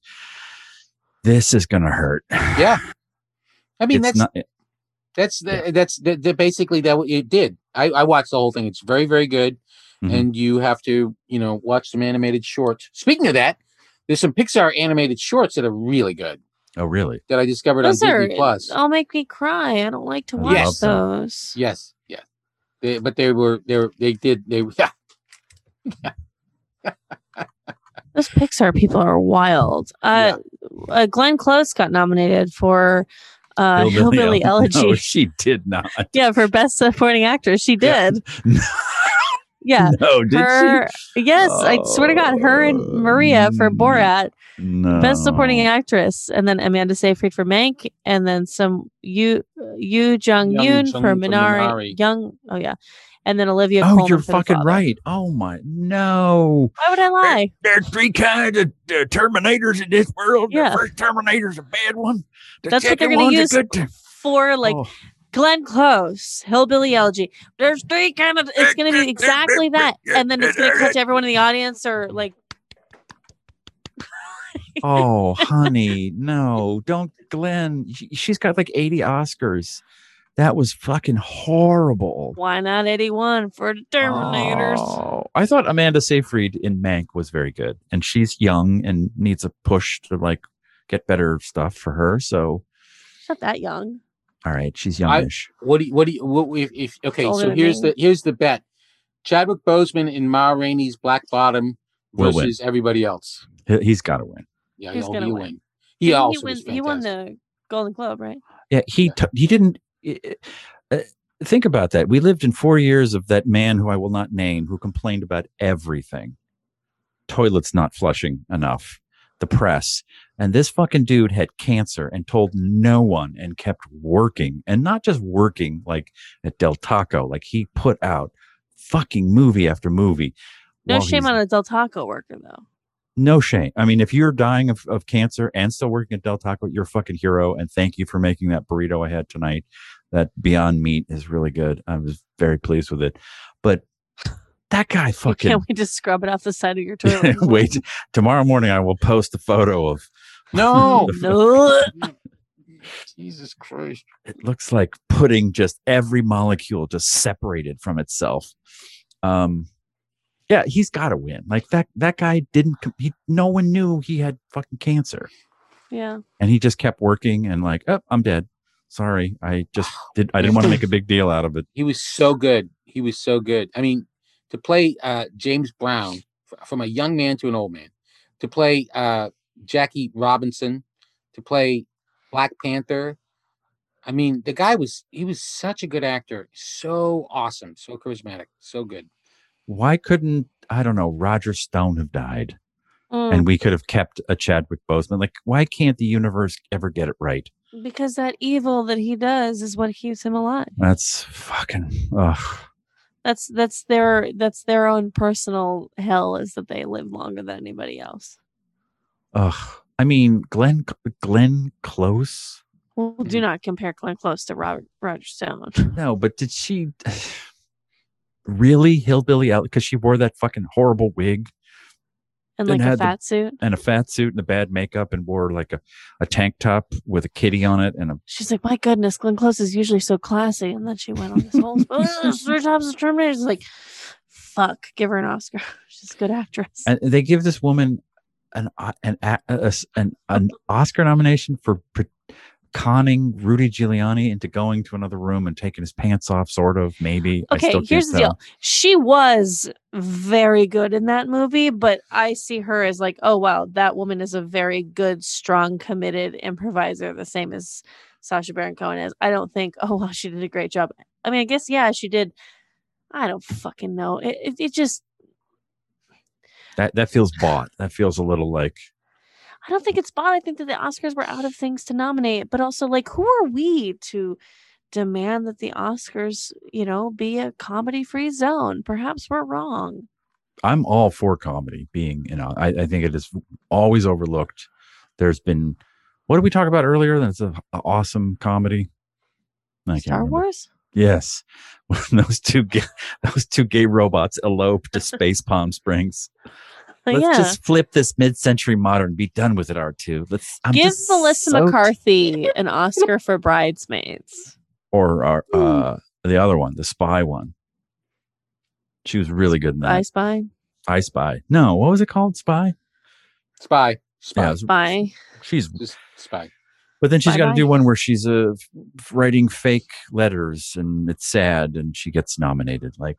Speaker 4: this is gonna hurt. I
Speaker 3: Yeah. I mean, that's
Speaker 4: not, eh,
Speaker 3: that's the, that's the, the, basically that what it did. I, I watched the whole thing. It's very very good,
Speaker 1: Mm-hmm.
Speaker 4: Mhm.
Speaker 3: and you have to you know watch some animated shorts. Speaking of that, there's some Pixar animated shorts that are really good
Speaker 4: oh really?
Speaker 3: that I discovered
Speaker 1: Those
Speaker 3: on
Speaker 1: are uh,
Speaker 3: Disney Plus.
Speaker 1: all make me cry. I don't like to
Speaker 4: I
Speaker 1: watch
Speaker 3: love
Speaker 4: them.
Speaker 1: those.
Speaker 3: Yes, yes, they, but they were they were, they did they yeah
Speaker 1: Those Pixar people are wild. Uh, uh, Glenn Close got nominated for uh, Hillbilly, Elegy.
Speaker 4: No, she did not.
Speaker 1: yeah, for best supporting actress, she
Speaker 3: Yeah.
Speaker 1: did.
Speaker 4: No,
Speaker 1: Yeah,
Speaker 4: no, did
Speaker 1: her. Yes, I swear to God, her and
Speaker 4: Oh,
Speaker 1: Maria for
Speaker 4: mm.
Speaker 1: Borat,
Speaker 4: she? No.
Speaker 1: best supporting actress, and then Amanda Seyfried for Mank, and then some Yu Yu Jung Yoon
Speaker 3: Young Jung
Speaker 1: for
Speaker 3: for
Speaker 1: Minari.
Speaker 3: Minari.
Speaker 1: Young, oh yeah, and then Olivia.
Speaker 4: Oh,
Speaker 1: Colman
Speaker 4: you're
Speaker 1: for The
Speaker 4: fucking
Speaker 1: Father.
Speaker 4: right. Oh my no.
Speaker 1: Why would I lie?
Speaker 4: There are three kinds of uh, Terminators in this world.
Speaker 1: Yeah.
Speaker 4: The first Terminator's a bad one. The
Speaker 1: That's what they're
Speaker 4: second
Speaker 1: gonna
Speaker 4: one's a
Speaker 1: use
Speaker 4: good ter-
Speaker 1: For like
Speaker 4: Oh,
Speaker 1: Glenn Close,
Speaker 3: Mm-hmm.
Speaker 1: Hillbilly Elegy. There's three kind of. It's going to be exactly that, and then it's going to catch everyone in the audience or like.
Speaker 4: oh, honey, no, don't, Glenn. She, she's got like 80 Oscars. That was fucking horrible.
Speaker 1: Why not 81 for the Terminators?
Speaker 4: Oh, I thought Amanda Seyfried in Mank was very good, and she's young and needs a push to like get better stuff for her. So,
Speaker 1: She's not that young.
Speaker 4: all right, she's
Speaker 3: I-
Speaker 4: youngish.
Speaker 3: What do you, what do you, what if, if okay?
Speaker 1: Older
Speaker 3: So
Speaker 1: than
Speaker 3: here's
Speaker 1: me.
Speaker 3: the here's the bet: Chadwick Boseman in Ma Rainey's Black Bottom
Speaker 4: Will win.
Speaker 3: versus everybody else.
Speaker 4: He- He's got to win.
Speaker 3: Yeah,
Speaker 1: Who's
Speaker 3: he'll,
Speaker 1: gonna
Speaker 3: he'll
Speaker 1: win?
Speaker 3: win. He
Speaker 1: Didn't
Speaker 3: also
Speaker 1: he, win,
Speaker 3: was
Speaker 1: he won
Speaker 3: fantastic.
Speaker 1: the Golden Globe, right?
Speaker 4: Yeah, he t- he didn't. i- i- uh, think about that. We lived in four years of that man who I will not name who complained about everything: toilets not flushing enough, the press, and this fucking dude had cancer and told no one and kept working, and not just working like at Del Taco, like he put out fucking movie after movie.
Speaker 1: No
Speaker 4: while
Speaker 1: shame
Speaker 4: he's-
Speaker 1: on a Del Taco worker though.
Speaker 4: no shame. I mean, if you're dying of, of cancer and still working at Del Taco, you're a fucking hero. And thank you for making that burrito I had tonight. That Beyond Meat is really good. I was very pleased with it. But that guy
Speaker 1: You
Speaker 4: fucking
Speaker 1: can't wait to scrub it off the side of your toilet.
Speaker 4: wait. Tomorrow morning, I will post a photo of
Speaker 3: Oh, No,
Speaker 1: no.
Speaker 3: Jesus Christ!
Speaker 4: it looks like pudding, just every molecule just separated from itself. Um, yeah, he's got to win. Like that, that guy didn't, com- he, no one knew he had fucking cancer.
Speaker 1: Yeah.
Speaker 4: and he just kept working and like oh i'm dead sorry i just did i didn't want to make a big deal out of it
Speaker 3: He was so good. He was so good. I mean, to play uh, James Brown f- from a young man to an old man, to play uh, Jackie Robinson, to play Black Panther. I mean, the guy was he was such a good actor, so awesome, so charismatic, so good.
Speaker 4: why couldn't i don't know roger stone have died
Speaker 1: Mm,
Speaker 4: and we could have kept a chadwick boseman like why can't the universe ever get it right
Speaker 1: because that evil that he does is what keeps him alive.
Speaker 4: that's fucking ugh.
Speaker 1: That's that's their that's their own personal hell is that they live longer than anybody else.
Speaker 4: ugh i mean glenn glenn close
Speaker 1: Well, do
Speaker 4: Mm.
Speaker 3: Mhm.
Speaker 1: not compare Glenn Close to Robert Roger Stone.
Speaker 4: no but did she really hillbilly out because she wore that fucking horrible wig
Speaker 1: And
Speaker 4: Didn't
Speaker 1: like a
Speaker 4: have the-
Speaker 1: fat suit.
Speaker 4: and a fat suit and a bad makeup and wore like a, a tank top with a kitty on it and a
Speaker 1: She's like, My goodness, Glenn Close is usually so classy. And then she went on this whole "Ugh, three times the Terminator. It's like, fuck, give her an Oscar. She's a good actress.
Speaker 4: and they give this woman an o- an a- a- s- an, an Oscar nomination for pre- conning Rudy Giuliani into going to another room and taking his pants off, sort of maybe. I
Speaker 1: Okay,
Speaker 4: still can't
Speaker 1: here's the
Speaker 4: tell.
Speaker 1: deal. She was very good in that movie, but I see her as like, oh wow, that woman is a very good, strong, committed improviser, the same as Sasha Baron Cohen is. I don't think, oh wow, she did a great job. I mean, I guess yeah, she did. I don't fucking know. It it, it just
Speaker 4: That that feels bought. That feels a little like
Speaker 1: I don't think it's bad. I think that the Oscars were out of things to nominate, but also like who are we to demand that the Oscars, you know, be a comedy free zone? Perhaps we're wrong.
Speaker 4: I'm all for comedy being, you know, I, I think it is always overlooked. There's been, what did we talk about earlier? That's an awesome comedy. I can't
Speaker 1: Star
Speaker 4: remember.
Speaker 1: Wars?
Speaker 4: Yes, when those two gay, those two gay robots elope to space Palm Springs.
Speaker 1: But
Speaker 4: Let's
Speaker 1: yeah.
Speaker 4: just flip this mid-century modern. Be done with it, R two. Let's I'm
Speaker 1: Give
Speaker 4: just
Speaker 1: Melissa
Speaker 4: so-
Speaker 1: McCarthy an Oscar for Bridesmaids.
Speaker 4: or our,
Speaker 1: Hmm.
Speaker 4: uh, the other one, the spy one. She was really good in
Speaker 1: I
Speaker 4: that.
Speaker 1: spy.
Speaker 4: I, Spy. No, what was it called? Spy.
Speaker 3: Spy. Spy.
Speaker 4: Yeah, it was-
Speaker 1: Spy.
Speaker 4: she's.
Speaker 3: Just spy.
Speaker 4: But then she's got to
Speaker 1: Bye-bye.
Speaker 4: do one where she's uh, f- writing fake letters, and it's sad, and she gets nominated. Like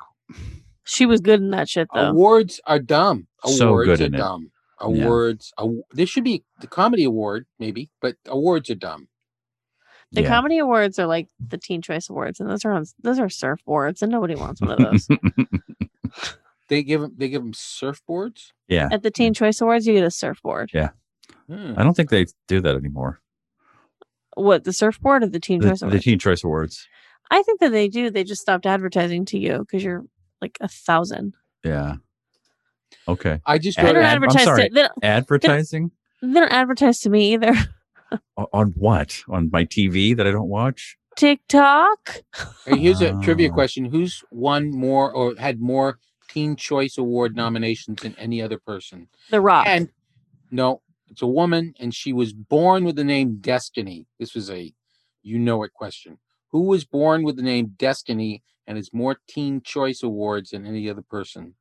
Speaker 1: She was good in that shit
Speaker 4: Oh,
Speaker 1: though.
Speaker 3: Awards are dumb. Awards
Speaker 4: So good
Speaker 3: are
Speaker 4: in it.
Speaker 3: dumb. Awards. aw- there should be the comedy award, maybe, but awards are dumb.
Speaker 1: The
Speaker 4: yeah.
Speaker 1: comedy awards are like the Teen Choice Awards, and those are on those are surfboards, and nobody wants one of those.
Speaker 3: They give them. They give them surfboards.
Speaker 4: yeah,
Speaker 1: At the Teen Choice Awards, you get a surfboard.
Speaker 3: Hmm.
Speaker 4: I don't think they do that anymore.
Speaker 1: What the surfboard or the Teen
Speaker 4: The,
Speaker 1: Choice
Speaker 4: the
Speaker 1: Awards?
Speaker 4: Teen Choice Awards.
Speaker 1: I think that they do. They just stopped advertising to you because you're like a thousand.
Speaker 4: Yeah. Okay.
Speaker 3: I just
Speaker 4: Ad-
Speaker 1: They
Speaker 3: wrote
Speaker 1: don't
Speaker 4: ad- I'm
Speaker 1: advertise.
Speaker 4: sorry.
Speaker 1: To, they, don't,
Speaker 4: Advertising
Speaker 1: they don't advertise to me either.
Speaker 4: O- on what? On my TV that I don't watch?
Speaker 1: TikTok.
Speaker 3: Hey, here's a trivia
Speaker 4: Wow.
Speaker 3: question: Who's won more or had more Teen Choice Award nominations than any other person?
Speaker 1: The Rock.
Speaker 3: And no, it's a woman, and she was born with the name Destiny. This was a you know it question. Who was born with the name Destiny and has more Teen Choice Awards than any other person?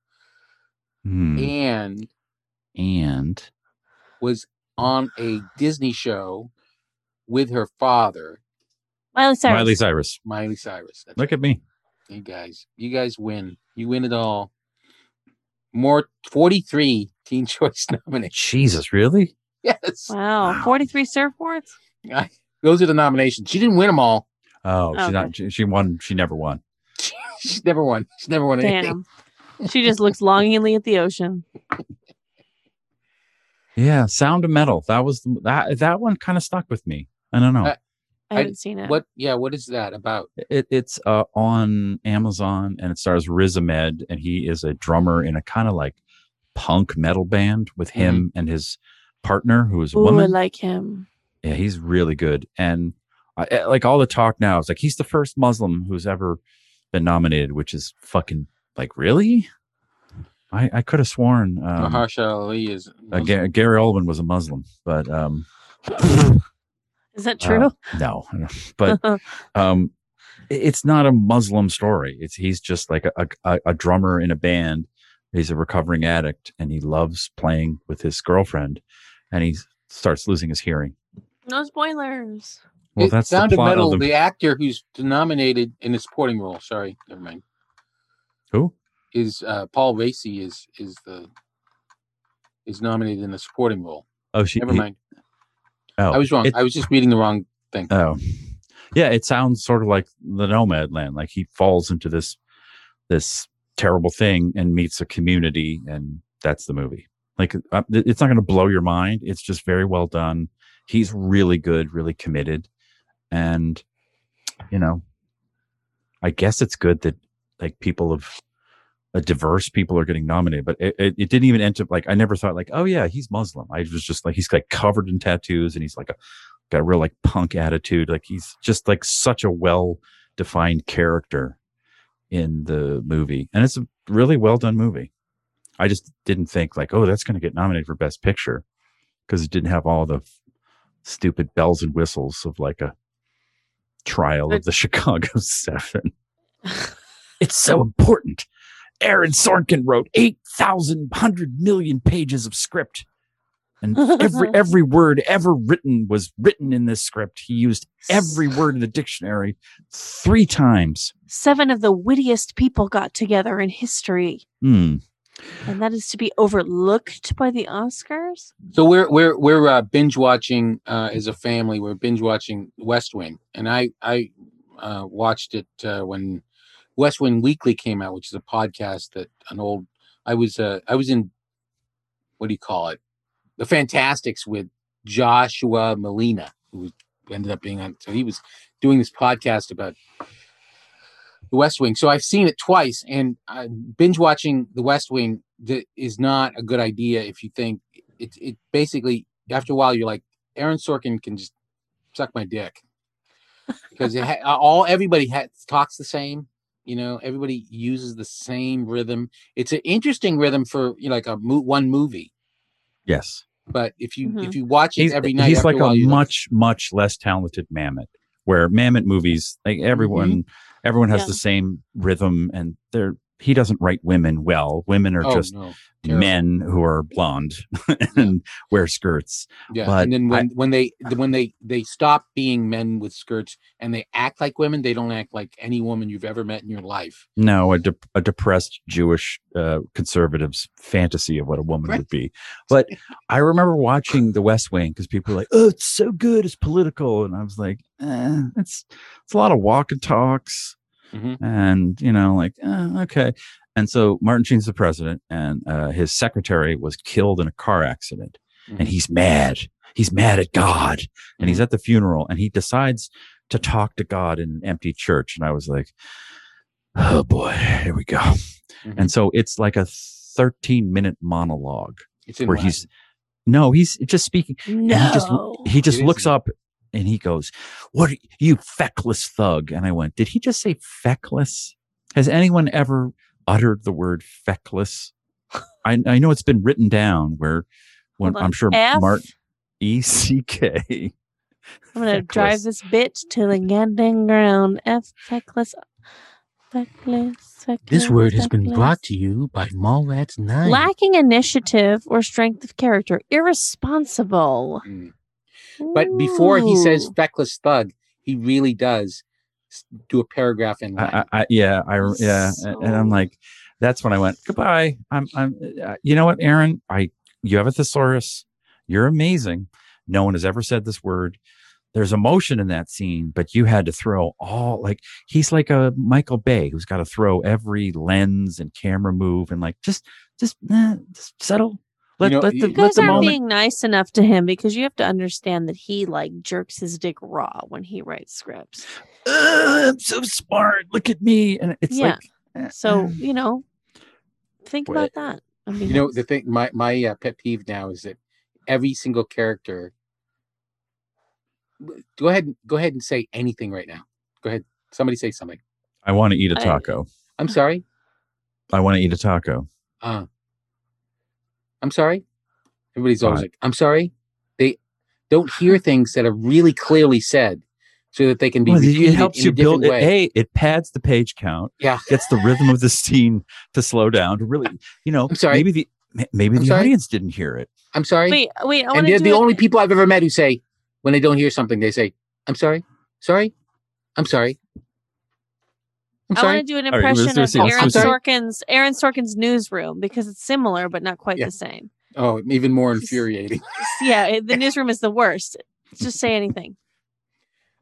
Speaker 4: Hmm.
Speaker 3: And
Speaker 4: And
Speaker 3: was on a Disney show with her father,
Speaker 1: Miley Cyrus.
Speaker 4: Miley Cyrus.
Speaker 3: Miley Cyrus. That's
Speaker 4: Look at me.
Speaker 3: right. you guys. You guys win. You win it all. More 43 Teen Choice nominations.
Speaker 4: Jesus, really?
Speaker 3: Yes.
Speaker 1: Wow,
Speaker 4: Wow.
Speaker 1: forty-three surfboards.
Speaker 3: Those are the nominations. She didn't win them all.
Speaker 4: Oh,
Speaker 1: Okay.
Speaker 4: she's not. She, she won. She never won.
Speaker 3: She's never won. She's never won anything.
Speaker 1: Damn. she just looks longingly at the ocean.
Speaker 4: Yeah, Sound of Metal. That was the- that. That one kind of stuck with me. I don't know.
Speaker 3: Uh,
Speaker 1: I
Speaker 3: I-
Speaker 1: haven't seen it.
Speaker 3: What? Yeah. What is that about?
Speaker 4: it, it's uh, on Amazon and it stars Riz Ahmed, and he is a drummer in a kind of like punk metal band with him and his partner, who is a
Speaker 1: Ooh, I
Speaker 4: woman.
Speaker 1: like him.
Speaker 4: Yeah, he's really good. And I, I- like all the talk now is like he's the first Muslim who's ever been nominated, which is fucking like really. I I could have sworn um, uh,
Speaker 3: Mahershala Ali is
Speaker 4: Ga- Gary Oldman was a Muslim, but um,
Speaker 1: Is that
Speaker 4: Uh,
Speaker 1: true?
Speaker 4: no, but um, i- it's not a Muslim story. It's he's just like a, a a drummer in a band. He's a recovering addict, and he loves playing with his girlfriend, and he starts losing his hearing.
Speaker 1: no spoilers.
Speaker 4: Well,
Speaker 3: It-
Speaker 4: that's the
Speaker 3: Sound of
Speaker 4: plot
Speaker 3: Metal.
Speaker 4: of
Speaker 3: the...
Speaker 4: the-
Speaker 3: actor who's nominated in a supporting role. Sorry, never mind.
Speaker 4: Who?
Speaker 3: Is uh, Paul Racy is is the is nominated in a supporting role.
Speaker 4: Oh, she.
Speaker 3: Never
Speaker 4: he-
Speaker 3: mind.
Speaker 4: oh,
Speaker 3: I was wrong.
Speaker 4: it-
Speaker 3: I was just reading the wrong thing.
Speaker 4: Oh, yeah. It sounds sort of like the Nomad Land. Like he falls into this this terrible thing and meets a community, and that's the movie. Like uh, it- it's not going to blow your mind. It's just very well done. He's really good, really committed, and you know, I guess it's good that like people of a diverse people are getting nominated, but it, it, it didn't even enter. Like I never thought like, oh yeah, he's Muslim. I was just like, he's like covered in tattoos and he's like a, got a real like punk attitude. Like he's just like such a well defined character in the movie. And it's a really well done movie. I just didn't think like, oh, that's going to get nominated for best picture because it didn't have all the stupid bells and whistles of like a trial of the Chicago seven. It's so important. Aaron Sorkin wrote 8,100 million pages of script. And
Speaker 3: Uh-huh.
Speaker 4: every every word ever written was written in this script. He used every word in the dictionary three times.
Speaker 1: Seven of the wittiest people got together in history,
Speaker 4: Hmm.
Speaker 1: and that is to be overlooked by the Oscars.
Speaker 3: So we're we're we're uh, binge watching uh, as a family. We're binge watching West Wing, and I I uh, watched it uh, when West Wing Weekly came out, which is a podcast that an old I was uh, I was in what do you call it the Fantastics with Joshua Molina, who ended up being on. So he was doing this podcast about the West Wing. So I've seen it twice, and uh, binge watching the West Wing that is not a good idea if you think it. It basically after a while you're like Aaron Sorkin can just suck my dick because it ha- all everybody ha- talks the same. You know, everybody uses the same rhythm. It's an interesting rhythm for you know, like a mo- one movie,
Speaker 4: Yes.
Speaker 3: but if you
Speaker 1: Mhm.
Speaker 3: if you watch it
Speaker 4: He's,
Speaker 3: every night,
Speaker 4: he's
Speaker 3: after
Speaker 4: like a
Speaker 3: while, you're
Speaker 4: much, much less talented Mammoth, where Mammoth movies,
Speaker 3: Mm-hmm.
Speaker 4: like everyone, everyone has
Speaker 1: Yeah.
Speaker 4: the same rhythm and they're, he doesn't write women well. Women are
Speaker 3: oh,
Speaker 4: just
Speaker 3: no. terrible.
Speaker 4: men who are blonde and wear skirts.
Speaker 3: Yeah,
Speaker 4: But
Speaker 3: and then
Speaker 4: I-
Speaker 3: when when they the- when they they stop being men with skirts and they act like women, they don't act like any woman you've ever met in your life.
Speaker 4: No, a, de- a depressed Jewish uh, conservative's fantasy of what a woman
Speaker 3: Right.
Speaker 4: would be. But I remember watching The West Wing because people were like, "Oh, it's so good, it's political," and I was like, eh, "It's it's a lot of walk and talks,
Speaker 3: Mhm.
Speaker 4: and you know, like eh, okay." And so Martin Sheen's the president, and uh, his secretary was killed in a car accident,
Speaker 3: Mhm.
Speaker 4: and he's mad. He's mad at God, and he's
Speaker 3: Mhm.
Speaker 4: at the funeral, and he decides to talk to God in an empty church. And I was like, "Oh boy, here we go." And so it's like a 13 minute monologue
Speaker 3: It's in
Speaker 4: where
Speaker 3: Latin.
Speaker 4: he's no, he's just speaking.
Speaker 1: No.
Speaker 4: he just- He just
Speaker 3: It
Speaker 4: looks
Speaker 3: isn't.
Speaker 4: up and he goes, "What are you, you feckless thug?" And I went, "Did he just say feckless? Has anyone ever uttered the word feckless?" I, I know it's been written down where when
Speaker 1: Hold on.
Speaker 4: I'm sure
Speaker 1: F?
Speaker 4: Mark E C K.
Speaker 1: I'm gonna drive
Speaker 4: Feckless.
Speaker 1: this bitch to the goddamn ground. F feckless, feckless, feckless.
Speaker 3: This word has been
Speaker 1: feckless.
Speaker 3: brought to you by Mallrats Nine.
Speaker 1: Lacking initiative or strength of character, irresponsible.
Speaker 3: Mm. But before he says
Speaker 1: Ooh.
Speaker 3: "feckless thug," he really does s- do a paragraph in Latin.
Speaker 4: I, I, I- yeah, I re- yeah, a- and I'm
Speaker 1: So-
Speaker 4: like, that's when I went goodbye. I'm, I'm, uh, you know what, Aaron? I, you have a thesaurus. You're amazing. No one has ever said this word. There's emotion in that scene, but you had to throw all like he's like a Michael Bay who's got to throw every lens and camera move and like just, just, eh, just settle. Let,
Speaker 3: know,
Speaker 4: let the,
Speaker 3: you
Speaker 1: You
Speaker 4: let
Speaker 1: guys
Speaker 4: the
Speaker 1: aren't
Speaker 4: moment.
Speaker 1: being nice enough to him because you have to understand that he like jerks his dick raw when he writes scripts.
Speaker 4: "Ugh, I'm so smart. Look at me, and it's
Speaker 1: Yeah.
Speaker 4: like eh,
Speaker 1: So
Speaker 4: eh.
Speaker 1: you know, think
Speaker 4: Wait.
Speaker 1: about that. I mean,
Speaker 3: you know the thing. My my uh, pet peeve now is that every single character. Go ahead. and Go ahead and say anything right now. Go ahead. Somebody say something.
Speaker 4: I want to eat a
Speaker 1: I-
Speaker 4: taco.
Speaker 3: I'm sorry.
Speaker 4: I want to eat a taco.
Speaker 3: Uh, I'm sorry. Everybody's always
Speaker 4: Right.
Speaker 3: like, I'm sorry. They don't hear things that are really clearly said so that they can be
Speaker 4: Well,
Speaker 3: repeated
Speaker 4: it helps
Speaker 3: in
Speaker 4: you
Speaker 3: a different
Speaker 4: build it.
Speaker 3: way.
Speaker 4: A, it pads the page count.
Speaker 3: Yeah.
Speaker 4: gets the rhythm of the scene to slow down. To really, you know,
Speaker 3: I'm sorry.
Speaker 4: maybe the ma- maybe
Speaker 3: I'm
Speaker 4: the
Speaker 3: sorry.
Speaker 4: audience didn't hear it.
Speaker 3: I'm sorry.
Speaker 1: wait, wait. I want
Speaker 3: and
Speaker 1: to
Speaker 3: they're
Speaker 1: do
Speaker 3: the
Speaker 1: it-
Speaker 3: only people I've ever met who say, when they don't hear something, they say, I'm sorry. Sorry. I'm sorry. I'm
Speaker 1: I want to
Speaker 3: sorry.
Speaker 1: do an
Speaker 4: All right, let's
Speaker 1: impression
Speaker 4: do a
Speaker 1: of
Speaker 4: scene.
Speaker 3: Let's
Speaker 1: Aaron
Speaker 3: do a scene.
Speaker 1: Sorkin's Aaron Sorkin's newsroom because it's similar but not quite
Speaker 3: Yeah.
Speaker 1: the same.
Speaker 3: Oh, even more infuriating.
Speaker 1: Yeah, it- the newsroom is the worst. Just say anything.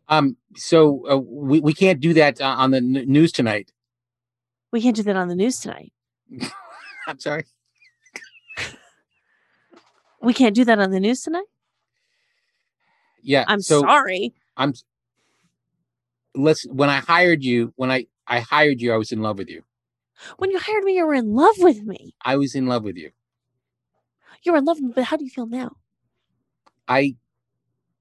Speaker 3: Um, so uh, we, we can't do that uh, on the n- news tonight.
Speaker 1: We can't do that on the news tonight.
Speaker 3: I'm sorry.
Speaker 1: We can't do that on the news tonight.
Speaker 3: Yeah.
Speaker 1: I'm
Speaker 3: so,
Speaker 1: sorry.
Speaker 3: I'm let's when I hired you, when I I hired you, I was in love with you.
Speaker 1: When you hired me, you were in love with me.
Speaker 3: I was in love with you.
Speaker 1: You were in love with me, but how do you feel now?
Speaker 3: I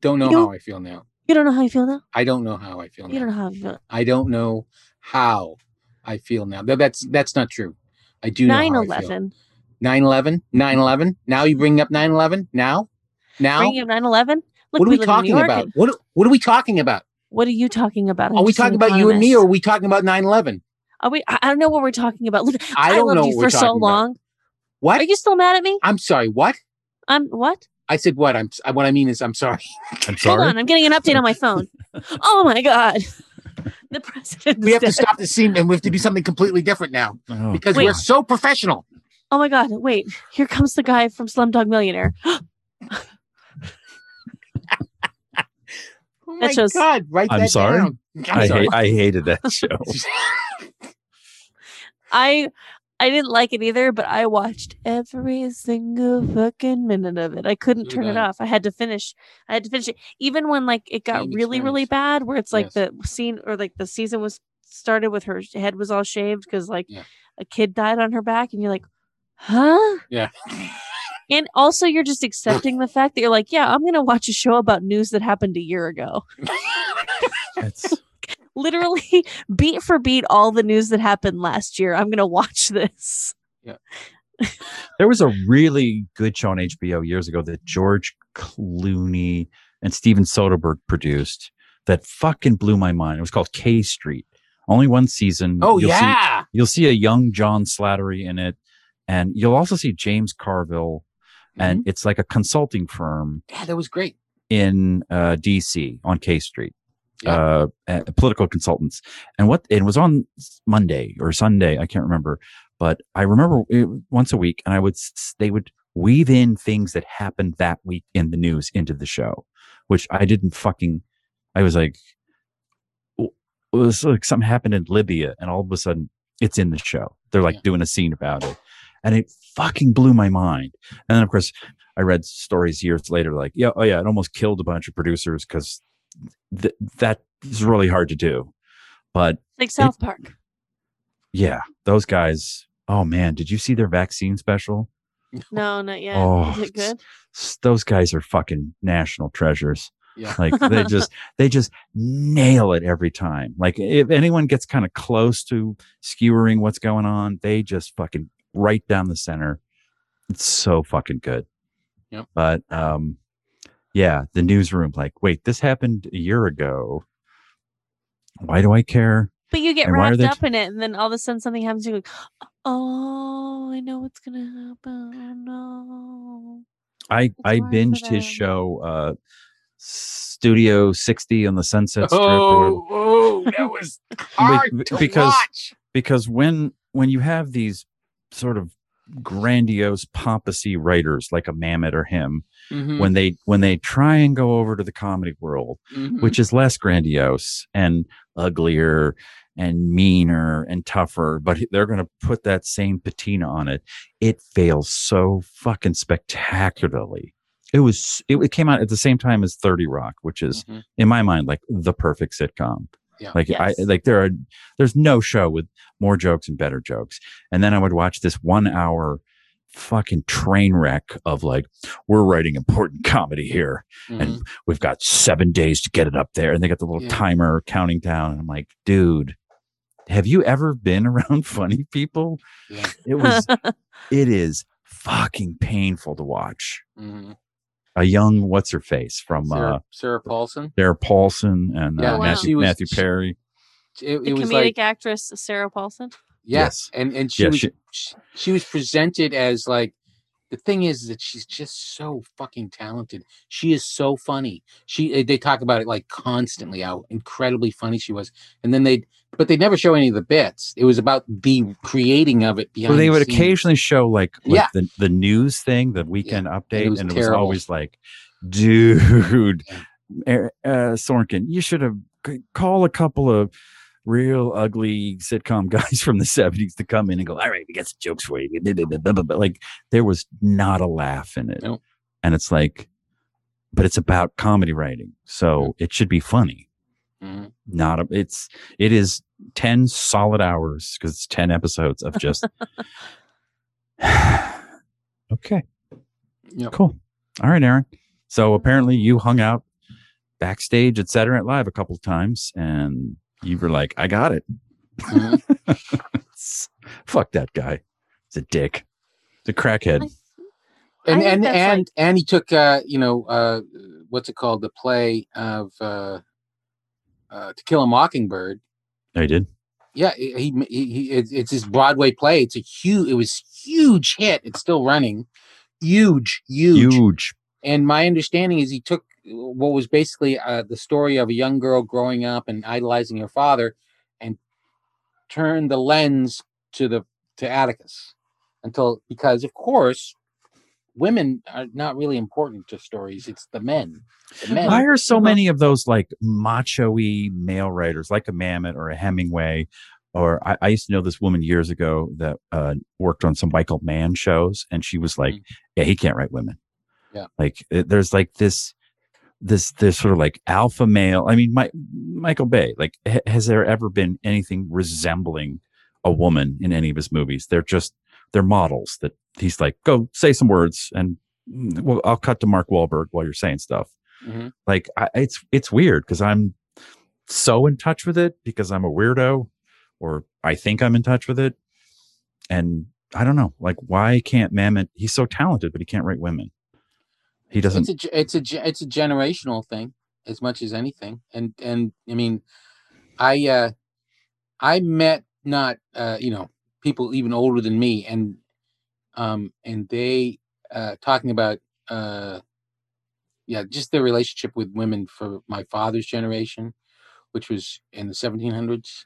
Speaker 3: don't know
Speaker 1: You know-
Speaker 3: how I feel now.
Speaker 1: You don't know how you feel now?
Speaker 3: I don't know how I feel
Speaker 1: You
Speaker 3: now.
Speaker 1: don't know how you feel.
Speaker 3: I don't know how I feel now. Th- That's that's not true. I do know
Speaker 1: 9
Speaker 3: how
Speaker 1: 11.
Speaker 3: 9/11, 9/11. Now you bring up 9/11? Now? Now?
Speaker 1: Bringing up 9 11. Look,
Speaker 3: what
Speaker 1: we,
Speaker 3: are we,
Speaker 1: live in
Speaker 3: talking
Speaker 1: New York
Speaker 3: about?
Speaker 1: and-
Speaker 3: What what are we talking about?
Speaker 1: what are you talking about? I'm
Speaker 3: Are we
Speaker 1: just an
Speaker 3: talking about you and me or are
Speaker 1: economist.
Speaker 3: we talking about 9/11?
Speaker 1: Are we? I I don't know what we're talking about. Look,
Speaker 3: I don't
Speaker 1: loved
Speaker 3: know
Speaker 1: you
Speaker 3: what we're
Speaker 1: for so
Speaker 3: talking about.
Speaker 1: long.
Speaker 3: What?
Speaker 1: Are you still mad at me?
Speaker 3: I'm sorry. What?
Speaker 1: I'm what?
Speaker 3: I said what? I'm s- what I mean is I'm sorry.
Speaker 4: I'm
Speaker 1: Hold
Speaker 4: sorry.
Speaker 1: on, I'm getting an update on my phone. oh my god, the president. is
Speaker 3: We have to
Speaker 1: dead.
Speaker 3: stop the scene and we have to do something completely different now
Speaker 4: Oh,
Speaker 3: because
Speaker 1: Wait.
Speaker 3: we're so professional.
Speaker 1: Oh my god, wait! Here comes the guy from Slumdog Millionaire.
Speaker 3: Oh
Speaker 1: That
Speaker 3: my
Speaker 1: shows-
Speaker 3: God, write
Speaker 4: I'm
Speaker 3: that
Speaker 4: sorry.
Speaker 3: down. I'm
Speaker 4: I
Speaker 3: sorry.
Speaker 4: hate, I hated that show.
Speaker 1: I I didn't like it either, but I watched every single fucking minute of it. I couldn't
Speaker 3: Do
Speaker 1: turn it
Speaker 3: that.
Speaker 1: off. I had to finish. I had to finish it, even when like it got
Speaker 3: Same
Speaker 1: really, really
Speaker 3: experience.
Speaker 1: bad, where it's like
Speaker 3: Yes.
Speaker 1: the scene or like the season was started with her head was all shaved because like
Speaker 3: Yeah.
Speaker 1: a kid died on her back, and you're like, huh?
Speaker 3: Yeah.
Speaker 1: And also, you're just accepting the fact that you're like, yeah, I'm gonna watch a show about news that happened a year ago.
Speaker 4: It's
Speaker 1: Literally, beat for beat, all the news that happened last year. I'm gonna watch this.
Speaker 4: There was a really good show on HBO years ago that George Clooney and Steven Soderbergh produced that fucking blew my mind. It was called K Street. Only one season.
Speaker 3: Oh
Speaker 4: You'll see-
Speaker 3: yeah.
Speaker 4: you'll see a young John Slattery in it, and you'll also see James Carville, and
Speaker 3: Mm-hmm.
Speaker 4: it's like a consulting firm
Speaker 3: yeah, that was great.
Speaker 4: in uh, DC on K Street,
Speaker 3: Yeah.
Speaker 4: uh, uh, political consultants. And what it was on Monday or Sunday, I can't remember, but I remember it, once a week, and I would s- they would weave in things that happened that week in the news into the show, which I didn't fucking. I was like, "W- it was like something happened in Libya, and all of a sudden it's in the show. They're like
Speaker 3: Yeah.
Speaker 4: doing a scene about it, and it fucking blew my mind. And then of course. I read stories years later, like, yeah, oh yeah, it almost killed a bunch of producers because th- that is really hard to do. But
Speaker 1: Like South Park.
Speaker 4: yeah, those guys. Oh man, did you see their vaccine special?
Speaker 1: No, not yet.
Speaker 4: Oh,
Speaker 1: Is it
Speaker 4: it's-
Speaker 1: good?
Speaker 4: S- Those guys are fucking national treasures.
Speaker 3: Yeah.
Speaker 4: Like they just they just nail it every time. Like if anyone gets kind of close to skewering what's going on, they just fucking right down the center. It's so fucking good.
Speaker 3: Yep.
Speaker 4: But um yeah, the newsroom like, wait, this happened a year ago. Why do I care?
Speaker 1: But you get
Speaker 4: and why are
Speaker 1: wrapped
Speaker 4: they-
Speaker 1: up in it, and then all of a sudden something happens. You go, oh, I know what's gonna happen. Oh no.
Speaker 4: I
Speaker 1: hard
Speaker 4: I
Speaker 1: for
Speaker 4: binged
Speaker 1: them.
Speaker 4: his show uh Studio 60 on the Sunset Strip or whatever.
Speaker 3: oh, oh, that was hard
Speaker 4: be-
Speaker 3: to
Speaker 4: because-
Speaker 3: watch.
Speaker 4: because when when you have these sort of grandiose pompousy writers like a mammoth or him
Speaker 3: Mhm,
Speaker 4: when they when they try and go over to the comedy world
Speaker 3: mhm.
Speaker 4: which is less grandiose and uglier and meaner and tougher but they're going to put that same patina on it it fails so fucking spectacularly it was it, it came out at the same time as 30 rock which is
Speaker 3: Mhm.
Speaker 4: in my mind like the perfect sitcom
Speaker 3: Yeah.
Speaker 4: like
Speaker 1: Yes.
Speaker 4: i like there are there's no show with more jokes and better jokes and then i would watch this one hour fucking train wreck of like we're writing important comedy here
Speaker 3: Mhm.
Speaker 4: we've got seven days to get it up there and they got the little
Speaker 3: Yeah.
Speaker 4: timer counting down and i'm like dude have you ever been around funny people
Speaker 3: Yeah.
Speaker 4: it was it is fucking painful to watch
Speaker 3: Mhm.
Speaker 4: a young what's her face from uh
Speaker 3: Sarah, Sarah Paulson.
Speaker 4: Sarah Paulson and
Speaker 3: Yeah, Oh,
Speaker 4: uh,
Speaker 1: wow.
Speaker 4: Matthew,
Speaker 3: she was-
Speaker 4: Matthew
Speaker 3: she-
Speaker 4: Perry.
Speaker 3: It,
Speaker 1: The
Speaker 3: it was
Speaker 1: comedic
Speaker 3: like
Speaker 1: actress Sarah Paulson.
Speaker 3: yes,
Speaker 4: Yes.
Speaker 3: and and she
Speaker 4: Yeah,
Speaker 3: was
Speaker 4: she-
Speaker 3: she, she was presented as like the thing is that she's just so fucking talented. She is so funny. She eh, they talk about it like constantly how incredibly funny she was, and then they but they never show any of the bits. It was about the creating of it behind.
Speaker 4: Well, they
Speaker 3: the
Speaker 4: would
Speaker 3: scenes.
Speaker 4: occasionally show like, like
Speaker 3: Yeah.
Speaker 4: the, the news thing, the weekend update,
Speaker 3: was
Speaker 4: and it was
Speaker 3: terrible.
Speaker 4: always like, dude,
Speaker 3: Yeah.
Speaker 4: Er- uh, Sorkin, you should have c- call a couple of real ugly sitcom guys from the 70s to come in and go, all right, we got some jokes for you. Blah, blah, blah, blah, blah, blah. Like there was not a laugh in it.
Speaker 3: Nope.
Speaker 4: And it's like, but it's about comedy writing. So it should be funny
Speaker 3: Mhm.
Speaker 4: not a, it's it is 10 solid hours because it's 10 episodes of just okay
Speaker 3: Yep.
Speaker 4: cool all right aaron so apparently you hung out backstage at saturday Night live a couple of times and you were like i got it
Speaker 3: Mhm.
Speaker 4: fuck that guy he's a dick the crackhead
Speaker 3: and
Speaker 1: think
Speaker 3: and
Speaker 1: that's,
Speaker 3: and
Speaker 1: like-
Speaker 3: and he took uh you know uh what's it called the play of uh uh to kill a mockingbird
Speaker 4: i Oh, did
Speaker 3: yeah he he, he- he it's, it's his broadway play it's a huge it was huge hit it's still running huge huge,
Speaker 4: huge,
Speaker 3: and my understanding is he took what was basically uh, the story of a young girl growing up and idolizing her father and turned the lens to the to atticus until because of course women are not really important to stories it's the men the men
Speaker 4: Why are so
Speaker 1: Mhm.
Speaker 4: many of those like macho y male writers, like a Mamet or a Hemingway or I, I used to know this woman years ago that uh, worked on some Michael Mann shows, and she was like,
Speaker 3: Mhm.
Speaker 4: "Yeah, he can't write women."
Speaker 3: Yeah.
Speaker 4: like it- there's like this, this, this sort of like alpha male. I mean, my, Michael Bay. Like, ha- has there ever been anything resembling a woman in any of his movies? They're just they're models that he's like, go say some words, and mm, well, I'll cut to Mark Wahlberg while you're saying stuff
Speaker 3: Mhm.
Speaker 4: like I, it's it's weird because I'm so in touch with it because I'm a weirdo, or I think I'm in touch with it, and I don't know. Like, why can't Mamet? He's so talented, but he can't write women. He
Speaker 3: It's
Speaker 4: doesn't.
Speaker 3: a ge- it's a ge- it's a generational thing as much as anything, and and I mean, I uh, I met not uh, you know people even older than me, and um and they uh, talking about uh, yeah, just their relationship with women for my father's generation, which was in the 1700s,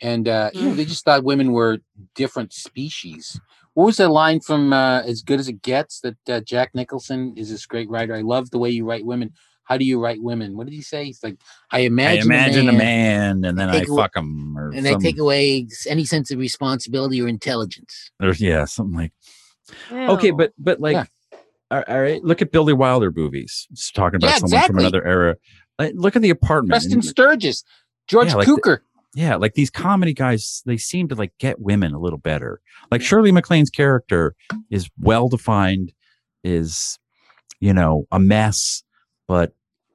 Speaker 3: and uh, you know,
Speaker 4: Mm.
Speaker 3: they just thought women were different species. What was that line from uh, As Good as It Gets that uh, Jack Nicholson is this great writer? I love the way you write women. How do you write women? What did he say? He's like, I
Speaker 4: I
Speaker 3: imagine,
Speaker 4: imagine a man, and then I
Speaker 3: Take away-
Speaker 4: fuck him, or
Speaker 3: and
Speaker 4: some-
Speaker 3: they take away s- any sense of responsibility or intelligence.
Speaker 4: or- yeah, something like. Okay,
Speaker 1: Ew.
Speaker 4: but but like,
Speaker 3: Yeah.
Speaker 4: all- all right. Look at Billy Wilder movies. It's talking about
Speaker 3: Yeah,
Speaker 4: someone from
Speaker 3: exactly.
Speaker 4: another era. Like, look at the apartment.
Speaker 3: Preston
Speaker 4: and-
Speaker 3: Sturgis, George
Speaker 4: Yeah, like the-
Speaker 3: Cukor.
Speaker 4: yeah like these comedy guys they seem to like get women a little better like shirley maclaine's character is well defined is you know a mess but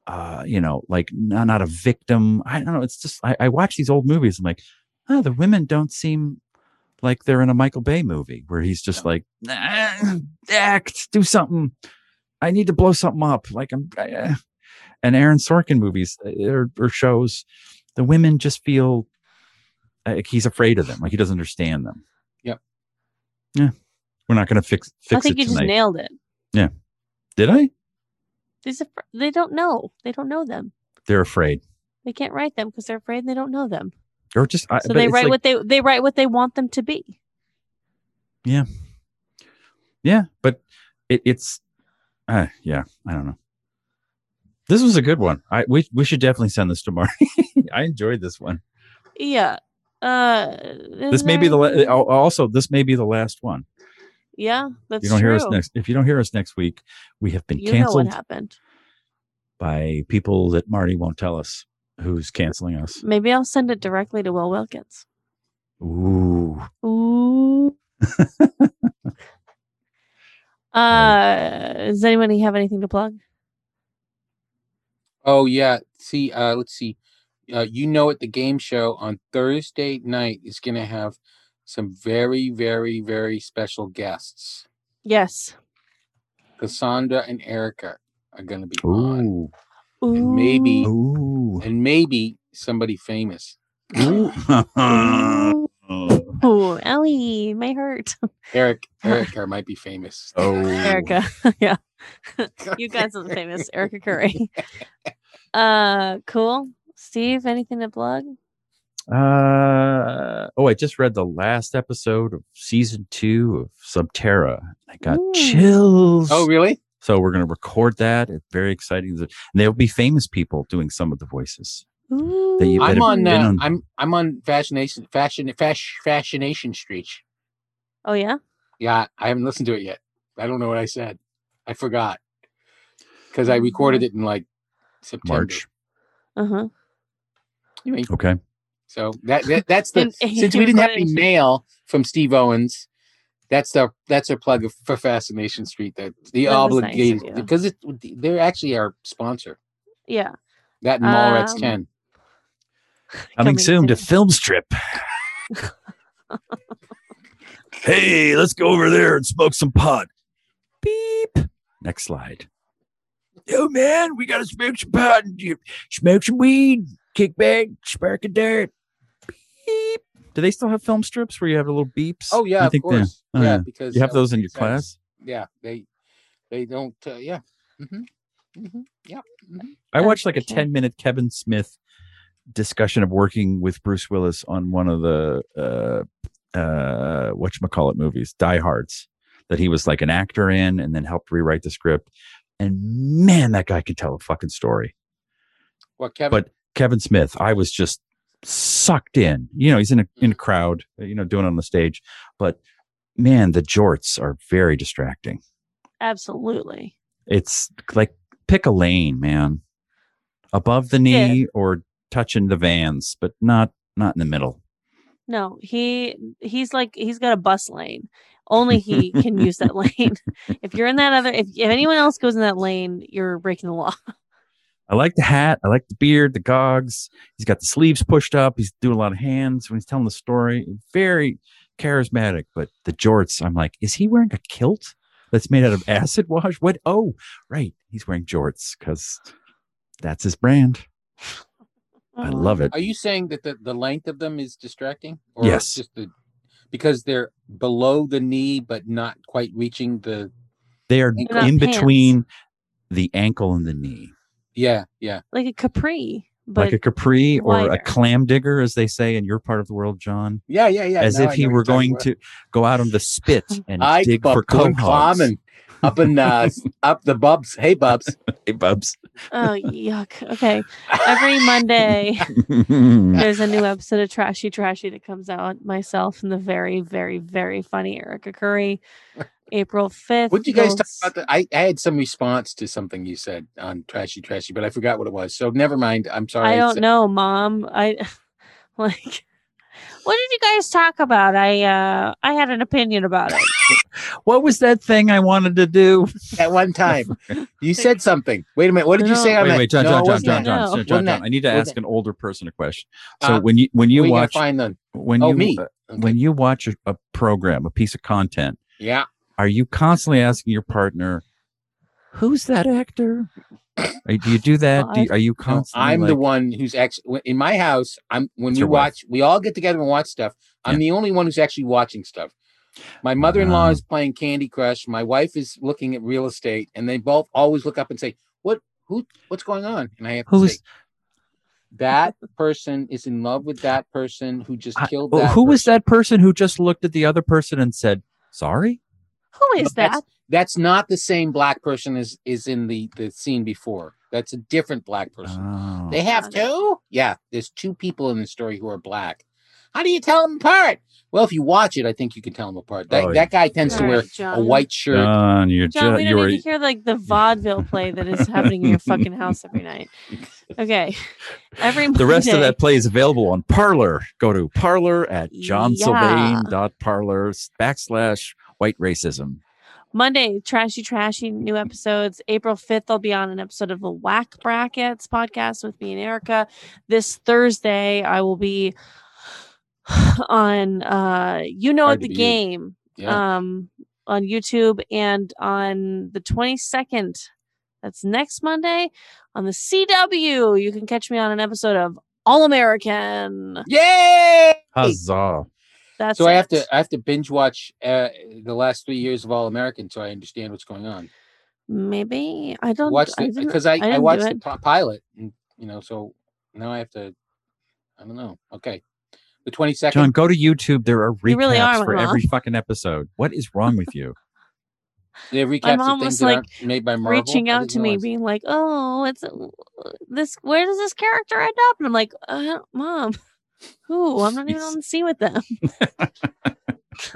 Speaker 4: uh you know like not, not a victim i don't know it's just I, I watch these old movies and like oh the women don't seem like they're in a michael bay movie where he's just like "Ah, act do something i need to blow something up like i'm uh, and aaron sorkin movies uh, or, or shows the women just feel uh, like he's afraid of them, like he doesn't understand them.
Speaker 3: Yep.
Speaker 4: Yeah. We're not going to fix
Speaker 1: I
Speaker 4: fix
Speaker 1: think
Speaker 4: it
Speaker 1: you just
Speaker 4: tonight.
Speaker 1: nailed it.
Speaker 4: Did I?
Speaker 1: These are, they don't know. They don't know them.
Speaker 4: They're afraid,
Speaker 1: They can't write them because they're afraid they don't know them.
Speaker 4: or just I,
Speaker 1: So
Speaker 4: but
Speaker 1: they
Speaker 4: it's
Speaker 1: write
Speaker 4: like-
Speaker 1: what they they write what they want them to be.
Speaker 4: Yeah, but it, it's uh, yeah. I don't know. This was a good one. I we we should definitely send this to Marty. I enjoyed this one.
Speaker 1: Yeah. Uh
Speaker 4: This may be the la- al- also this may be the last one.
Speaker 1: Yeah, that's
Speaker 4: If you don't
Speaker 1: true.
Speaker 4: hear us next. If you don't hear us next week, we have been
Speaker 1: you know
Speaker 4: canceled
Speaker 1: what happened.
Speaker 4: by people that Marty won't tell us who's canceling us.
Speaker 1: Maybe I'll send it directly to Will Wilkins.
Speaker 4: Ooh.
Speaker 1: Ooh. uh does anybody have anything to plug?
Speaker 3: Oh yeah. See, uh, let's see. Uh, you know it. The game show on Thursday night is going to have some very, very, very special guests.
Speaker 1: Yes.
Speaker 3: Cassandra and Erica are going to be on,
Speaker 4: Ooh.
Speaker 1: Ooh.
Speaker 3: And maybe-
Speaker 4: Ooh.
Speaker 3: and maybe somebody famous.
Speaker 1: Ooh, Ooh, Ellie, my hurt.
Speaker 3: Eric, Erica might be famous.
Speaker 4: Oh.
Speaker 1: Erica. yeah. You guys are the famous Erica Curry. Uh cool. Steve, anything to plug?
Speaker 4: Uh, oh, I just read the last episode of season two of Subterra. I got
Speaker 1: Ooh.
Speaker 4: chills.
Speaker 3: Oh, really?
Speaker 4: So we're going to record that. It's very exciting. And there'll be famous people doing some of the voices.
Speaker 1: Ooh.
Speaker 4: That you
Speaker 3: I'm
Speaker 4: better
Speaker 3: on,
Speaker 4: get
Speaker 3: uh,
Speaker 4: on.
Speaker 3: I'm I'm on fascination fashion fash, fascination street.
Speaker 1: oh yeah?
Speaker 3: Yeah, I haven't listened to it yet. I don't know what I said. I forgot because I recorded it in like September.
Speaker 4: March.
Speaker 1: Uh-huh.
Speaker 3: Anyway,
Speaker 4: Okay.
Speaker 3: So that, that that's the
Speaker 1: And he
Speaker 3: since we didn't have any
Speaker 1: recorded-
Speaker 3: mail from Steve Owens. That's the that's our plug of- for Fascination Street. That the
Speaker 1: That was nice of
Speaker 3: obligated
Speaker 1: you.
Speaker 3: because it they're actually our sponsor.
Speaker 1: Yeah.
Speaker 3: That and Mallrats
Speaker 1: Um,
Speaker 3: Ten.
Speaker 4: Coming soon to
Speaker 1: soon.
Speaker 4: Film Strip. hey, let's go over there and smoke some pot. Beep. Next slide. Yo, man, we got to smoke some pot and you- smoke some weed, kick back, spark a dirt. Beep. Do they still have film strips where you have little beeps?
Speaker 3: Oh yeah,
Speaker 4: I
Speaker 3: of
Speaker 4: think they-
Speaker 3: course.
Speaker 4: oh,
Speaker 3: yeah,
Speaker 4: yeah.
Speaker 3: because
Speaker 4: You have
Speaker 3: that would
Speaker 4: those in
Speaker 3: make
Speaker 4: your
Speaker 3: sense.
Speaker 4: class?
Speaker 3: Yeah, they they don't. Uh, yeah. hmm hmm Yeah. mhm.
Speaker 4: I watched like a
Speaker 1: Okay.
Speaker 4: 10 minute Kevin Smith discussion of working with Bruce Willis on one of the uh uh whatchamacallit movies, Die Hards, that he was like an actor in and then helped rewrite the script. And man, that guy could tell a fucking story.
Speaker 3: What Kevin?
Speaker 4: But Kevin Smith, I was just sucked in. You know, he's in a in a crowd, you know, doing it on the stage. But man, the jorts are very distracting.
Speaker 1: Absolutely.
Speaker 4: It's like pick a lane, man. Above the
Speaker 1: Yeah.
Speaker 4: knee or touching the vans, but not not in the middle.
Speaker 1: No, he he's like he's got a bus lane. Only he can use that lane. If you're in that other, if, if anyone else goes in that lane, you're breaking the law.
Speaker 4: I like the hat. I like the beard, the gogs. He's got the sleeves pushed up. He's doing a lot of hands when he's telling the story. Very charismatic, but the jorts, I'm like, is he wearing a kilt that's made out of acid wash? What? Oh, right. He's wearing jorts because that's his brand. I love it.
Speaker 3: Are you saying that the, the length of them is distracting?
Speaker 4: Yes.
Speaker 3: Just the, because they're below the knee, but not quite reaching the.
Speaker 4: They are
Speaker 3: They're
Speaker 1: not
Speaker 4: in between the ankle and the knee,
Speaker 3: Yeah, yeah.
Speaker 1: like a capri, but
Speaker 4: like a capri or a
Speaker 1: wider.
Speaker 4: clam digger, as they say in your part of the world, John.
Speaker 3: Yeah, yeah, yeah.
Speaker 4: as
Speaker 3: Now
Speaker 4: if
Speaker 3: I
Speaker 4: he
Speaker 3: know what
Speaker 4: were
Speaker 3: you're talking
Speaker 4: going
Speaker 3: about.
Speaker 4: to go out on the spit and
Speaker 3: I
Speaker 4: dig
Speaker 3: bub-
Speaker 4: for
Speaker 3: going
Speaker 4: cohogs.
Speaker 3: climbing up in uh, up the bubs. Hey, bubs.
Speaker 4: Hey, Bubs.
Speaker 1: oh yuck. Okay, every Monday there's a new episode of Trashy Trashy that comes out. Myself and the very, very, very funny Erica Curry. April fifth.
Speaker 3: What did you guys talk about? The, I, I had some response to something you said on Trashy Trashy, but I forgot what it was. So never mind. I'm sorry.
Speaker 1: I don't
Speaker 3: said-
Speaker 1: know, mom. I like what did you guys talk about? I uh I had an opinion about it.
Speaker 4: what was that thing I wanted to do?
Speaker 3: At one time, you said something. Wait a minute. What did you
Speaker 1: No.
Speaker 3: say on
Speaker 4: Wait,
Speaker 3: that?
Speaker 4: wait, John,
Speaker 3: No,
Speaker 4: John,
Speaker 3: it
Speaker 4: John,
Speaker 3: wasn't
Speaker 4: John,
Speaker 3: that.
Speaker 1: that. No.
Speaker 4: John, John, John,
Speaker 3: Wasn't
Speaker 4: John.
Speaker 3: that-
Speaker 4: I need to
Speaker 3: wasn't
Speaker 4: ask
Speaker 3: that-
Speaker 4: an older person a question. So
Speaker 3: Uh,
Speaker 4: when you when you
Speaker 3: Where you gonna
Speaker 4: watch
Speaker 3: find them?
Speaker 4: when
Speaker 3: Oh,
Speaker 4: you
Speaker 3: me.
Speaker 4: uh,
Speaker 3: Okay.
Speaker 4: when you watch a, a program, a piece of content,
Speaker 3: Yeah.
Speaker 4: are you constantly asking your partner, "Who's that actor?" Are- do you do that? Do you- are you
Speaker 3: No,
Speaker 4: constantly?
Speaker 3: I'm the
Speaker 4: like-
Speaker 3: one who's actually in my house. I'm when
Speaker 4: It's
Speaker 3: we
Speaker 4: your wife.
Speaker 3: watch, we all get together and watch stuff. I'm
Speaker 4: Yeah.
Speaker 3: the only one who's actually watching stuff. My mother-in-law is playing Candy Crush. My wife is looking at real estate, and they both always look up and say, "What? Who? What's going on?" And I have to
Speaker 4: Who's-
Speaker 3: say, that person is in love with that person who just
Speaker 4: I-
Speaker 3: killed.
Speaker 4: oh,
Speaker 3: that
Speaker 4: who was
Speaker 3: person."
Speaker 4: that person who just looked at the other person and said, "Sorry"?
Speaker 1: Who is
Speaker 3: No, that's-
Speaker 1: that?
Speaker 3: That's not the same black person as is in the the scene before. That's a different black person.
Speaker 4: Oh.
Speaker 3: They have
Speaker 1: Got it.
Speaker 3: two? Yeah, there's two people in the story who are black. How do you tell them apart? Well, if you watch it, I think you can tell them apart. That,
Speaker 4: Oh,
Speaker 3: that guy tends to
Speaker 1: All
Speaker 3: wear
Speaker 1: right,
Speaker 3: a
Speaker 1: John.
Speaker 3: white shirt.
Speaker 4: John, you're
Speaker 1: John,
Speaker 4: ju-
Speaker 1: we
Speaker 4: you
Speaker 1: don't
Speaker 4: were
Speaker 1: need to hear like the vaudeville play that is happening in your fucking house every night. Okay. Every Monday,
Speaker 4: The rest of that play is available on Parlor. Go to Parlor at johnsylvain.parlor backslash white racism.
Speaker 1: Monday, trashy, trashy new episodes. April 5th, I'll be on an episode of the Whack Brackets podcast with me and Erica. This Thursday, I will be on uh You Know
Speaker 3: Hard
Speaker 1: It
Speaker 3: to
Speaker 1: the
Speaker 3: beat.
Speaker 1: Game
Speaker 3: Yeah.
Speaker 1: um on YouTube and on the 22nd. That's next Monday on the CW. You can catch me on an episode of All American.
Speaker 3: Yay!
Speaker 4: Huzzah.
Speaker 1: That's
Speaker 3: so I have
Speaker 1: it.
Speaker 3: to I have to binge watch uh, the last three years of All American, so I understand what's going on.
Speaker 1: maybe I don't
Speaker 3: Watch
Speaker 1: I didn't-
Speaker 3: because I, I,
Speaker 1: didn't do
Speaker 3: watched the
Speaker 1: it.
Speaker 3: pi- pilot, and you know, so now I have to. I don't know. Okay, the twenty second.
Speaker 4: John, go to YouTube. There are
Speaker 1: You
Speaker 4: recaps
Speaker 1: really are,
Speaker 4: for
Speaker 1: Mom.
Speaker 4: every fucking episode. What is wrong with you?
Speaker 3: They recaps
Speaker 1: mom
Speaker 3: of things
Speaker 1: was,
Speaker 3: that
Speaker 1: like,
Speaker 3: aren't made by Marvel.
Speaker 1: reaching
Speaker 3: I
Speaker 1: out
Speaker 3: didn't
Speaker 1: to me,
Speaker 3: realize.
Speaker 1: being like, "Oh, it's this. Where does this character end up?" And I'm like, uh, "Mom, who? I'm not even
Speaker 4: Jeez.
Speaker 1: on the scene with them."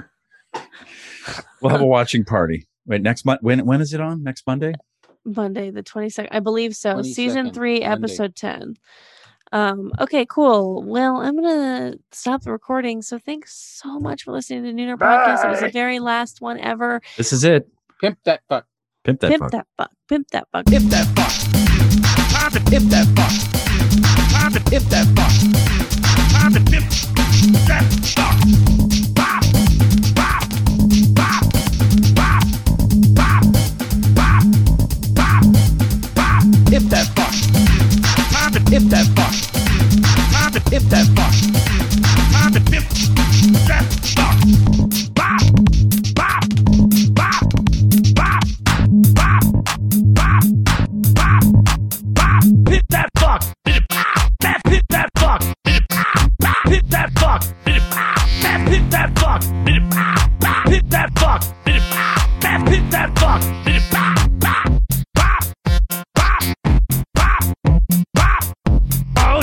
Speaker 4: We'll have a watching party. Wait, next month. When when is it on? Next Monday?
Speaker 1: Monday the 22nd, I believe so. Season
Speaker 3: 22nd,
Speaker 1: three,
Speaker 3: Monday.
Speaker 1: episode ten. Um. Okay. Cool. Well, I'm gonna stop the recording. So thanks so much for listening to Nooner Podcast. It was the
Speaker 3: Bye.
Speaker 1: very last one ever.
Speaker 4: This is it.
Speaker 3: Pimp that fuck.
Speaker 4: Pimp that
Speaker 1: Pimp
Speaker 4: fuck.
Speaker 1: that fuck. Pimp that fuck.
Speaker 6: If that fuck. Time to if that fuck. Time to if that fuck. Time to pimp that fuck. Bop, bop, bop, bop, bop, bop, bop, bop. If that fuck. Time to if that fuck. Time to if that fuck. Time to pimp that fuck. Bop, bop, bop, bop, bop, bop bop, bop, hit that fuck, hit it, pow, that hit that fuck, hit it, pow, pow, hit that fuck, hit it, pow, that hit that fuck, hit it, pow, pow, hit that fuck, hit it, pow, that hit that fuck, hit it, pow, pow, bop, bop, bop, bop, oh